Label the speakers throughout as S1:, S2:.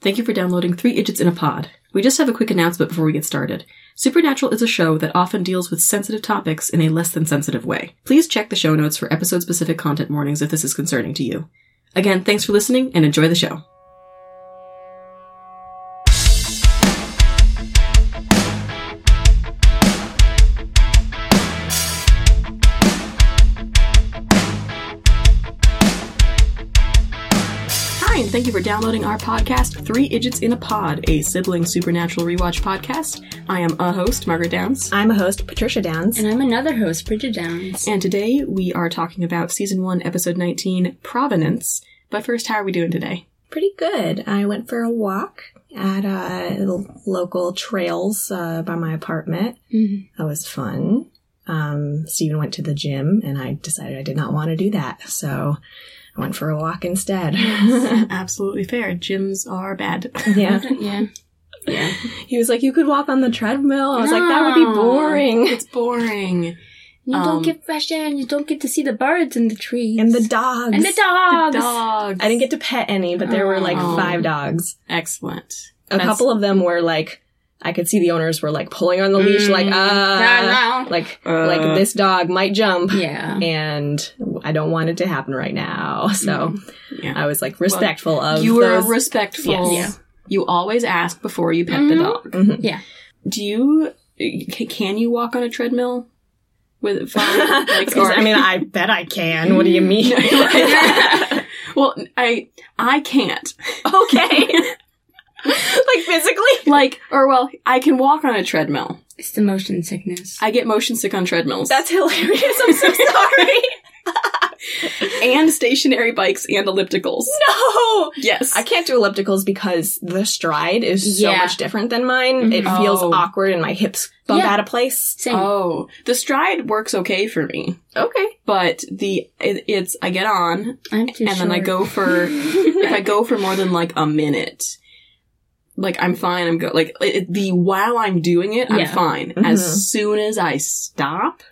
S1: Thank you for downloading Three Idiots in a Pod. We just have a quick announcement before we get started. Supernatural is a show that often deals with sensitive topics in a less than sensitive way. Please check the show notes for episode specific content warnings if this is concerning to you. Again, thanks for listening and enjoy the show. Hi, and thank you for downloading our podcast, Three Idiots in a Pod, a sibling supernatural rewatch podcast. I am a host, Margaret Downs.
S2: I'm a host, Patricia Downs.
S3: And I'm another host, Bridget Downs.
S1: And today we are talking about season one, episode 19, Provenance. But first, how are we doing today?
S2: Pretty good. I went for a walk at uh, the local trails uh, by my apartment.
S3: Mhm.
S2: That was fun. Um, Steven went to the gym, and I decided I did not want to do that, so I went for a walk instead.
S1: Absolutely fair. Gyms are bad.
S2: yeah,
S3: Yeah. Yeah.
S2: he was like, "You could walk on the treadmill." I was like, "That would be
S3: No.
S2: boring."
S1: it's boring.
S3: You
S1: Um,
S3: don't get fresh air and you don't get to see the birds and the trees.
S2: And the dogs.
S3: And the dogs.
S1: Dogs.
S2: Ah, I didn't get to pet any, but there were like
S1: Oh.
S2: five dogs.
S1: Excellent.
S2: A
S1: That's-
S2: couple of them were like, I could see the owners were like pulling on the leash, like,
S3: Mm.
S2: ah,
S3: Ah, no.
S2: like
S1: Uh.
S2: like this dog might jump
S3: Yeah.
S2: and I don't want it to happen right now. So
S1: Mm-hmm. Yeah.
S2: I was like respectful of
S1: you were
S2: those-
S1: respectful.
S2: Yes.
S1: You always ask before you pet the
S3: Mhm.
S1: dog.
S2: Mhm.
S1: Do you? c- Can you walk on a treadmill with? Fine, like, Mm-hmm. or-
S2: I mean, I bet I can. What do you mean?
S1: well, I I can't.
S2: okay. like physically?
S1: Like, or well, I can walk on a treadmill.
S3: It's the motion sickness.
S1: I get motion sick on treadmills
S2: That's hilarious. I'm so sorry.
S1: and stationary bikes and ellipticals.
S2: no.
S1: Yes,
S2: I can't do ellipticals because the stride is so
S3: Yeah.
S2: much different than mine. It
S1: Mhm.
S2: feels
S1: Oh.
S2: awkward and my hips bump
S3: Yeah.
S2: out of place.
S3: Same.
S1: Oh, the stride works okay for me,
S2: Okay.
S1: but the it, it's I get on
S3: I'm too
S1: and then I
S3: short.
S1: go for if I go for more than like a minute, like I'm fine. I'm good. Like it, the while I'm doing it, I'm
S3: Yeah. Mm-hmm.
S1: fine.
S2: Mhm.
S1: As soon as I stop,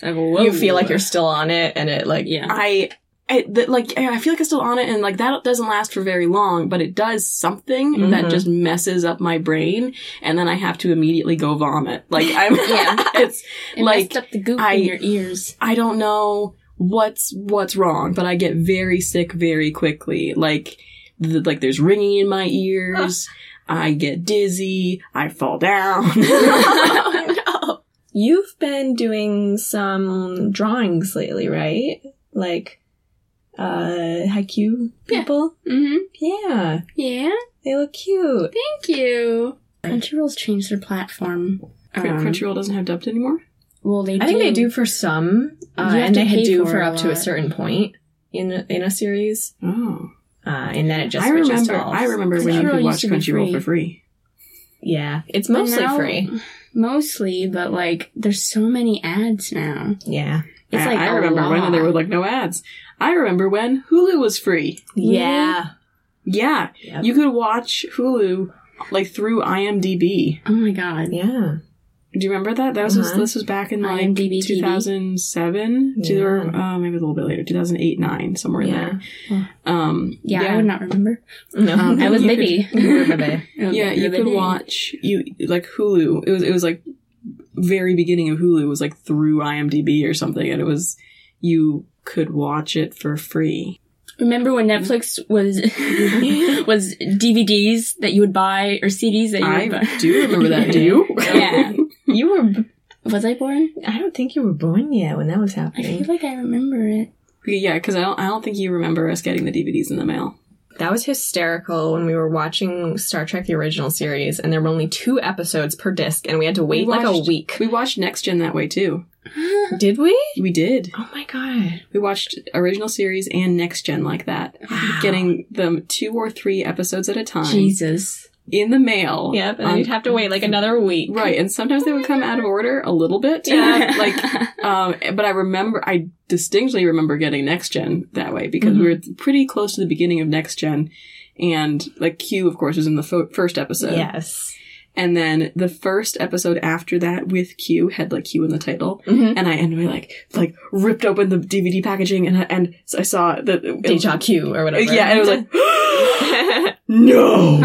S3: Like, whoa.
S2: You feel like you're still on it and it like
S3: Yeah.
S1: I. I, that like I feel like I'm still on it, and like that doesn't last for very long, but it does something that
S3: Mm-hmm.
S2: Mhm.
S1: just messes up my brain, and then I have to immediately go vomit. Like I'm,
S3: Yeah.
S1: it's
S3: It
S1: like,
S3: messed up the goop
S1: I-
S3: in your ears.
S1: I don't know what's what's wrong, but I get very sick very quickly. Like th- like there's ringing in my ears. I get dizzy. I fall down.
S2: no. You've been doing some drawings lately, right? Like uh haiku
S3: Yeah.
S2: people?
S3: Mm-hmm.
S2: Yeah.
S3: Yeah.
S2: They look cute.
S3: Thank you. Crunchyroll's changed their platform.
S1: Crun-
S3: Um,
S1: Crunchyroll doesn't have dubbed anymore.
S3: Well, they
S2: I think they do for some. Uh,
S3: You have
S2: and
S3: to
S2: they had
S3: pay
S2: do
S3: for
S2: for,
S3: a
S2: up to a
S3: lot.
S2: certain point in a, in a series.
S1: Oh,
S2: Uh, and then it just
S1: I
S2: switches
S1: remember.
S2: to all-
S1: I remember when you
S3: Crunchyroll
S1: could
S3: used
S1: watch
S3: to be
S1: Crunchyroll
S3: free.
S1: for free.
S2: Yeah. It's mostly
S3: now-
S2: free.
S3: Mostly, but like, there's so many ads now.
S2: Yeah.
S3: It's
S1: I,
S3: like
S1: I
S3: a
S1: remember when
S3: lot.
S1: there were like no ads. I remember when Hulu was free.
S2: Yeah.
S1: Yeah,
S2: Yep.
S1: you could watch Hulu like through IMDb.
S3: Oh my god.
S2: yeah.
S1: Do you remember that? That was
S2: Uh-huh.
S1: this was back in like
S3: IMDb TV.
S1: 2007, to, or uh, maybe a little bit later, 2008, nine, somewhere in
S2: Yeah.
S1: there. Um,
S3: Yeah, I would not remember.
S2: No.
S1: Um,
S3: I was
S1: You could-
S3: baby.
S2: You were baby.
S1: yeah, you could watch you like Hulu. It was it was like very beginning of Hulu was like through IMDb or something, and it was you could watch it for free.
S3: Remember when Netflix was was DVDs that you would buy or CDs that you would
S1: I
S3: buy?
S1: do remember that. Do
S2: Yeah.
S1: you?
S3: Yeah.
S2: you were
S3: Was I born?
S2: I don't think you were born yet when that was
S3: I
S2: happening.
S3: feel like I remember it.
S1: yeah, because I don't I don't think you remember us getting the DVDs in the mail.
S2: That was hysterical when we were watching Star Trek the original series, and there were only two episodes per disc, and we had to wait
S1: We
S2: like a
S1: watched-
S2: week.
S1: We watched Next Gen that way too.
S2: Did we?
S1: We did.
S2: Oh my god!
S1: We watched original series and next gen like that,
S2: Wow.
S1: getting them two or three episodes at a time
S3: Jesus.
S1: in the mail.
S2: Yep, and
S1: Um,
S2: then you'd have to wait like another week.
S1: Right, and sometimes they would come out of order a little bit.
S2: Yeah.
S1: like, um, but I remember, I distinctly remember getting next gen that way because
S2: Mm-hmm.
S1: we were pretty close to the beginning of next gen, and like Q, of course, was in the fo- first episode.
S2: Yes.
S1: and then the first episode after that with Q had like Q in the title,
S2: Mm-hmm.
S1: and I and we like like ripped open the DVD packaging and I- and so I saw the
S2: Deja Q or whatever.
S1: yeah and it was like No!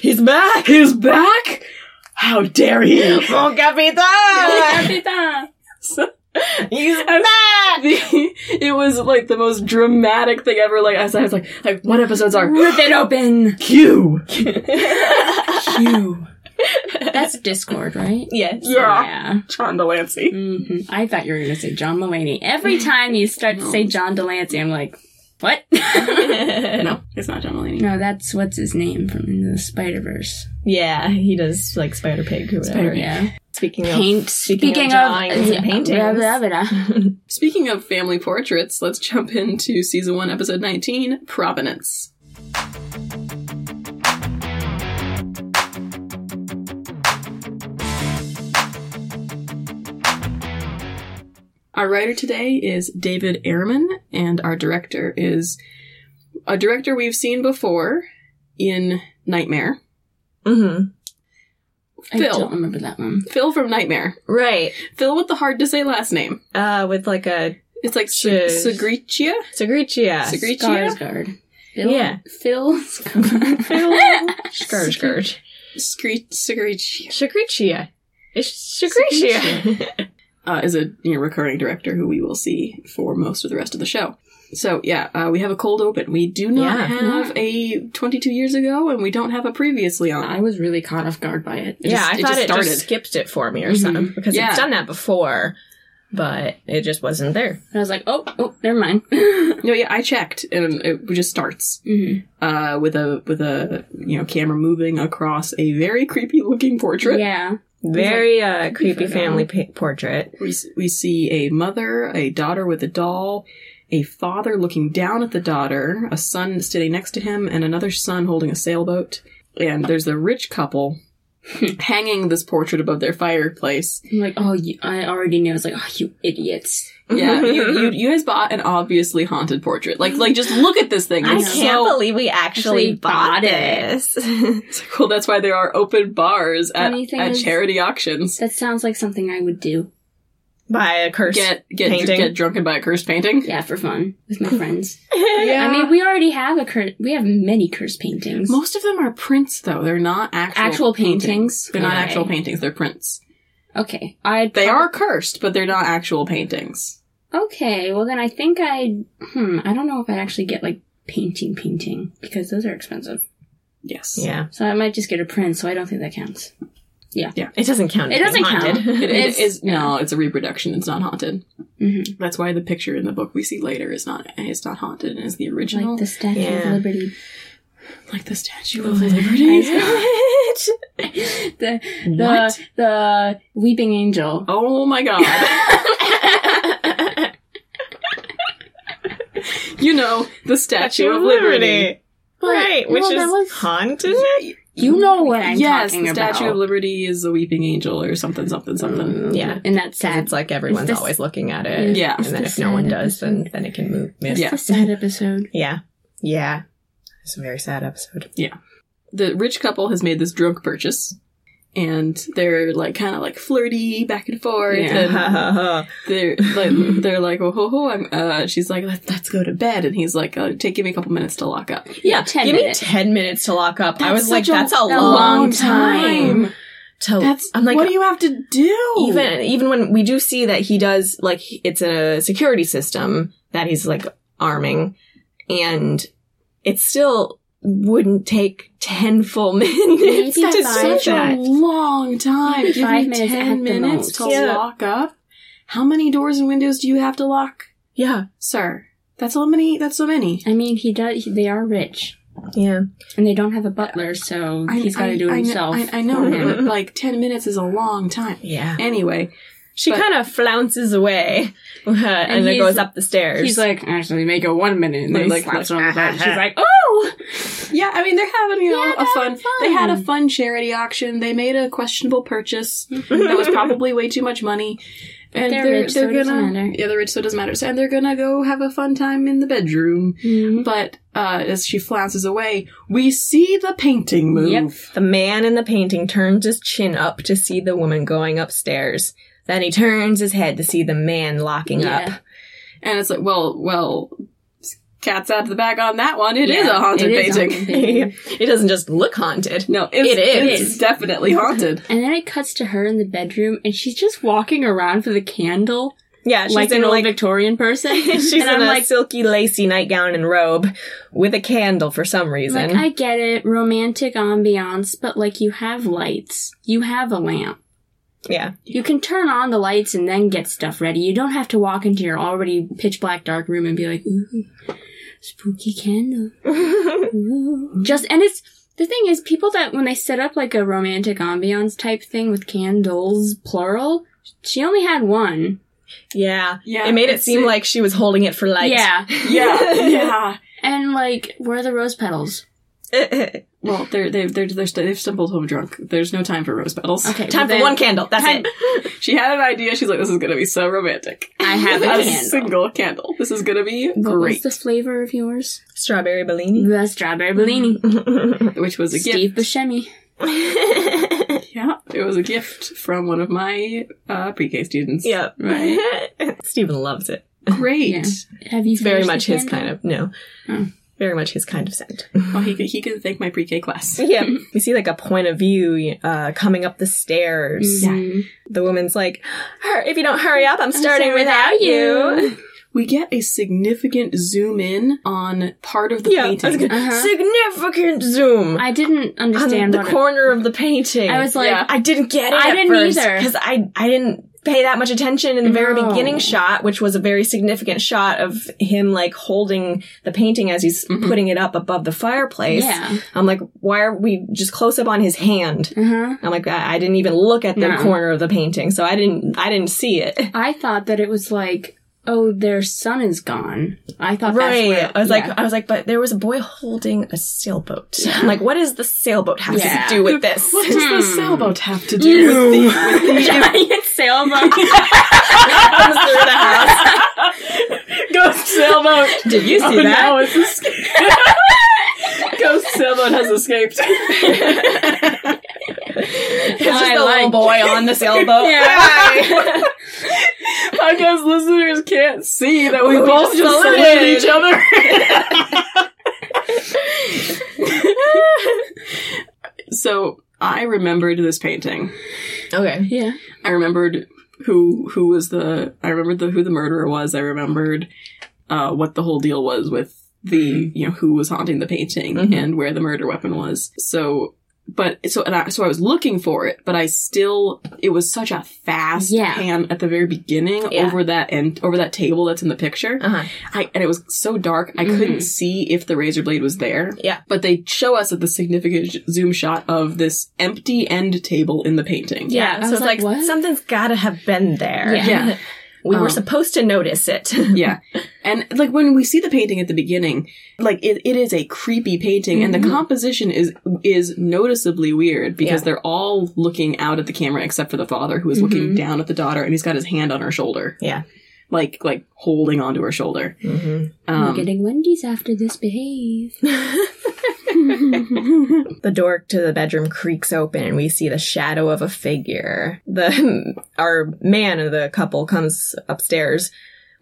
S2: He's back.
S1: He's back? How dare he?
S2: Oh, Capitan! He's back.
S1: it was like the most dramatic thing ever. Like I said, I was like, like what episodes are
S3: Rip it open.
S1: Q?
S3: You. That's Discord, right?
S2: Yes.
S3: Yeah.
S1: John Delancey.
S3: hmm I thought you were going to say John Mulaney. Every time you start to say John Delancey, I'm like, what?
S1: No, it's not John Mulaney.
S3: no, that's what's his name from the Spider Verse.
S2: yeah, he does like Spider Pig. Who
S1: Spider-
S3: Yeah.
S2: Speaking of
S3: Paint.
S2: Speaking of drawings and paintings.
S3: Blah, blah, blah.
S1: Speaking of family portraits, let's jump into season one, episode 19 Provenance. Our writer today is David Ehrman, and our director is a director we've seen before in Nightmare.
S2: hmm
S3: I
S1: Phil.
S3: don't remember that one.
S1: Phil from Nightmare.
S2: Right.
S1: Phil with the hard to say last name.
S2: Uh, with like a
S1: It's like
S2: Yes.
S1: Segritia.
S2: Sagrichia.
S1: Sagri- Reach out.
S3: Skarsgård.
S2: Yeah.
S3: Phil.
S2: Phil.
S3: Skarsgård.
S2: Scourge Scourge.
S1: Segritia.
S2: Sagrichia. It's Sagrichia.
S1: uh, is a you know, recurring director who we will see for most of the rest of the show. So yeah, uh, we have a cold open. We do not
S2: Yeah.
S1: have a 22 years ago, and we don't have a previously on.
S3: I was really caught off guard by it.
S2: yeah, I
S1: it
S2: thought
S1: just
S2: it
S1: started.
S2: just skipped it for me or
S3: Mhm.
S2: something because
S1: Yeah.
S2: it's done that before, but it just wasn't there.
S3: And I was like, oh, oh, never mind. Mm-hmm.
S1: no, yeah, I checked, and it just starts
S3: Mhm.
S1: uh, with a with a you know camera moving across a very creepy looking portrait.
S3: Yeah.
S2: Very uh, creepy
S3: photo.
S2: family pa- portrait.
S1: We s- we see a mother, a daughter with a doll, a father looking down at the daughter, a son sitting next to him, and another son holding a sailboat. And there's a rich couple hanging this portrait above their fireplace.
S3: I'm like, oh, you, I already knew. I was like, oh, you idiots.
S1: Yeah, you, you, you guys bought an obviously haunted portrait. Like, like just look at this thing.
S2: I can't
S1: It's so
S2: believe we actually,
S3: actually
S2: bought
S3: bought
S2: this.
S1: it's cool. That's why there are open bars at,
S3: Funny thing
S1: at
S3: is-
S1: charity auctions.
S3: That sounds like something I would do.
S2: By a curse.
S1: Get get
S2: Painting.
S1: get drunken by a cursed painting.
S3: Yeah, for fun with my friends.
S2: yeah.
S3: I mean, we already have a cur- we have many curse paintings.
S1: Most of them are prints, though. They're not actual
S3: Actual paintings?
S1: They're not
S3: Okay.
S1: actual paintings. They're prints.
S3: okay, I
S1: They are cursed, but they're not actual paintings.
S3: okay. Well, then I think I hmm. I don't know if I'd actually get like painting painting because those are expensive.
S1: Yes.
S2: yeah.
S3: So I might just get a print. So I don't think that counts.
S2: It doesn't count.
S3: It
S2: as being
S3: doesn't count.
S2: haunted.
S1: It is,
S3: It's-
S1: is no, it's a reproduction. It's not haunted.
S3: hmm
S1: That's why the picture in the book we see later is not it's not haunted and is the original,
S3: Like the Statue
S2: Yeah.
S3: of Liberty.
S1: like the Statue of Liberty.
S3: the the
S1: What?
S3: the weeping angel.
S1: Oh my god! you know the Statue, of Liberty.
S2: Right, which
S3: Well, that
S2: is
S3: was-
S2: haunted.
S3: You know what I'm
S1: yes,
S3: talking
S1: the Statue
S3: about.
S1: of Liberty is a weeping angel or something, something, something.
S3: Mm,
S2: Yeah.
S3: and that's sad.
S2: It's like everyone's
S3: this-
S2: always looking at it.
S1: Yeah.
S2: And
S3: It's
S2: then
S3: the
S2: if no one
S3: sad
S2: does, then,
S3: episode.
S2: then it can move. move.
S3: That's
S1: Yeah.
S3: the sad episode.
S2: Yeah. Yeah. It's a very sad episode.
S1: the rich couple has made this drunk purchase and they're like kind of like flirty back and forth
S3: Yeah.
S1: and they're like they're like oh ho ho I'm, uh, she's like Let, let's go to bed and he's like uh, take give me a couple minutes to lock up
S3: Yeah, ten
S2: Give
S3: minutes.
S2: me 10 minutes to lock up. I
S1: That's
S2: was like,
S1: such a-
S2: that's a,
S1: a
S2: long,
S3: long
S2: time. To,
S3: Oh,
S1: that's
S2: I'm like,
S1: what do you have to do
S2: even even when we do see that he does like it's a security system that he's like arming and it still wouldn't take 10 full minutes
S3: Maybe
S2: to
S3: five.
S2: do
S1: such a
S2: that
S1: long time
S3: Maybe
S1: give
S3: five
S1: me
S3: minutes
S1: 10
S3: at the
S1: minutes to
S2: most. Yeah.
S1: lock up how many doors and windows do you have to lock
S2: yeah
S1: sir that's so many that's so many
S3: I mean, he does. He, they are rich,
S2: yeah
S3: and they don't have a butler, so he's got to do it
S1: I-
S3: himself.
S1: I, I know
S3: for him.
S1: but like 10 minutes is a long time
S2: yeah
S1: anyway
S2: she
S1: But-
S2: kind of flounces away uh, and, then
S3: he's-
S2: goes up the stairs
S3: He's like, actually, make it one minute, and
S1: They're
S3: then
S1: like,
S3: like, slaps her on the butt. She's like, oh,
S1: Yeah, I mean they're having you know
S3: Yeah,
S1: a
S3: they're
S1: fun,
S3: having fun.
S1: They had a fun charity auction. They made a questionable purchase that was probably way too much money. And
S3: They're
S1: they're they're,
S3: rich, so it doesn't
S1: gonna
S3: matter.
S1: yeah they're rich so it doesn't matter. So, and they're gonna go have a fun time in the bedroom.
S3: Mhm.
S1: But uh, as she flounces away, we see the painting move.
S3: Yep.
S2: the man in the painting turns his chin up to see the woman going upstairs then he turns his head to see the man locking
S3: Yeah.
S2: up
S1: And it's like, well, well, Cat's out of the bag on that one. It is
S3: Yeah,
S1: a haunted
S3: it is a
S1: painting.
S3: haunted painting.
S2: it doesn't just look haunted.
S1: No, it's,
S2: It is.
S1: It's definitely haunted.
S3: and then it cuts to her in the bedroom, and she's just walking around with a candle,
S2: Yeah, she's
S3: like
S2: in
S3: an old
S2: like
S3: Victorian person.
S2: she's
S3: and
S2: in
S3: I'm
S2: a
S3: like,
S2: silky lacy nightgown and robe with a candle for some reason.
S3: like, I get it, romantic ambiance, but like you have lights, you have a lamp.
S2: yeah.
S3: You can turn on the lights and then get stuff ready. You don't have to walk into your already pitch black dark room and be like, ooh, spooky candle. Ooh. Just, and it's, the thing is, people that, when they set up like a romantic ambiance type thing with candles, plural, she only had one.
S2: yeah.
S1: Yeah,
S2: It made it
S1: it's-
S2: seem like she was holding it for light.
S3: Yeah.
S1: yeah, yeah.
S3: And like, where are the rose petals?
S1: Well, they're they're they're, they're st- they've stumbled home drunk. There's no time for rose petals.
S3: Okay.
S2: Time
S3: but
S2: for
S3: then
S2: one candle. That's
S3: Time-
S2: it.
S1: She had an idea. She's like, "This is gonna be so romantic."
S3: I have a candle.
S1: single candle. This is gonna be
S3: What was
S1: great.
S3: the flavor of yours?
S2: Strawberry Bellini.
S3: The strawberry bellini.
S1: Which was a
S3: Steve
S1: gift.
S3: Buscemi.
S1: Yeah, it was a gift from one of my uh, pre-K students.
S2: yep.
S1: right.
S2: Stephen loves it.
S1: Great.
S3: Yeah. Have you
S2: It's very
S3: finished the
S2: much his
S3: candle?
S2: kind of no.
S3: Oh.
S2: Very much his kind of scent.
S1: Oh, he can, he can thank my pre-K class.
S2: yeah. We see like a point of view uh, coming up the stairs.
S3: Mhm.
S2: The woman's like, Hur- if you don't hurry up, I'm starting
S3: sorry,
S2: without
S3: without
S2: you.
S1: We get a significant zoom in on part of the
S2: Yeah, I was
S1: painting.
S2: gonna-
S3: Uh-huh.
S2: Significant zoom
S3: I didn't
S2: on
S3: understand
S2: the
S3: what it-
S2: corner of the painting.
S3: I was like,
S1: Yeah.
S2: I didn't get it.
S3: I
S2: at
S3: didn't
S2: first,
S3: either.
S2: because I I didn't pay that much attention in the very
S3: No.
S2: beginning shot, which was a very significant shot of him like holding the painting as he's
S1: Mhm.
S2: putting it up above the fireplace.
S3: Mm-hmm. yeah.
S2: I'm like, why are we just close up on his hand?
S3: Uh-huh.
S2: I'm like, I, I didn't even look at the
S3: No.
S2: corner of the painting, so I didn't I didn't see it.
S3: I thought that it was like, oh, their son is gone. I thought that's
S2: Right.
S3: where,
S2: I was
S3: yeah.
S2: like, I was like, but there was a boy holding a sailboat. I'm like, what does the sailboat have
S3: Yeah.
S2: to do with this?
S1: What does the
S3: Hmm.
S1: sailboat have to do with the, with the
S3: giant sailboat.
S2: Comes through the house.
S1: Ghost sailboat.
S2: Did you see
S1: Oh,
S2: that?
S1: now it's escaped. Ghost sailboat has escaped.
S2: It's just
S3: I
S2: the little
S3: like-
S2: boy on the sailboat.
S1: Yeah. I guess listeners can't see that we
S2: We
S1: both
S2: just
S1: just saluted
S2: saluted.
S1: each other. so I remembered this painting.
S2: okay.
S3: yeah.
S1: I remembered who who was the I remembered the who the murderer was. I remembered uh, what the whole deal was with
S2: Mm-hmm.
S1: the you know who was haunting the painting
S2: Mhm.
S1: and where the murder weapon was. So but so and I, so I was looking for it, but I still it was such a fast
S3: Yeah.
S1: pan at the very beginning
S2: Yeah.
S1: over that end over that table that's in the picture.
S2: Uh-huh. Mm-hmm.
S1: I and it was so dark I couldn't see if the razor blade was there.
S2: Yeah.
S1: But they show us at the significant sh- zoom shot of this empty end table in the painting.
S2: Yeah.
S3: Yeah, I
S2: so
S3: was
S2: it's like,
S3: like, what?
S2: something's gotta have been there.
S3: Yeah.
S1: Yeah.
S2: We were
S1: Um,
S2: supposed to notice it.
S1: yeah and like when we see the painting at the beginning like it, it is a creepy painting and the
S2: Mhm.
S1: composition is is noticeably weird because
S2: Yeah.
S1: they're all looking out at the camera except for the father who is looking
S3: Mhm.
S1: down at the daughter and he's got his hand on her shoulder
S2: Mm-hmm. Yeah.
S1: like like holding onto her shoulder
S2: Mhm.
S3: We're
S1: um
S3: getting Wendy's after this. Behave.
S2: The door to the bedroom creaks open and we see the shadow of a figure. The our man of the couple comes upstairs.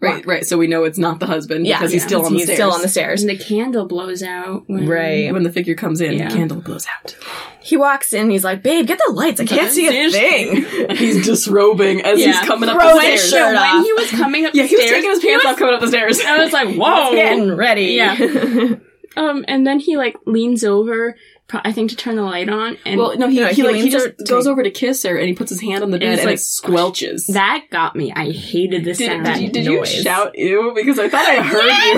S1: right right so we know it's not the husband
S2: Yeah,
S1: because he's
S3: yeah.
S1: still on the
S2: He's
S1: stairs Mm-hmm.
S2: still on the stairs.
S3: and the candle blows out. When,
S2: Right.
S1: when the figure comes in
S3: Yeah.
S1: the candle blows out
S2: He walks in, he's like, Babe, get the lights. I can't see a thing.
S1: and he's disrobing as he's
S3: Yeah.
S1: coming up
S2: Throw
S1: the
S2: his
S1: stairs
S2: shirt
S3: When
S2: off.
S3: he was coming up
S1: yeah
S3: the
S1: he was
S3: stairs,
S1: taking his pants off coming up the stairs
S3: I was like, whoa.
S2: Getting ready.
S3: Yeah. Um, and then he like leans over, pro- I think, to turn the light on, and
S1: well, no, he,
S2: No,
S1: he,
S2: he
S1: like he
S2: leans
S1: just
S2: over to-
S1: goes over to kiss her, and he puts his hand on the bed,
S3: he's
S1: and,
S3: like-
S1: it squelches.
S3: that got me. I hated the
S1: did,
S3: sound.
S1: did,
S2: that
S1: you, did you
S2: noise.
S1: shout ew? Because I thought I heard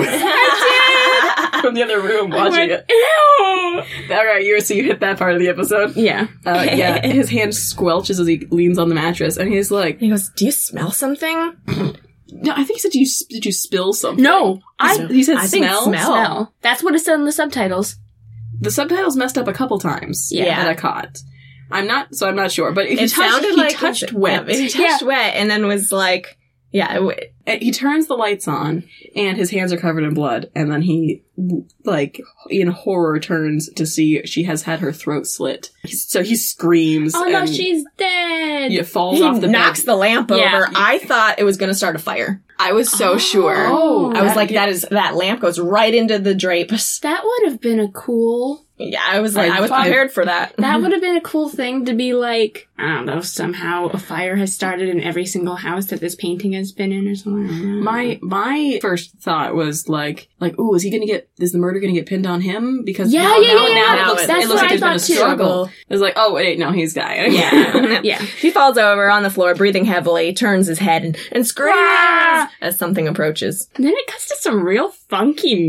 S1: you from the other room
S3: I
S1: watching
S3: went,
S1: it. Ew! All right, you so you hit that part of the episode.
S3: yeah.
S1: Uh, yeah, his hand squelches as he leans on the mattress, and he's like,
S2: And he goes, Do you smell something?
S1: "No, I think he said, did you s- did you spill something?"
S3: No, I
S1: I, he said
S2: I think
S1: smell.
S2: smell.
S3: smell. That's what it said in the subtitles.
S1: The subtitles messed up a couple times.
S2: Yeah.
S1: that I caught. I'm not, so I'm not sure. But if he touched, he touched wet.
S2: He touched wet and then was like, yeah, it w-
S1: And he turns the lights on and his hands are covered in blood and then he like in horror turns to see she has had her throat slit He's- so he screams
S3: Oh no,
S1: and
S3: she's dead.
S1: yeah, falls
S2: he
S1: off the
S2: knocks
S1: bed
S2: the lamp
S3: Yeah.
S2: over. I thought it was going to start a fire. I was so
S3: Oh.
S2: sure.
S3: Oh,
S2: I was
S1: that-
S2: like, that is that lamp goes right into the drapes.
S3: That would have been a cool.
S2: Yeah, I was like,
S1: I-
S2: I was
S1: I-
S2: prepared for that.
S3: That
S1: Mm-hmm.
S3: would have been a cool thing to be like. I don't know. Somehow a fire has started in every single house that this painting has been in, or something. I don't know.
S1: My my first thought was like like ooh is he gonna get is the murder gonna get pinned on him because
S3: Yeah,
S1: now,
S3: yeah,
S1: now,
S3: yeah,
S1: now
S2: yeah.
S1: it looks,
S2: That's
S1: it looks
S2: what
S1: like
S2: I
S1: there's been a
S3: thought too.
S1: struggle it's like oh wait no he's guy
S2: Yeah.
S3: yeah.
S2: He falls over on the floor, breathing heavily, turns his head and, and screams
S3: Ah!
S2: as something approaches.
S3: And then it cuts to some real funky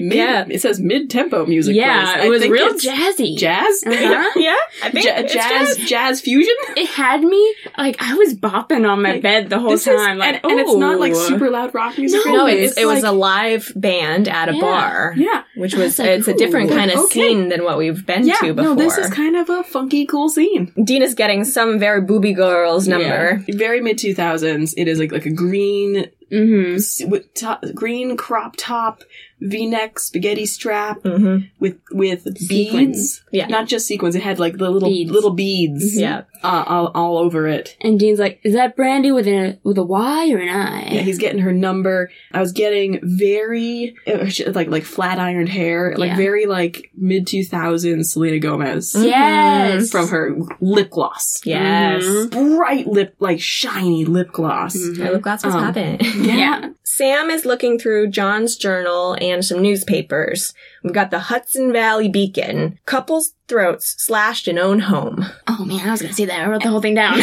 S1: Mid, it says mid tempo music
S3: yeah,
S1: plays. I
S3: it was
S1: think
S3: real
S1: it's
S3: jazzy.
S1: jazz
S3: Uh-huh.
S2: Yeah, I think
S1: Ja-
S2: it's
S1: jazz jazz fusion
S3: It had me like I was bopping on my
S1: Like,
S3: bed the whole
S1: This is-
S3: time. like,
S1: and, and it's not like
S3: ooh.
S1: super loud rock music.
S3: No,
S1: or
S2: No,
S1: anything.
S2: it's,
S1: It's
S2: it was
S1: like-
S2: a live band at a
S3: Yeah.
S2: bar,
S1: yeah,
S2: which
S3: I was
S2: was
S3: like,
S2: it's a different
S3: ooh,
S2: kind of
S1: okay.
S2: scene than what we've been
S1: yeah.
S2: to
S1: No,
S2: before.
S1: this is kind of a funky, cool scene.
S2: Dina's getting some very booby girls number.
S1: Yeah. very mid two thousands. It is like like a green
S3: Mhm.
S1: s- with top, green crop top, V neck spaghetti strap
S2: hmm
S1: with with
S3: Sequins.
S1: beads.
S2: Yeah. Mm-hmm.
S1: not just sequins. It had like the little
S3: Beads.
S1: little beads.
S2: Yeah,
S1: uh, all, all over it.
S3: And Dean's like, "Is that brandy with a with a Y or an I?"
S1: Yeah, he's getting her number. I was getting very uh, she- like like flat ironed hair, like
S3: Yeah.
S1: very like mid two thousands Selena Gomez
S3: yes,
S1: mm-hmm, from her lip gloss.
S2: yes.
S3: Mhm.
S1: bright lip, like shiny lip gloss.
S3: Mhm.
S2: Her lip gloss was
S1: Um,
S2: popping.
S3: Yeah.
S2: Sam is looking through John's journal and some newspapers. We've got the Hudson Valley Beacon, couples' throats slashed in own home.
S3: Oh man, I was gonna say that. I wrote the whole thing down.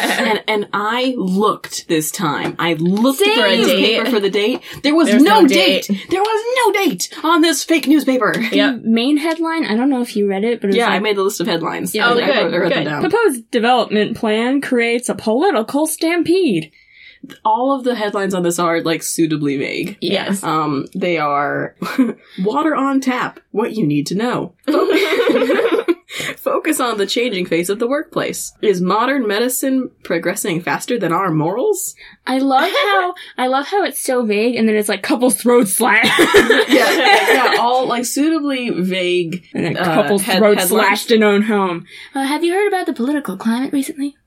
S1: And and I looked this time. I looked
S3: Same.
S1: for a newspaper for the date. There was
S2: There's
S1: no,
S2: no
S1: date.
S2: date.
S1: There was no date on this fake newspaper.
S2: Yep.
S3: The main headline. I don't know if you read it, but it was
S1: Yeah, I
S3: like,
S1: made the list of headlines.
S3: Yeah,
S1: I,
S3: oh,
S1: I wrote, I
S2: good,
S1: wrote them
S2: good.
S1: down.
S3: proposed development plan creates a political stampede.
S1: All of the headlines on this are like suitably vague.
S2: Yes.
S1: Um, they are water on tap. What you need to know. Focus on the changing face of the workplace. Is modern medicine progressing faster than our morals?
S3: I love how I love how it's so vague, and then it's like couple's throat slash.
S1: yeah, yeah, all like suitably vague.
S3: And a
S1: Uh,
S3: couple's
S1: head-
S3: throat
S1: headlines.
S3: slashed in own home. Uh, have you heard about the political climate recently?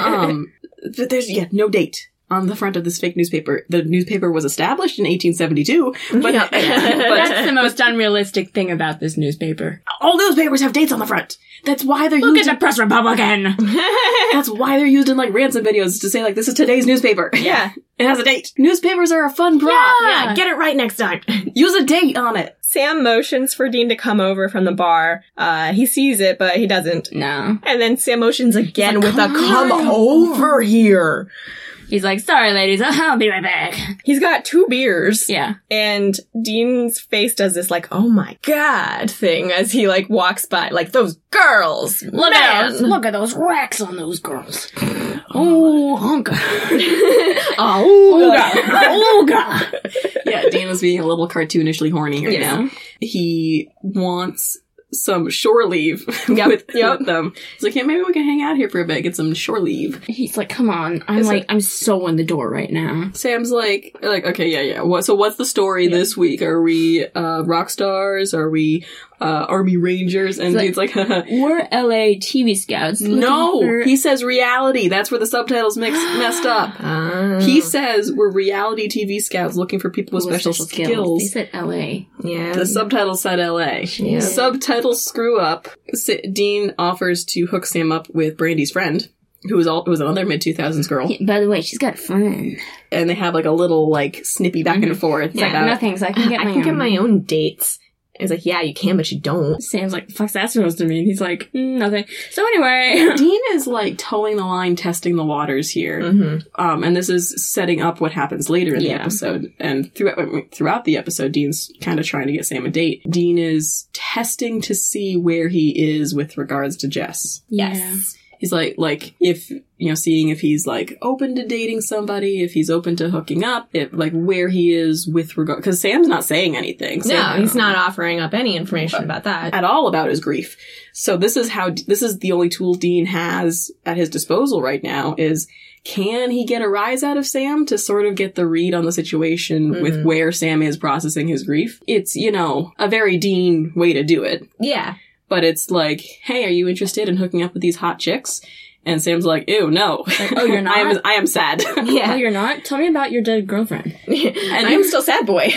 S1: Um, but there's yeah no date on the front of this fake newspaper. The newspaper was established in 1872, but,
S2: Yeah.
S1: but
S3: That's the most unrealistic thing about this newspaper.
S1: all newspapers have dates on the front. That's why they're
S3: Look at
S1: used.
S3: the press Republican.
S1: that's why they're used in like ransom videos to say like this is today's newspaper.
S2: yeah.
S1: It has a date. Newspapers are a fun prop.
S3: Yeah.
S2: Get it right next time.
S1: Use a date on it.
S2: Sam motions for Dean to come over from the bar. Uh, he sees it, but he doesn't.
S3: No,
S2: And then Sam motions again
S3: He's
S2: with
S3: like,
S2: a
S3: "Come
S2: come
S3: on."
S2: over here.
S3: he's like, sorry, ladies, I'll be right back.
S2: He's got two beers.
S3: Yeah,
S2: And Dean's face does this like, oh my god thing as he like walks by, like those girls.
S3: look at those,
S2: man."
S3: look at those racks on those girls. Oh, hunka,
S2: oh
S3: oh god.
S1: Yeah, Dan is being a little cartoonishly horny right
S2: Yeah.
S1: now. He wants some shore leave
S2: Yep,
S1: with,
S2: yep.
S1: with them. He's like, hey, maybe we can hang out here for a bit, get some shore leave.
S3: He's like, come on. I'm
S1: It's
S3: like, I'm so in the door right now.
S1: Sam's like, like, okay, yeah, yeah. What, so what's the story
S3: Yeah.
S1: this week? Are we uh, rock stars? Are we uh, army rangers? And dude's
S3: It's
S1: like,
S3: We're LA TV scouts. looking
S1: no.
S3: for-
S1: He says reality. That's where the subtitles mix messed up.
S3: Um,
S2: god.
S1: He says we're reality TV scouts looking for people with special, skills.
S3: They said LA.
S2: yeah.
S3: Um,
S1: The subtitle said LA.
S2: Yeah.
S1: Subtitle screw up. S- Dean offers to hook Sam up with Brandy's friend, who was all who was another mid two thousands girl,
S3: Yeah, by the way, she's got fun.
S1: and they have like a little like snippy back and forth.
S3: Mm-hmm. Yeah,
S1: about-
S3: nothing. So I can get
S2: I
S3: my
S2: can
S3: own.
S2: get my own dates. I was like, yeah, you can, but you don't.
S3: Sam's like, "Fuck's that supposed to mean?" He's like, "Mm, "Nothing." So anyway,
S1: Dean is like towing the line, testing the waters here,
S2: Mm-hmm.
S1: um, and this is setting up what happens later in
S3: Mm. Yeah.
S1: the episode. And throughout throughout the episode, Dean's kind of trying to get Sam a date. Dean is testing to see where he is with regards to Jess.
S2: Yes.
S1: He's like, like if you know, seeing if he's like open to dating somebody, if he's open to hooking up, if like where he is with regard, because Sam's not saying anything. Sam-
S2: No, he's not offering up any information about
S3: Uh,
S2: that.
S1: at all about his grief. So this is how this is the only tool Dean has at his disposal right now is can he get a rise out of Sam to sort of get the read on the situation with
S2: Mhm.
S1: where Sam is processing his grief? It's, you know, a very Dean way to do it
S2: Yeah.
S1: but it's like, hey, are you interested in hooking up with these hot chicks? And Sam's like, ew, no.
S3: Like, oh, you're
S1: I
S3: not?
S1: am, I am sad.
S3: Oh,
S2: Yeah.
S3: you're not? Tell me about your dead girlfriend.
S2: and I'm still sad boy.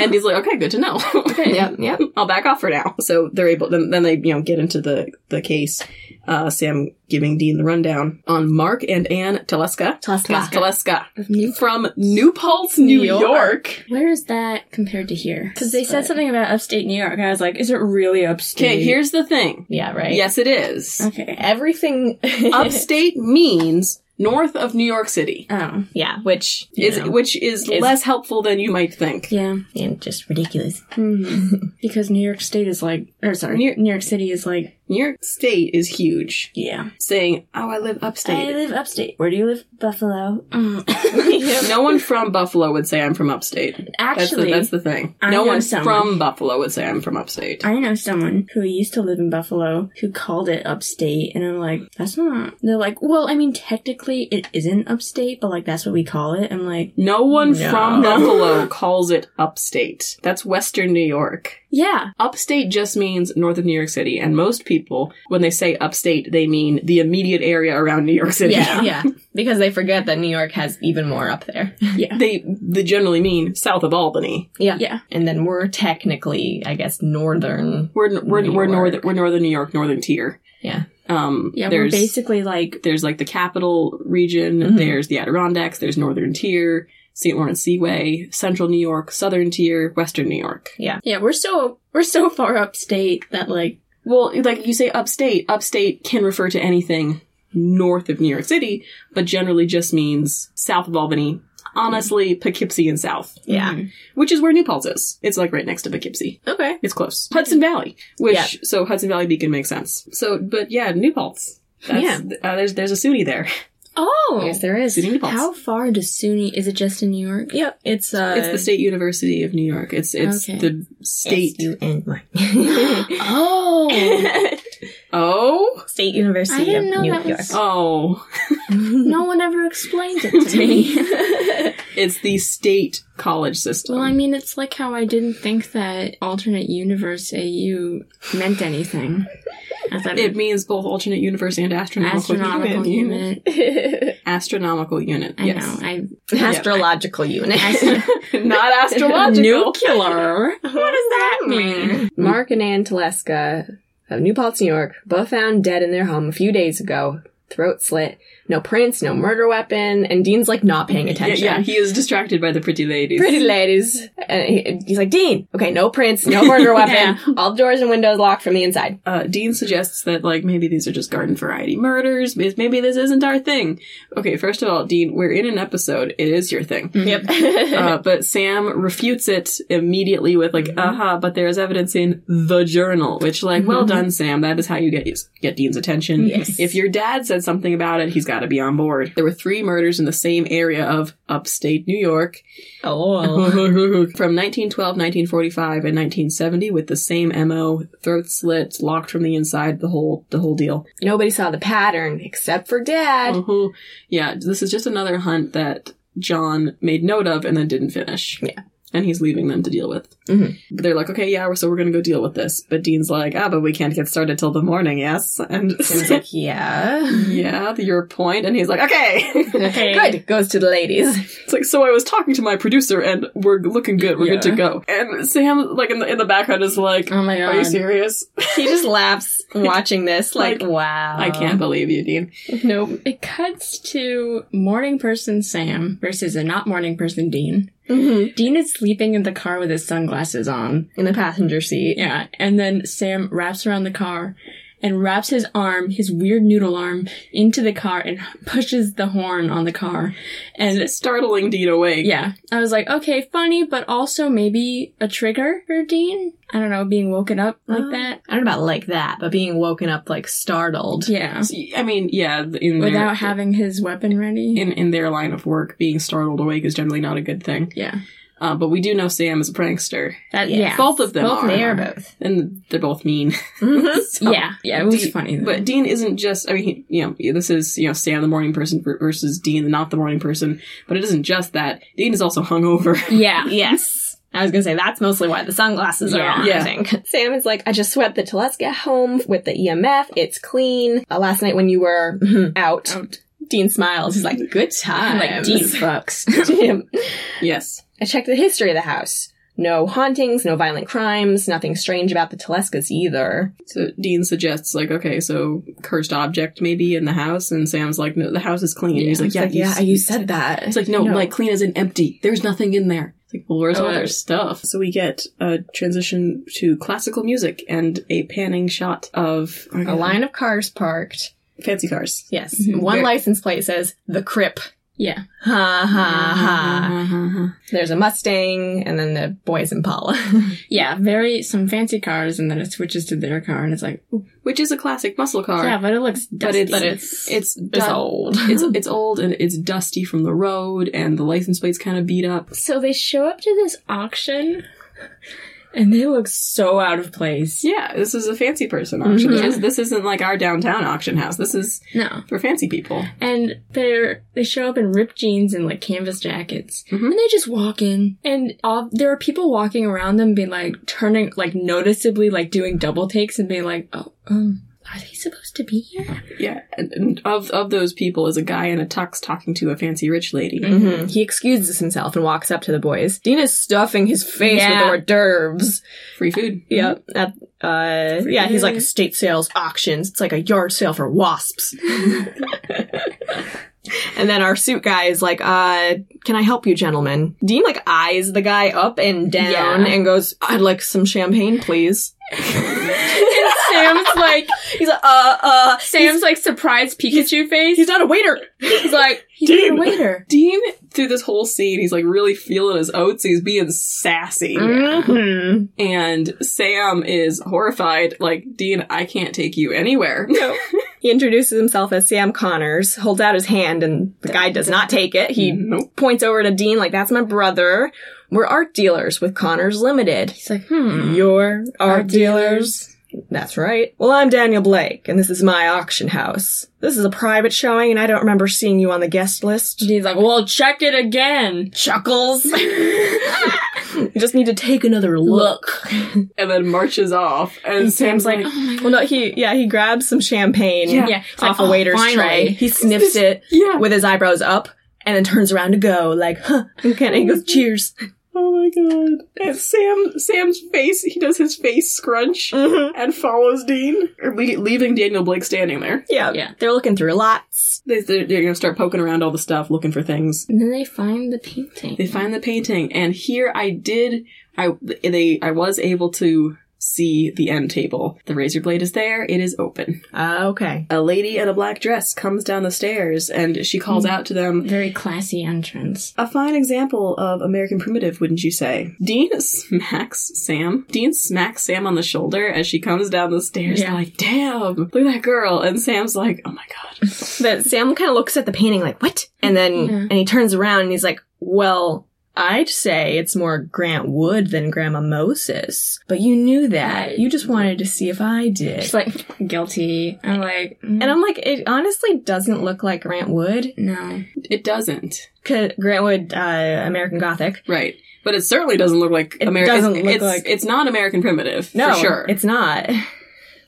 S1: and he's like, okay, good to know.
S2: yep, yep.
S1: I'll back off for now. So they're able. Then, then they, you know, get into the the case. Uh, Sam giving Dean the rundown on Mark and Anne Teleska.
S3: Tosca.
S1: Teleska
S3: Of New-
S1: from New Paltz, New,
S2: New
S1: York.
S3: Where is that compared to here? Because they said
S2: But-
S3: something about upstate New York. and I was like, is it really upstate?
S1: Okay, here's the thing.
S2: Yeah, right.
S1: Yes, it is.
S3: Okay.
S2: Everything
S1: Upstate means north of New York City,
S3: Oh.
S2: Yeah, which
S1: is
S2: is
S1: which is,
S2: Is-
S1: less helpful than you might think.
S3: Yeah.
S2: and just ridiculous.
S3: Mhm. because New York State is like, or sorry,
S1: New-
S3: New, York City is like,
S1: New York State is huge.
S3: yeah.
S1: Saying, "Oh, I live upstate."
S3: I live upstate. Where do you live? Buffalo.
S1: no one from Buffalo would say I'm from upstate. That's the,
S3: Actually,
S1: that's the thing.
S3: I
S1: no
S3: know
S1: one
S3: someone.
S1: from Buffalo would say I'm from upstate.
S3: I know someone who used to live in Buffalo who called it upstate, and I'm like, that's not. They're like, well, I mean, technically it isn't upstate, but like that's what we call it. I'm like,
S1: No one
S2: No.
S1: from Buffalo calls it upstate. That's Western New York.
S3: yeah,
S1: Upstate just means north of New York City, and most people, when they say upstate, they mean the immediate area around New York City.
S2: Yeah, yeah. Because they forget that New York has even more up there.
S3: yeah,
S1: They they generally mean south of Albany.
S2: Yeah.
S3: yeah.
S2: And then we're technically, I guess, northern.
S1: We're we're
S2: New
S1: we're
S2: York.
S1: northern we're northern New York, northern tier.
S2: Yeah.
S1: Um.
S3: Yeah,
S1: There's
S3: we're basically like
S1: there's like the capital region.
S2: Mhm.
S1: There's the Adirondacks. There's northern tier. St. Lawrence Seaway, Central New York, Southern Tier, Western New York.
S3: yeah, we're so we're so far upstate that like
S1: Well, like you say upstate, upstate can refer to anything north of New York City, but generally just means south of Albany. Honestly, Poughkeepsie and south,
S2: Yeah.
S3: mhm.
S1: which is where New Paltz is. It's like right next to Poughkeepsie.
S2: Okay.
S1: It's close. Hudson Valley, which
S2: Yeah.
S1: so Hudson Valley Beacon makes sense. So, but yeah, New Paltz. That's, uh, there's there's a SUNY there.
S3: oh
S2: Yes, there is.
S1: SUNY New Paltz.
S3: How far does SUNY? Is it just in New York?
S2: Yeah. It's, uh,
S1: it's the State University of New York. It's it's
S3: Okay.
S1: the state.
S2: S-U-N-Y.
S3: Oh
S1: oh,
S2: State University
S3: I didn't
S2: of
S3: know
S2: New
S3: that
S2: York.
S3: was-
S1: oh,
S3: no one ever explained it to me.
S1: it's the state college system.
S3: Well, I mean, it's like how I didn't think that alternate universe AU meant anything. I thought
S1: It
S3: it
S1: means both alternate universe and astronomical,
S3: astronomical unit.
S1: Astronomical unit.
S3: I
S1: yes.
S3: know. I
S2: Astrological unit.
S1: Not astrological.
S3: nuclear.
S2: What does that
S3: mean?
S2: Mark and Ann Teleska of New Paltz, New York, both found dead in their home a few days ago. Throat slit, no prints, no murder weapon, and Dean's like not paying
S1: Yeah,
S2: attention.
S1: yeah, he is distracted by the pretty ladies.
S2: Pretty ladies. And he- he's like, Dean, okay, no prints, no murder weapon,
S3: Yeah.
S2: all doors and windows locked from the inside.
S1: Uh, Dean suggests that like maybe these are just garden variety murders. Maybe maybe this isn't our thing. Okay, first of all, Dean, we're in an episode. It is your thing.
S3: Mm-hmm.
S1: Uh, but Sam refutes it immediately with like, "Aha!" But there is evidence in the journal, which, like, well
S2: Mhm.
S1: done, Sam. That is how you get get Dean's attention.
S2: Yes.
S1: If your dad said something about it, he's got to be on board. There were three murders in the same area of upstate New York uh,
S2: oh.
S1: from 1912, 1945, and 1970 with the same mo: throat slit, locked from the inside, the whole the whole deal.
S2: Nobody saw the pattern except for Dad.
S1: Mhm. Yeah, this is just another hunt that John made note of and then didn't finish.
S2: Yeah.
S1: And he's leaving them to deal with.
S2: Mhm.
S3: Mm-hmm.
S1: But they're like, okay, yeah, we're- so we're going to go deal with this. But Dean's like, ah, but we can't get started till the morning, yes? And
S2: Sam's like, yeah.
S1: yeah, your point. And he's like, okay.
S3: Okay.
S2: Good. Goes to the ladies.
S1: it's like, so I was talking to my producer and we're looking good. We're good to
S2: Yeah.
S1: go. And Sam, like, in the, in the background is like,
S3: Oh my
S1: are you
S3: god.
S1: serious?
S2: He just laughs watching this, like,
S1: Like,
S2: wow.
S1: I
S3: Uh,
S1: can't believe you, Dean.
S3: Nope. It cuts to morning person Sam versus a not morning person Dean.
S2: Mhm.
S3: Dean is sleeping in the car with his sunglasses on.
S2: In the passenger seat.
S3: Yeah, and then Sam wraps around the car and wraps his arm, his weird noodle arm, into the car and pushes the horn on the car. And
S1: Startling Dean awake.
S3: yeah, I was like, okay, funny, but also maybe a trigger for Dean. I don't know, being woken up like
S2: Uh,
S3: that.
S2: I don't know about like that, but being woken up like startled.
S3: Yeah,
S1: So, I mean, yeah, in their-
S3: without having his weapon ready.
S1: in, in their line of work, being startled awake is generally not a good thing.
S3: yeah,
S1: Uh, but we do know Sam is a prankster.
S3: that,
S2: Yeah.
S3: yeah.
S1: Both of them
S3: Both
S1: are.
S3: of them.
S2: both. Mm-hmm.
S1: And they're both mean. So-
S3: yeah, Oh, yeah, it was
S1: Dean-
S3: funny. Though.
S1: But Dean isn't just, I mean, he, you know, this is, you know, Sam the morning person ver- versus Dean the not the morning person. But it isn't just that. Dean is also hungover.
S3: yeah,
S2: yes. I was gonna say that's mostly why the sunglasses are
S3: Yeah.
S2: on.
S1: Yeah.
S2: I think Sam is like, I just swept the Teleska home with the EMF. It's clean. Uh, last night when you were out,
S1: Out.
S2: Mm-hmm. Dean smiles. He's like, good time.
S3: like deep fucks.
S1: Yes.
S2: I checked the history of the house. No hauntings, no violent crimes, nothing strange about the Telescas either.
S1: So Dean suggests, like, okay, so cursed object maybe in the house, and Sam's like, no, the house is clean. And he's like,
S2: It's
S1: yeah, you s-
S2: that.
S1: It's like, no, like clean as in empty. There's nothing in there. It's like, well, where's all
S2: Oh.
S1: their stuff? So we get a transition to classical music and a panning shot of
S2: a line of cars parked.
S1: fancy cars.
S2: Yes,
S3: Mhm.
S2: one
S1: Very-
S2: license plate says the Crip.
S3: yeah.
S2: Ha ha ha.
S1: Mm-hmm. ha.
S2: There's a Mustang, and then the boys Impala.
S3: Yeah, very some fancy cars, and then it switches to their car, and it's like, ooh,
S1: Which is a classic muscle car.
S3: yeah, but it looks dusty.
S1: it's- but It's
S2: it's
S1: done-
S2: old.
S1: It's it's old and it's dusty from the road, and the license plate's kind of beat up.
S3: so they show up to this auction, and they look so out of place.
S1: Yeah, this is a fancy person auction.
S2: Mhm.
S1: This, this isn't like our downtown auction house. This is
S3: No,
S1: for fancy people.
S3: and they're they show up in ripped jeans and like canvas jackets,
S2: Mm-hmm.
S1: Mhm.
S3: and they just walk in, and all there are people walking around them, being like turning, like noticeably, like doing double takes, and being like, oh, um, are they supposed to be here?
S1: Yeah, and, and of of those people is a guy in a tux talking to a fancy rich lady.
S2: hmm He excuses himself and walks up to the boys. Dean is stuffing his face
S3: Yeah.
S2: with hors d'oeuvres.
S1: Free food.
S2: Yeah, Mm-hmm. at, uh, yeah, he's like
S1: food.
S2: estate sales auctions. It's like a yard sale for wasps. and then our suit guy is like, uh, "Can I help you, gentlemen?" Dean like eyes the guy up and down
S3: Yeah.
S2: and goes, "I'd like some champagne, please."
S3: And Sam's like,
S2: He's like, "Uh, uh."
S3: Sam's like surprised Pikachu face.
S2: He's not a waiter.
S3: He's like, he's
S1: Dude.
S3: a waiter.
S1: Dean through this whole scene, he's like really feeling his oats. He's being sassy,
S2: Mhm.
S1: and Sam is horrified. Like Dean, I can't take you anywhere.
S2: No. He introduces himself as Sam Connors, holds out his hand, and the guy does not take it.
S3: Mm-hmm.
S2: He
S1: nope.
S2: points over to Dean, like, that's my brother. We're art dealers with Connors Limited.
S3: He's like, hmm.
S2: You're
S3: Art dealers.
S2: That's right. Well, I'm Daniel Blake, and this is my auction house. This is a private showing, and I don't remember seeing you on the guest list.
S3: And he's like, well, check it again.
S2: Chuckles. you just need to take another look.
S1: And then marches off, and,
S3: And
S1: Sam's, like,
S3: oh my god.
S2: Well, no, he, yeah, he grabs some champagne
S1: Yeah.
S3: yeah. He's
S2: off
S3: like,
S2: a
S3: "Oh,
S2: waiter's
S3: finally."
S2: tray. He sniffs it.
S1: yeah.
S2: with his eyebrows up and then turns around to go, like, huh, and kind of goes, cheers.
S1: Oh my god. And Sam, Sam's face. He does his face scrunch
S2: Mm-hmm.
S1: and follows Dean, Mm. le- leaving Daniel Blake standing there.
S2: Yeah.
S3: Yeah.
S2: They're looking through lots.
S1: They, they're they're gonna start poking around all the stuff, looking for things.
S3: And then they find the painting.
S1: They find the painting, and here I did. I they I was able to see the end table. The razor blade is there. It is open.
S2: Uh, okay.
S1: A lady in a black dress comes down the stairs, and she
S2: Mm.
S1: calls out to them.
S3: Very classy entrance.
S1: A fine example of American primitive, wouldn't you say? Dean smacks Sam. Dean smacks Sam on the shoulder as she comes down the stairs.
S3: Yeah.
S1: They're like, damn, look at that girl. And Sam's like, oh my god.
S2: But Sam kind of looks at the painting, like, what? And then,
S3: Yeah.
S2: and he turns around and he's like, well, I'd say it's more Grant Wood than Grandma Moses. But you knew that. You just wanted to see if I did.
S3: She's like, guilty. I'm like, mm,
S2: And I'm like, it honestly doesn't look like Grant Wood.
S3: no.
S1: It doesn't.
S2: 'Cause Grant Wood, uh, American Gothic.
S1: Right. But it certainly doesn't look like
S2: It
S1: American.
S2: doesn't look
S1: it's,
S2: like-
S1: it's not American primitive.
S2: No,
S1: for sure.
S2: it's not.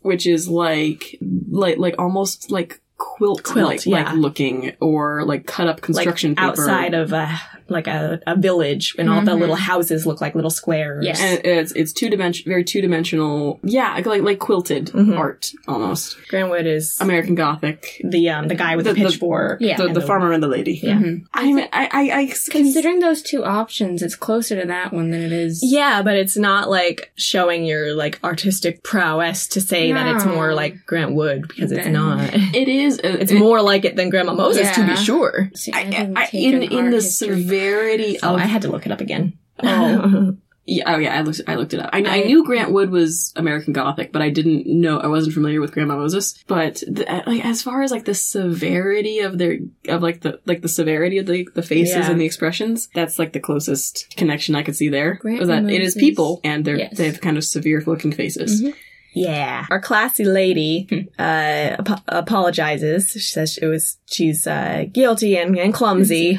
S1: which is like like like almost like quilt,
S2: Quilt,
S1: like,
S2: yeah.
S1: like looking or like cut up construction
S2: like
S1: paper
S2: outside of a like a, a village and all the
S3: Mhm.
S2: little houses look like little squares.
S3: Yes.
S1: and it's it's two dimension very two dimensional yeah like- like like quilted
S2: Mhm.
S1: art almost
S2: Granwood is
S1: American Gothic
S2: the um the guy with the,
S1: The- the-
S2: pitchfork.
S3: Yeah.
S1: the,
S2: and
S1: the farmer and the lady
S2: Yeah.
S3: Mhm.
S1: I'm, I I I consider
S3: Considering those two options, it's closer to that one than it is.
S2: Yeah, but it's not like showing your like artistic prowess to say that it's
S3: No.
S2: more like Grant Wood because it's
S3: Then-
S2: not.
S1: it is uh,
S2: It's more like it than Grandma Moses to
S3: Yeah.
S2: be sure.
S3: See, I
S1: I,
S3: didn't
S1: I,
S3: take
S1: in
S3: an
S1: in
S3: art
S1: the
S3: history
S1: severity
S2: Oh,
S1: of
S2: I had to look it up again.
S1: Oh. Yeah, oh yeah, I looked. I looked it up. I, kn- I
S3: I-
S1: knew Grant Wood was American Gothic, but I didn't know. I wasn't familiar with Grandma Moses. But the, I- like, as far as like the severity of their of like the like the severity of the the faces
S2: Yeah.
S1: and the expressions, that's like the closest connection I could see there.
S3: Grant
S1: was that it is
S3: Moses.
S1: people and they're
S3: Yes.
S1: they have kind of severe looking faces.
S3: Mhm.
S2: Yeah. Our classy lady uh, ap- apologizes. She says it was she's uh, guilty and, and clumsy,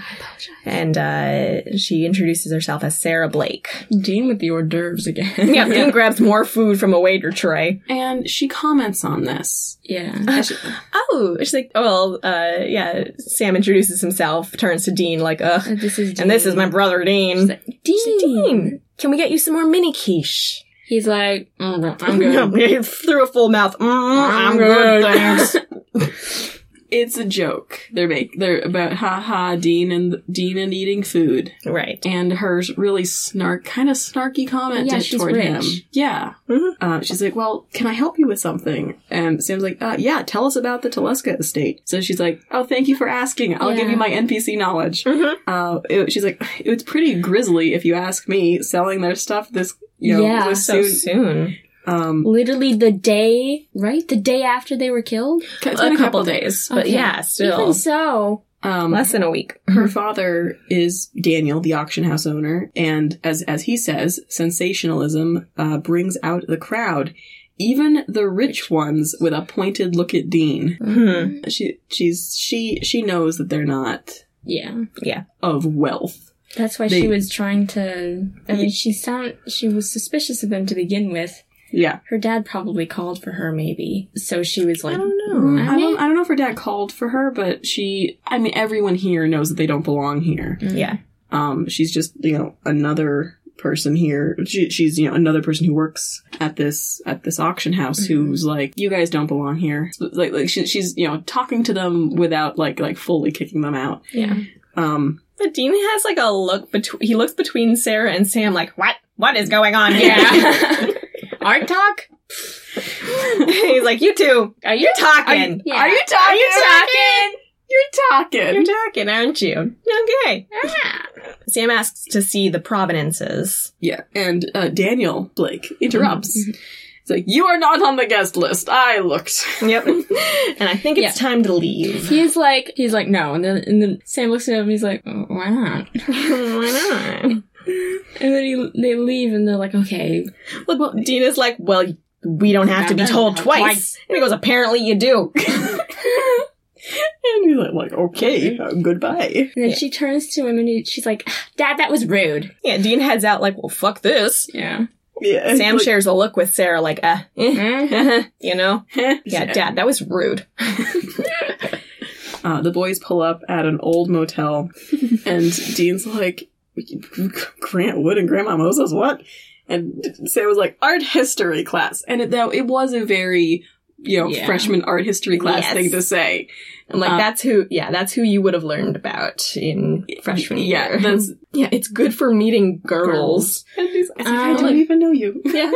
S2: and uh, she introduces herself as Sarah Blake.
S1: Dean with the hors d'oeuvres again.
S2: Yeah, Dean grabs more food from a waiter tray.
S3: Mm-hmm.
S1: And she comments on this.
S3: Yeah.
S1: As she-
S2: Oh, she's like, oh well, uh, yeah. Sam introduces himself, turns to Dean like, ugh,
S3: Uh, This is
S2: and this is my
S3: Dean.
S2: brother Dean.
S3: She's like, Dean.
S2: She's like, Dean, can we get you some more mini quiche?
S3: He's like, mm, I'm good.
S2: Yeah, Through a full mouth. Mm, I'm,
S1: I'm
S2: good.
S1: good.
S2: Thanks.
S1: it's a joke. They're make they're about ha ha Dean and Dean and eating food.
S2: right.
S1: and her really snark, kind of snarky comment
S3: Yeah,
S1: did
S3: she's
S1: toward
S3: rich.
S1: him. Yeah.
S2: Mhm.
S1: Uh, she's like, well, can I help you with something? And Sam's like, uh, yeah, tell us about the Teleska estate. So she's like, oh, thank you for asking. I'll give
S3: Yeah.
S1: you my NPC knowledge.
S2: Mhm.
S1: Uh, it- she's like, it was pretty grisly, if you ask me, selling their stuff this, you know,
S3: Yeah,
S1: this
S2: So
S1: soon.
S2: soon.
S1: Um,
S3: Literally the day, right? The day after they were killed?
S1: it's been a couple days.
S2: But
S3: Okay.
S2: yeah,
S3: Even
S2: still
S3: so.
S1: Um,
S2: less than a week.
S1: her father is Daniel, the auction house owner, and as as he says, sensationalism uh, brings out the crowd, even the rich ones with a pointed look at Dean.
S2: Mhm.
S1: She she's she she knows that they're not
S3: Yeah.
S1: of wealth.
S3: That's why
S1: They-
S3: she was trying to. I
S1: Ye-
S3: mean, she sound she was suspicious of them to begin with.
S1: Yeah,
S3: Her dad probably called for her, maybe. So she was like, "Mm,
S2: don't
S1: I don't I don't know if her dad called for her, but she I mean everyone here knows that they don't belong here.
S3: Mm.
S2: Yeah.
S1: Um, she's just you know another person here. She, she's you know another person who works at this at this auction house
S3: Mhm.
S1: who's like, you guys don't belong here. So, Like like she, she's you know talking to them without like like fully kicking them out.
S3: Yeah.
S1: Um,
S2: But Dean has like a look between. He looks between Sarah and Sam, like what? What is going on here?
S3: Yeah. Art talk?
S2: He's like, you two,
S3: Are you
S2: you're talking.
S3: Yeah.
S1: Are you talking?
S2: Are you talking?
S1: You're talking.
S2: You're talking, aren't you? Okay. Sam asks to see the provenances.
S1: yeah, and uh, Daniel Blake interrupts.
S3: Mhm,
S1: It's like you are not on the guest list. I looked.
S2: Yep. and I think it's
S3: Yeah.
S2: time to leave.
S3: He's like, he's like, no. And then, and then Sam looks at him and he's like, "Oh, why not?
S2: Why not?
S3: And then he, they leave and they're like, okay.
S2: Look, well, Dean is like, well, we don't have to be
S3: Now,
S2: told
S3: now,
S2: twice.
S3: twice.
S2: And he goes, apparently you do.
S1: And he's like, like okay, uh, goodbye.
S3: And then
S2: Yeah.
S3: she turns to him and he, she's like, Dad, that was rude.
S2: yeah, Dean heads out like, well, fuck this.
S3: Yeah.
S1: Yeah,
S2: Sam
S1: like,
S2: shares a look with Sarah like, uh, eh,
S3: Mm-hmm.
S2: you know? Yeah,
S1: Yeah.
S2: dad, that was rude.
S1: Uh, the boys pull up at an old motel, and Dean's like, Grant Wood and Grandma Moses, what? And Sam was like, art history class. And it, though it was a very, you know,
S3: Yeah.
S1: freshman art history class
S2: Yes.
S1: thing to say.
S2: And like,
S1: Uh,
S2: that's who, yeah, that's who you would have learned about in freshman
S1: yeah,
S2: year.
S1: that's
S2: yeah, it's good for meeting girls.
S1: And he's- it's like, I
S3: Um,
S1: don't even know you.
S2: yeah.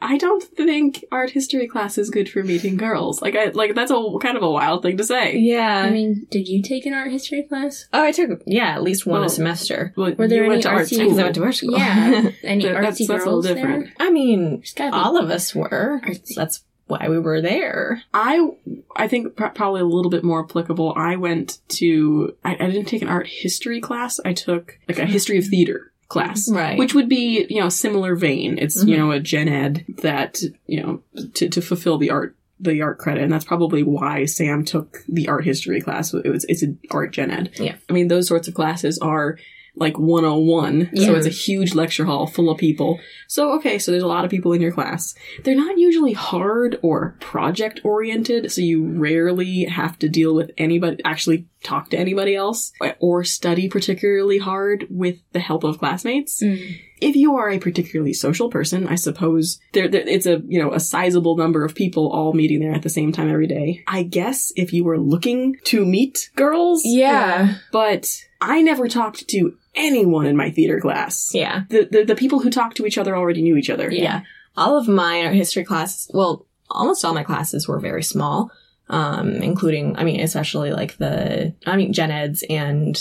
S1: I don't think art history class is good for meeting girls. Like, I like that's a kind of a wild thing to say.
S3: I
S2: yeah.
S3: mean, did you take an art history class?
S2: Oh, I took, yeah, at least one
S1: Well,
S2: a semester.
S1: Well,
S3: Were there
S1: you went
S3: any
S1: to art
S3: artsy-
S1: school.
S2: Because I went to art school.
S3: Yeah. Any
S1: That- that's-
S3: artsy
S1: that's a little
S3: girls
S1: different.
S3: there?
S2: I mean,
S3: There's gotta be.
S2: all of us were.
S3: Artsy.
S2: That's why we were there.
S1: I I think pr- probably a little bit more applicable. I went to I, I didn't take an art history class. I took like a history of theater class,
S2: Right. Mm-hmm.
S1: which would be you know similar vein. It's you know a gen ed that you know to to fulfill the art the art credit, and that's probably why Sam took the art history class. It was it's an art gen ed.
S2: Yeah.
S1: I mean those sorts of classes are like 101 so
S2: Yeah.
S1: it's a huge lecture hall full of people so okay so there's a lot of people in your class they're not usually hard or project oriented, so you rarely have to deal with anybody, actually talk to anybody else, or study particularly hard with the help of classmates.
S3: Mm.
S1: If you are a particularly social person, I suppose there, there it's a you know a sizable number of people all meeting there at the same time every day. I guess if you were looking to meet girls,
S2: Yeah.
S1: but I never talked to anyone in my theater class.
S2: Yeah.
S1: The, the the people who talked to each other already knew each other.
S2: Yeah. All of my art history classes, well, almost all my classes were very small, um, including, I mean, especially like the, I mean, gen eds and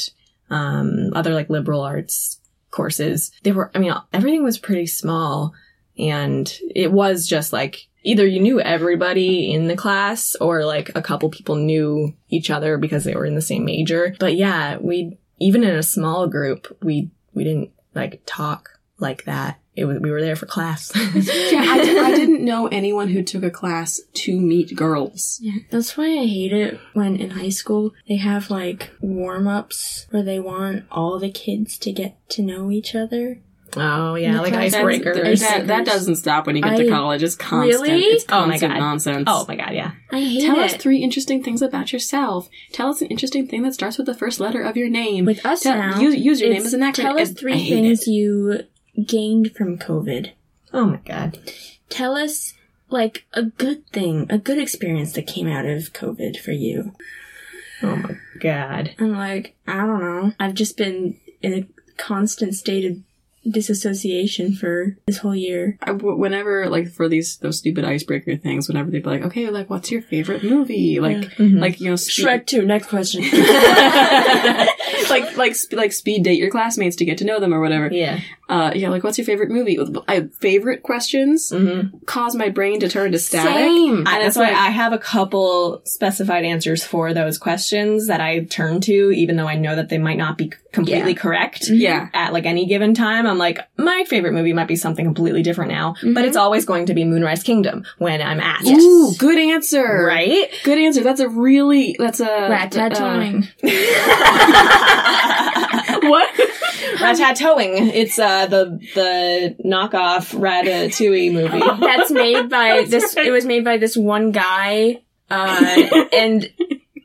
S2: um, other like liberal arts courses. They were, I mean, everything was pretty small. And it was just like either you knew everybody in the class or like a couple people knew each other because they were in the same major. But yeah, we, even in a small group, we, we didn't like talk like that. it was, we were there for class.
S1: Yeah, I, di- I didn't know anyone who took a class to meet girls.
S3: Yeah, that's why I hate it when in high school they have like warm ups where they want all the kids to get to know each other.
S2: Oh yeah, like
S3: Because that's-
S2: icebreakers.
S1: That, that doesn't stop when you get to
S3: I-
S1: college. It's constant.
S3: Really?
S1: It's
S2: Oh my
S1: constant
S2: God.
S1: nonsense.
S2: Oh my god, yeah.
S3: I hate
S1: Tell us
S3: it.
S1: three interesting things about yourself. Tell us an interesting thing that starts with the first letter of your name.
S3: With us
S1: Tell-
S3: now,
S1: use, use your name
S3: it's
S1: as an acronym.
S3: Tell us
S1: And I
S3: three
S1: hate
S3: things
S1: it.
S3: you gained from COVID.
S2: Oh my god.
S3: Tell us like a good thing, a good experience that came out of COVID for you.
S2: Oh my god.
S3: I'm like, I don't know. I've just been in a constant state of disassociation for this whole year.
S1: I, w- whenever, like, for these those stupid icebreaker things, whenever they'd be like, "Okay, like, what's your favorite movie?" Like,
S3: mm-hmm.
S2: Mhm.
S1: like you know, speed-
S3: two. Next question.
S1: like, like, sp- like, speed date your classmates to get to know them or whatever.
S2: yeah.
S1: Uh, yeah, like, what's your favorite movie? I, favorite questions
S2: Mm-hmm.
S1: cause my brain to turn to static.
S2: I,
S1: it's
S2: that's why
S1: like-
S2: I have a couple specified answers for those questions that I turn to, even though I know that they might not be completely correct.
S1: Yeah.
S2: At like any given time, I'm like, my favorite movie might be something completely different now, but
S3: Mhm.
S2: it's always going to be Moonrise Kingdom when I'm
S3: Mm-hmm.
S2: asked.
S1: Ooh, good answer.
S2: Right?
S1: Good answer. That's a really. That's a. uh,
S3: Ratatouille.
S1: what?
S2: Ratatouille. It's uh, the the knockoff Ratatouille movie.
S3: That's made by this. It was made by this one guy, uh, and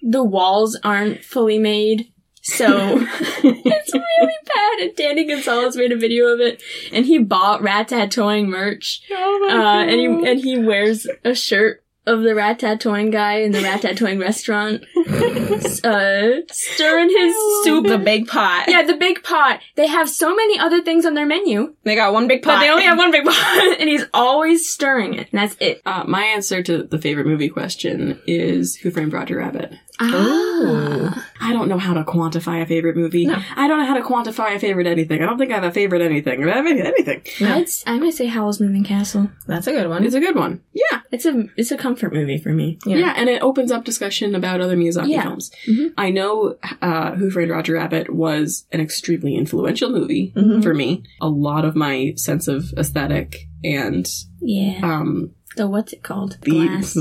S3: the walls aren't fully made, so it's really bad. And Danny Gonzalez made a video of it, and he bought Ratatouille merch, uh, and he
S1: Oh,
S3: and he wears a shirt of the Ratatouille guy in the Ratatouille restaurant, uh, stirring his soup.
S2: the big pot.
S3: Yeah, the big pot. They have so many other things on their menu,
S2: They got one big pot.
S3: but they only have one big pot, and he's always stirring it, and that's it.
S1: Uh, my answer to the favorite movie question is Who Framed Roger Rabbit?
S3: Ah.
S2: Oh.
S1: I don't know how to quantify a favorite movie.
S2: No.
S1: I don't know how to quantify a favorite anything. I don't think I have a favorite anything. I have any- anything.
S2: Yeah.
S3: I'd, s- I might say Howl's Moving Castle.
S2: That's a good one.
S1: It's a good one. Yeah,
S3: It's a it's a comfort movie for me.
S1: yeah,
S2: Yeah.
S1: and it opens up discussion about other Miyazaki
S3: Yeah.
S1: films.
S3: Mhm.
S1: I know uh, Who Framed Roger Rabbit was an extremely influential movie
S2: Mhm.
S1: for me. A lot of my sense of aesthetic and
S3: Yeah.
S1: um,
S3: The what's it called?
S1: the
S3: Glass.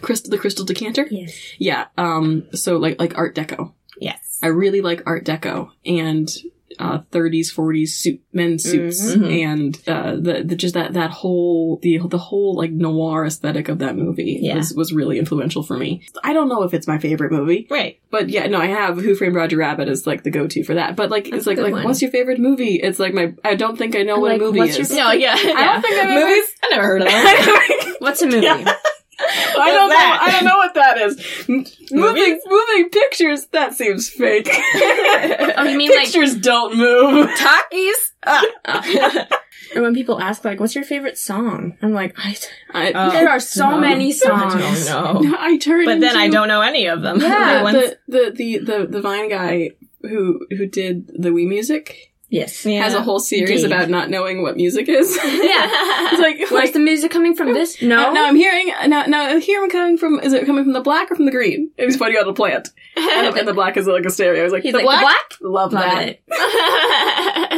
S1: crystal, the crystal decanter.
S3: Yes.
S1: Yeah. Um. So like like Art Deco.
S2: Yes.
S1: I really like Art Deco and uh, 30s, 40s suit men's
S3: Mm-hmm.
S1: suits
S2: Mhm.
S1: and uh, the, the just that that whole the the whole like noir aesthetic of that movie
S2: Yeah.
S1: was was really influential for me. I don't know if it's my favorite movie,
S2: Right.
S1: but yeah, no, I have Who Framed Roger Rabbit as like the go to for that. But like
S2: That's
S1: it's
S2: a
S1: like
S2: good
S1: like
S2: one.
S1: what's your favorite movie? It's like my I don't think I know
S3: I
S1: what
S3: like,
S1: a movie
S3: what's your
S1: is.
S3: No,
S2: yeah.
S1: yeah.
S2: movies. I never heard of that.
S1: I
S3: What's a movie?
S1: don't know.
S2: that?
S1: I don't know what that is. M- Moving, moving pictures. That seems fake.
S3: Oh, you mean like
S1: pictures don't move.
S2: Takis. Ah.
S3: or when people ask like, "What's your favorite song?" I'm like, I,
S1: I,
S2: Oh,
S3: there are so
S1: no.
S3: many songs.
S2: I don't know.
S1: I turned.
S2: But then I
S1: into-
S2: don't know any of them.
S1: Yeah,
S2: The ones-
S1: the, the the the the Vine guy who who did the Wii music
S3: Yes.
S2: Yeah.
S1: has a whole series
S3: Dave.
S1: about not knowing what music is.
S3: Yeah.
S1: it's like
S3: Where's
S1: like.
S3: the music coming from? This? No.
S1: Now I'm hearing. Now, now here I'm coming from. Is it coming from the black or from the green? It was pointing out a plant, and, and the black is like a stereo. I was like,
S3: He's
S1: the
S3: like,
S1: black,
S3: the black?
S1: love,
S3: Love
S1: that.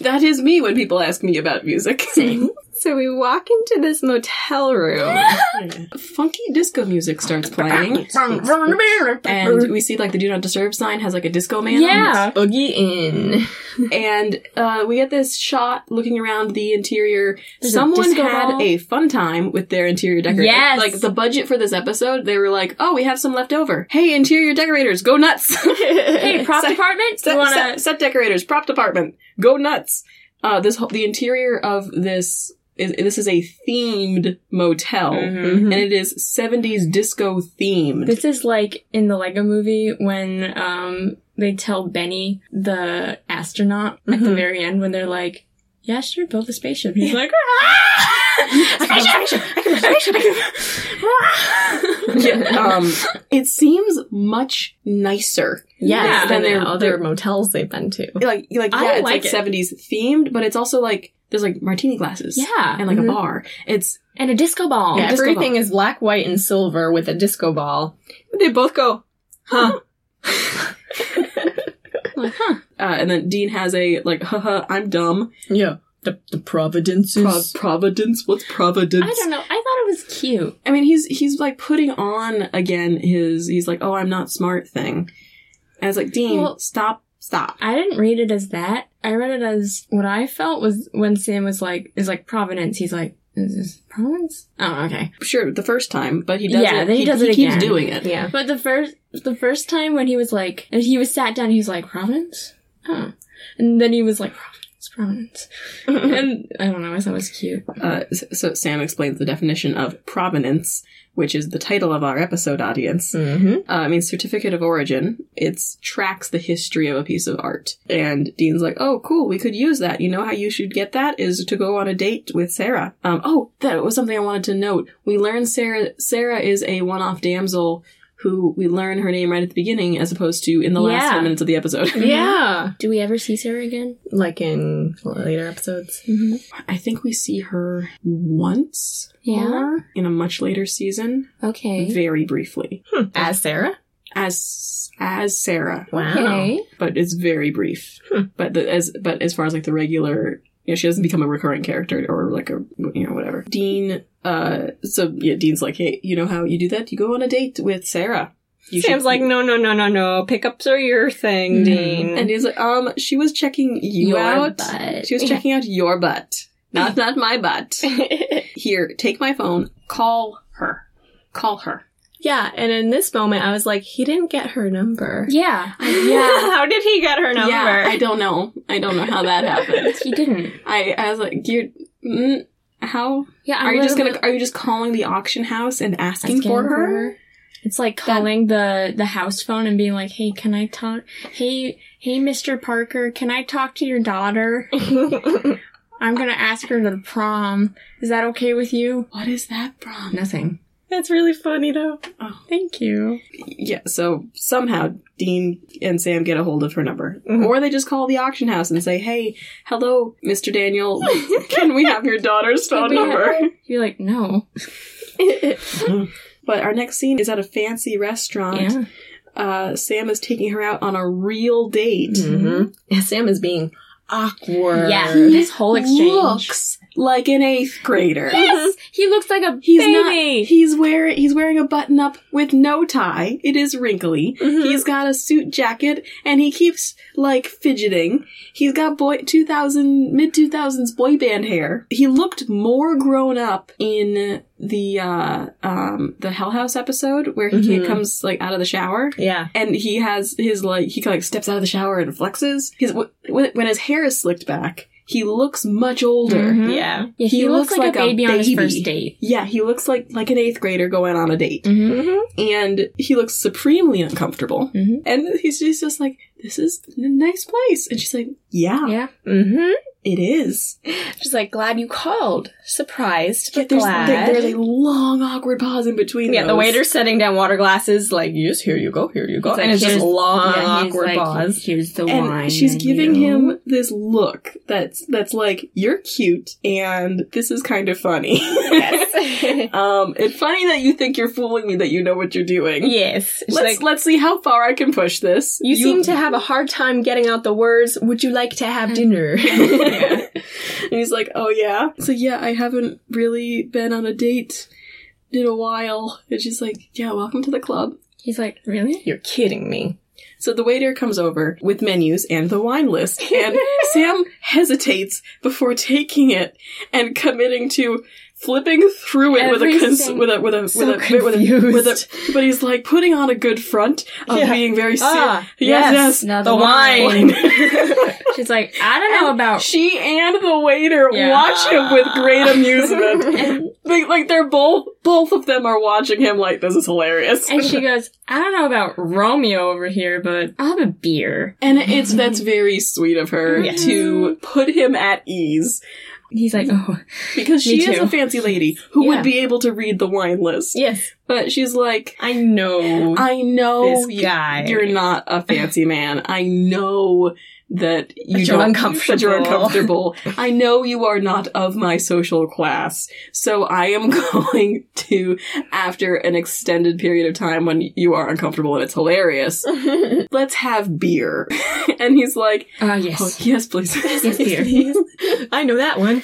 S1: that is me when people ask me about music.
S3: Same.
S2: so we walk into this motel room.
S1: Funky disco music starts playing, and we see like the do not disturb sign has like a disco man. on it.
S3: yeah.
S2: Boogie in.
S1: and uh, we get this shot looking around the interior.
S3: There's a
S1: Someone
S3: disco
S1: had
S3: ball.
S1: a fun time with their interior decorator.
S3: Yes.
S1: Like the budget for this episode, they were like, "Oh, we have some left over. Hey, interior decorators, go nuts!
S3: Hey,
S1: hey,
S3: prop
S1: set,
S3: department.
S1: set,
S3: you wanna?
S1: set- set decorators, prop department, go nuts!" Uh, this whole, the interior of this is this is a themed motel,
S2: Mm-hmm.
S1: and it is '70s disco themed.
S3: This is like in the Lego movie when um they tell Benny the astronaut at
S1: Mm-hmm.
S3: the
S2: Mhm.
S3: very end when they're like, "Yeah, sure, build the spaceship." He's like, "Ah,
S1: Yeah, um, it seems much nicer
S2: Yeah,
S1: Then
S2: than
S1: they're-
S2: the other motels they've been to.
S1: like like
S3: I
S1: yeah, it's
S3: like
S1: like
S3: it.
S1: seventies themed, but it's also like there's like martini glasses,
S3: "Yeah," Mm-hmm.
S1: and like
S2: Mhm.
S1: a bar. It's
S3: and a disco ball.
S2: Yeah,
S1: disco
S2: everything is black, white, and silver with a disco ball. They both go, huh?
S3: Like, huh?
S1: uh, and then Dean has a like, haha, I'm dumb,
S2: Yeah.
S4: The, the Providences.
S1: Prov- Providence? What's Providence?
S3: I don't know. I thought it was cute.
S1: I mean, he's he's like putting on again his he's like, oh, I'm not smart thing, and it's like, Dean,
S3: Well-
S1: stop, stop.
S3: I didn't read it as that. I read it as what I felt was when Sam was like, is like Providence. He's like, is this Providence? Oh, okay.
S1: Sure, the first time, but he does
S3: Yeah,
S1: it.
S3: then he does it
S1: keeps
S3: again.
S1: doing it.
S2: Yeah.
S3: But the first, the first time when he was like, and he was sat down, he was like, Providence? Huh. And then he was like, Providence, Providence. and I don't know. I thought it was cute.
S1: Uh, s- so Sam explains the definition of provenance, which is the title of our episode audience.
S2: Mm-hmm.
S1: Uh, I mean, certificate of origin. It tracks the history of a piece of art. And Dean's like, oh, cool, we could use that. You know how you should get that is to go on a date with Sarah. Um, oh, that was something I wanted to note. We learned Sarah. Sarah is a one-off damsel who we learn her name right at the beginning, as opposed to in the last
S3: Yeah.
S1: ten minutes of the episode.
S2: Yeah.
S3: Do we ever see Sarah again?
S2: Like in later episodes.
S3: Mm-hmm.
S1: I think we see her once
S3: Yeah.
S1: in a much later season,
S3: Okay.
S1: very briefly,
S2: As Sarah.
S1: as as Sarah.
S2: Wow.
S3: Okay.
S1: but it's very brief.
S2: Hmm.
S1: But the, as but as far as like the regular, you know, she doesn't become a recurring character or like a you know whatever. Dean, uh, so yeah, Dean's like, hey, you know how you do that? You go on a date with Sarah. You
S2: Sam's
S1: should-
S2: like, no, no, no, no, no. Pickups are your thing,
S3: Mhm.
S2: Dean.
S1: and he's like, um, she was checking you
S3: Your
S1: out.
S3: butt.
S1: She was checking out your butt, not not my butt. Here, take my phone. Call her. Call her.
S2: yeah. And in this moment, I was like, he didn't get her number.
S3: Yeah.
S1: Yeah.
S2: How did he get her number?
S1: Yeah, I don't know. I don't know how that happened.
S3: He didn't.
S1: I, I was like, you, mm, how
S3: Yeah. I'm
S1: Are you just
S3: literally-
S1: gonna? Are you just calling the auction house and asking,
S3: asking
S1: for, her?
S3: It's like calling the the house phone and being like, "Hey, can I talk? Hey, hey, Mr. Parker, can I talk to your daughter? I'm gonna ask her to the prom. Is that okay with you?"
S1: What is that from?
S3: Nothing.
S2: That's really funny, though.
S3: Thank you.
S1: Yeah. So somehow Dean and Sam get a hold of her number,
S2: Mhm.
S1: or they just call the auction house and say, "Hey, hello, Mr. Daniel. Can we have your daughter's phone
S3: we have-
S1: number?"
S3: You're like, no.
S1: But our next scene is at a fancy restaurant.
S3: Yeah.
S1: Uh, Sam is taking her out on a real date.
S2: Mm-hmm. Sam is being awkward.
S3: Yeah. This whole exchange.
S1: Looks like an eighth grader.
S3: Yes, he looks like a
S1: He's
S3: baby.
S1: not. He's wearing. He's wearing a button up with no tie. It is wrinkly.
S2: Mhm.
S1: He's got a suit jacket, and he keeps like fidgeting. He's got boy two thousand mid two thousands boy band hair. He looked more grown up in the uh um the Hell House episode where he
S2: Mhm.
S1: comes like out of the shower.
S2: Yeah.
S1: And he has his like he like steps out of the shower and flexes. His when when his hair is slicked back, he looks much older.
S3: Mhm.
S2: Yeah.
S3: Yeah, he, looks, like, a baby, on his
S1: baby.
S3: first date.
S1: Yeah, he looks like like an eighth grader going on a date,
S3: Mm-hmm.
S2: Mm-hmm.
S1: and he looks supremely uncomfortable.
S3: Mhm.
S1: And he's she's just like, "This is a nice place," and she's like, "Yeah,
S3: Yeah.
S2: Mm-hmm.
S1: it is."
S2: She's like, glad you called. Surprised,
S1: Yeah,
S2: but
S1: there's,
S2: glad.
S1: there- there's a long awkward pause in between.
S2: yeah, the
S1: those.
S2: waiter's setting down water glasses, like, yes, here you go, here you go.
S3: He's like,
S2: and it's just
S3: "Here's-
S2: long,
S3: Yeah, he's
S2: awkward
S3: like,
S2: pause.
S3: Here's the
S1: And
S3: wine.
S1: she's
S3: and
S1: giving
S3: you-
S1: him this look that's that's like, "You're cute," and this is kind of funny.
S2: yes.
S1: um, it's funny that you think you're fooling me that you know what you're doing.
S2: yes. She's
S1: Let's
S2: like,
S1: let's see how far I can push this.
S2: you, seem to have a hard time getting out the words, would you like to
S1: Mm.
S2: have dinner?
S1: Yeah. And he's like, "Oh yeah." So yeah, I haven't really been on a date in a while. And she's like, "Yeah, welcome to the club."
S3: He's like, really?
S2: You're kidding me.
S1: So the waiter comes over with menus and the wine list, and Sam hesitates before taking it and committing to flipping through it with a, cons-
S3: Everything.
S1: with a with a with
S2: So
S1: a with a with a. But he's like putting on a good front of
S2: Yeah.
S1: being very serious.
S2: Ah,
S1: yes, yes.
S3: Now
S2: The wine.
S3: She's like, I don't know about.
S1: She and the waiter
S3: Yeah.
S1: watch him with great
S2: Ah.
S1: amusement.
S3: And,
S1: They, like they're both both of them are watching him like this is hilarious.
S3: and she goes, I don't know about Romeo over here, but I'll have a beer.
S1: And it's that's very sweet of her
S3: Yes.
S1: to put him at ease
S3: He's like, oh,
S1: because
S3: Me
S1: she is
S3: too.
S1: a fancy lady who
S3: Yeah.
S1: would be able to read the wine list.
S2: yes.
S1: But she's like,
S2: I know
S1: I know
S2: this
S1: you-
S2: guy.
S1: you're not a fancy man. I know that you
S2: you're
S1: don't-
S2: uncomfortable.
S1: That you're uncomfortable. I know you are not of my social class, so I am going to, after an extended period of time when you are uncomfortable and it's hilarious, let's have beer. and he's like,
S3: Ah,
S1: oh,
S3: yes.
S1: yes, please.
S3: Yes, beer.
S2: I know that one.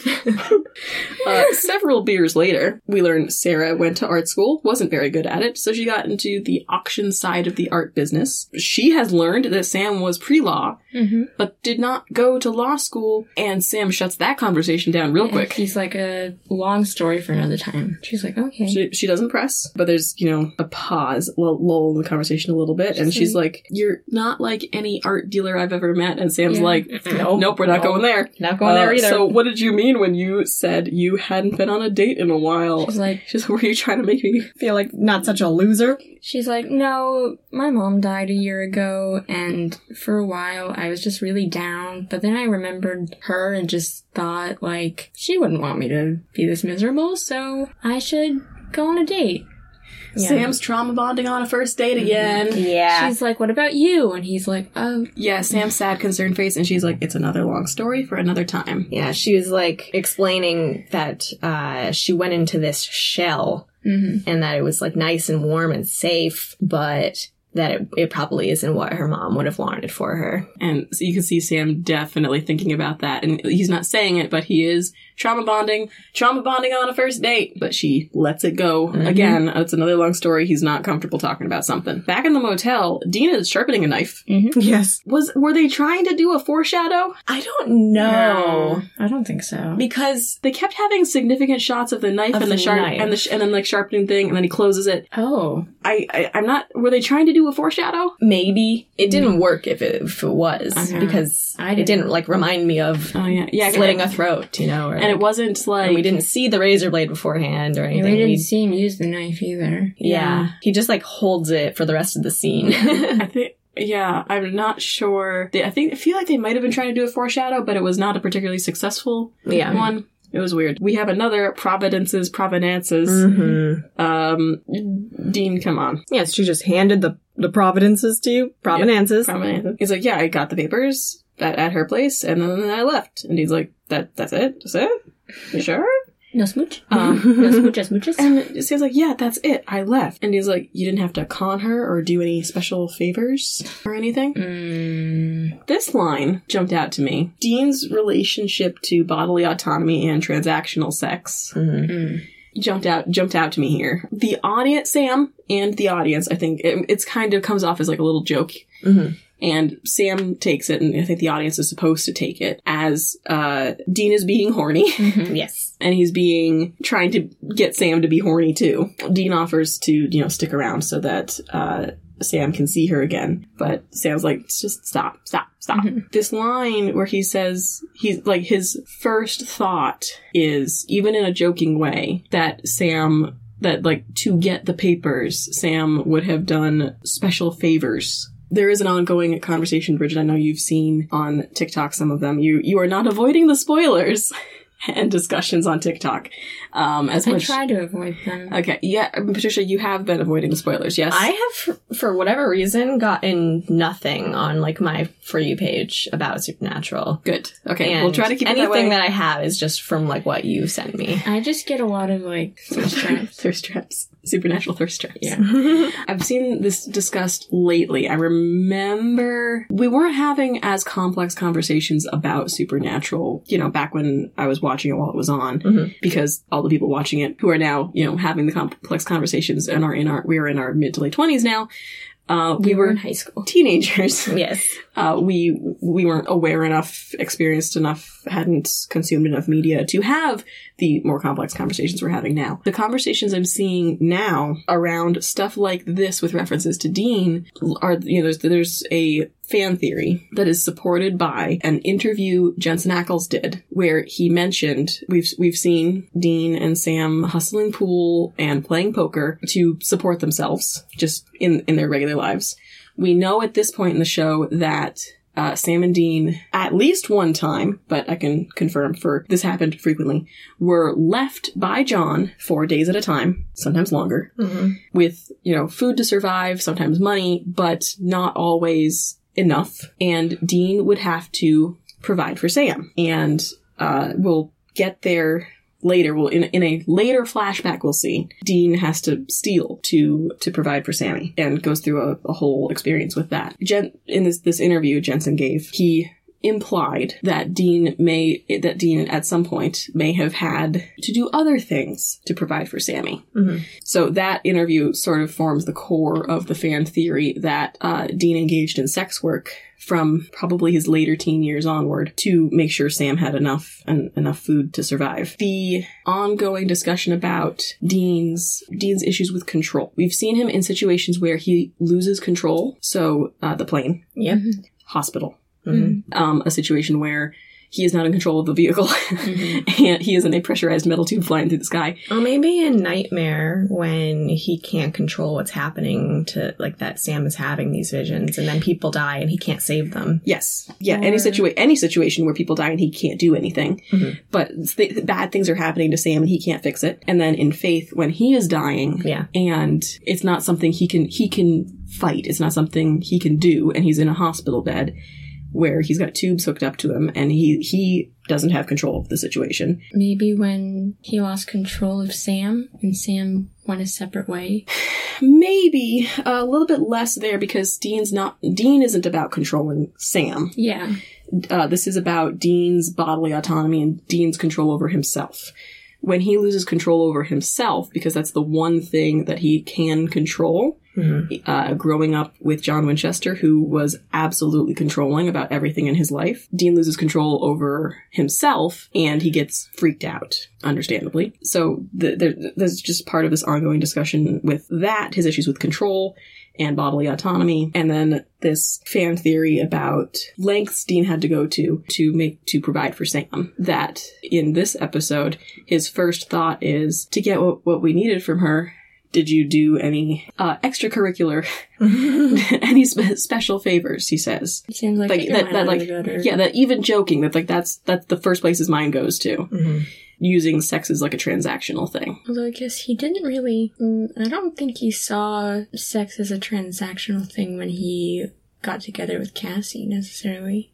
S1: Uh, several beers later, we learn Sarah went to art school, wasn't very good at it, so she got into the auction side of the art business. She has learned that Sam was pre law,
S3: Mm-hmm.
S1: but did not go to law school, and Sam shuts that conversation down real quick.
S3: He's like a long story for another time. She's like, okay.
S1: She, she doesn't press, but there's, you know, a pause, l- lull in the conversation a little bit, and
S3: She's
S1: she's like, You're not like any art dealer I've ever met, and Sam's
S3: Yeah. Oh,
S1: like,
S2: no,
S1: Nope, we're not
S2: No.
S1: going there.
S2: not going there
S1: Uh,
S2: either.
S1: So, what did you mean when you said you hadn't been on a date in a while?
S3: She's like,
S1: She's like, Were you trying to make me
S2: feel like not such a loser.
S3: she's like, no, my mom died a year ago, and for a while I was just really down. But then I remembered her and just thought like she wouldn't want me to be this miserable, so I should go on a date. Yeah. Mm-hmm.
S1: Sam's trauma bonding on a first date again.
S2: Yeah.
S3: She's like, what about you? And he's like, oh,
S1: Yeah, Sam's sad, concerned face, and she's like, it's another long story for another time.
S2: yeah, she was like explaining that uh, she went into this shell
S3: mm-hmm.
S2: and that it was like nice and warm and safe, but that it, it probably isn't what her mom would have wanted for her.
S1: And so you can see Sam definitely thinking about that. And he's not saying it, but he is trauma bonding, trauma bonding on a first date. But she lets it go.
S2: Mhm.
S1: Again, it's another long story. He's not comfortable talking about something. Back in the motel, Dina is sharpening a knife.
S2: Yes.
S1: Was were they trying to do a foreshadow?
S2: I don't know.
S3: I don't think so.
S1: Because they kept having significant shots of the knife
S2: Of
S1: and the,
S2: the
S1: sharp
S2: knife.
S1: and the sh- and then like sharpening thing, and then he closes it.
S3: Oh,
S1: I, I I'm not. Were they trying to do a foreshadow?
S2: Maybe it didn't work if it, if it was
S1: Uh-huh.
S2: because
S3: I
S2: it didn't like remind me of
S1: Oh yeah, yeah.
S2: slitting
S1: and,
S2: a throat, you know, or,
S1: and it wasn't like
S2: or we didn't see the razor blade beforehand or
S3: we
S2: anything.
S3: didn't
S2: We-
S3: see him use the knife either.
S2: yeah.
S1: Yeah.
S2: he just like holds it for the rest of the scene.
S1: I think. Yeah, I'm not sure. They, I think I feel like they might have been trying to do a foreshadow, but it was not a particularly successful
S2: yeah.
S1: one. It was weird. We have another Providences, Providences.
S2: Mm-hmm.
S1: Um, Dean, come on,
S2: Yes, she just handed the the providences to you. Providences.
S1: Providences. He's like, yeah, I got the papers at, at her place, and then I left. And he's like, that that's it, that's it. You sure?
S3: No smooch.
S1: Um,
S3: no smooches, smooches.
S1: And Sam's like, yeah, that's it. I left. And he's like, you didn't have to con her or do any special favors or anything.
S3: Mm,
S1: This line jumped out to me. Dean's relationship to bodily autonomy and transactional sex
S2: Mhm.
S3: mm.
S1: jumped out jumped out to me here. The audience, Sam, and the audience. I think it, it's kind of comes off as like a little joke,
S2: Mhm.
S1: and Sam takes it, and I think the audience is supposed to take it as uh, Dean is being horny,
S3: Mhm.
S2: Yes.
S1: and he's being trying to get Sam to be horny too. Dean offers to you know stick around so that. Uh, Sam can see her again, but Sam's like, just stop, stop, stop
S3: Mhm.
S1: this line where he says he's like his first thought is even in a joking way that Sam that like to get the papers Sam would have done special favors. There is an ongoing conversation, Bridget. I know you've seen on TikTok some of them. You you are not avoiding the spoilers and discussions on TikTok um, as
S3: I
S1: much.
S3: try to avoid them.
S1: Okay, yeah, Patricia, you have been avoiding the spoilers. Yes,
S2: I have, f- for whatever reason, gotten nothing on like my for you page about Supernatural.
S1: good. Okay,
S2: And
S1: we'll try to keep it
S2: anything
S1: that way.
S2: I have is just from like what you sent me.
S3: I just get a lot of like thirst traps.
S1: thirst traps, supernatural thirst traps.
S3: Yeah.
S1: I've seen this discussed lately. I remember we weren't having as complex conversations about supernatural, you know, back when I was watching it while it was on,
S2: Mhm.
S1: because all the people watching it who are now, you know, having the complex conversations and are in our, we are in our mid to late twenties now. Uh, we
S3: You
S1: were
S3: in high school.
S1: teenagers.
S2: yes.
S1: Uh, we, we weren't aware enough, experienced enough, hadn't consumed enough media to have the more complex conversations we're having now. The conversations I'm seeing now around stuff like this with references to Dean are, you know, there's, there's a fan theory that is supported by an interview Jensen Ackles did where he mentioned we've, we've seen Dean and Sam hustling pool and playing poker to support themselves just in, in their regular lives. We know at this point in the show that uh, Sam and Dean, at least one time, but I can confirm for this happened frequently, were left by John for days at a time, sometimes longer,
S2: Mhm.
S1: with, you know, food to survive, sometimes money, but not always enough, and Dean would have to provide for Sam. And uh, we'll get there later. We'll in in a later flashback we'll see Dean has to steal to to provide for Sammy, and goes through a, a whole experience with that. Jen in this this interview Jensen gave he implied that Dean may that Dean at some point may have had to do other things to provide for Sammy. So that interview sort of forms the core of the fan theory that uh, Dean engaged in sex work from probably his later teen years onward to make sure Sam had enough and enough food to survive. The ongoing discussion about Dean's Dean's issues with control. We've seen him in situations where he loses control. So uh, the plane,
S2: Yep.
S1: hospital,
S3: Mm-hmm.
S1: um, a situation where. He is not in control of the vehicle,
S3: Mm-hmm.
S1: and he is in a pressurized metal tube flying through the sky.
S2: Oh, maybe in Nightmare when he can't control what's happening to like that Sam is having these visions and then people die and he can't save them.
S1: Yes. Yeah. Any
S2: Or-
S1: situation, any situation where people die and he can't do anything,
S2: Mhm.
S1: but th- bad things are happening to Sam and he can't fix it. And then in Faith, when he is dying,
S2: Yeah.
S1: and it's not something he can he can fight. It's not something he can do, and he's in a hospital bed where he's got tubes hooked up to him, and he he doesn't have control of the situation.
S3: Maybe when he lost control of Sam and Sam went a separate way.
S1: Maybe a little bit less there because Dean's not Dean isn't about controlling Sam.
S3: Yeah.
S1: uh, this is about Dean's bodily autonomy and Dean's control over himself. When he loses control over himself, because that's the one thing that he can control,
S2: Mhm.
S1: uh, growing up with John Winchester, who was absolutely controlling about everything in his life, Dean loses control over himself and he gets freaked out, understandably. So th- there, there's just part of this ongoing discussion with that, his issues with control and bodily autonomy, and then this fan theory about lengths Dean had to go to to make to provide for Sam. That in this episode, his first thought is to get what, what we needed from her. Did you do any uh, extracurricular any spe- special favors he says
S3: Sam's like,
S1: Like,
S3: "Take your
S1: that-
S3: mind
S1: that,
S3: out of
S1: like,
S3: it, daughter."
S1: yeah that even joking that like that's that's the first place his mind goes to
S2: Mhm.
S1: using sex as like a transactional thing
S3: Although I guess he didn't really. Mm, I don't think he saw sex as a transactional thing when he got together with Cassie necessarily.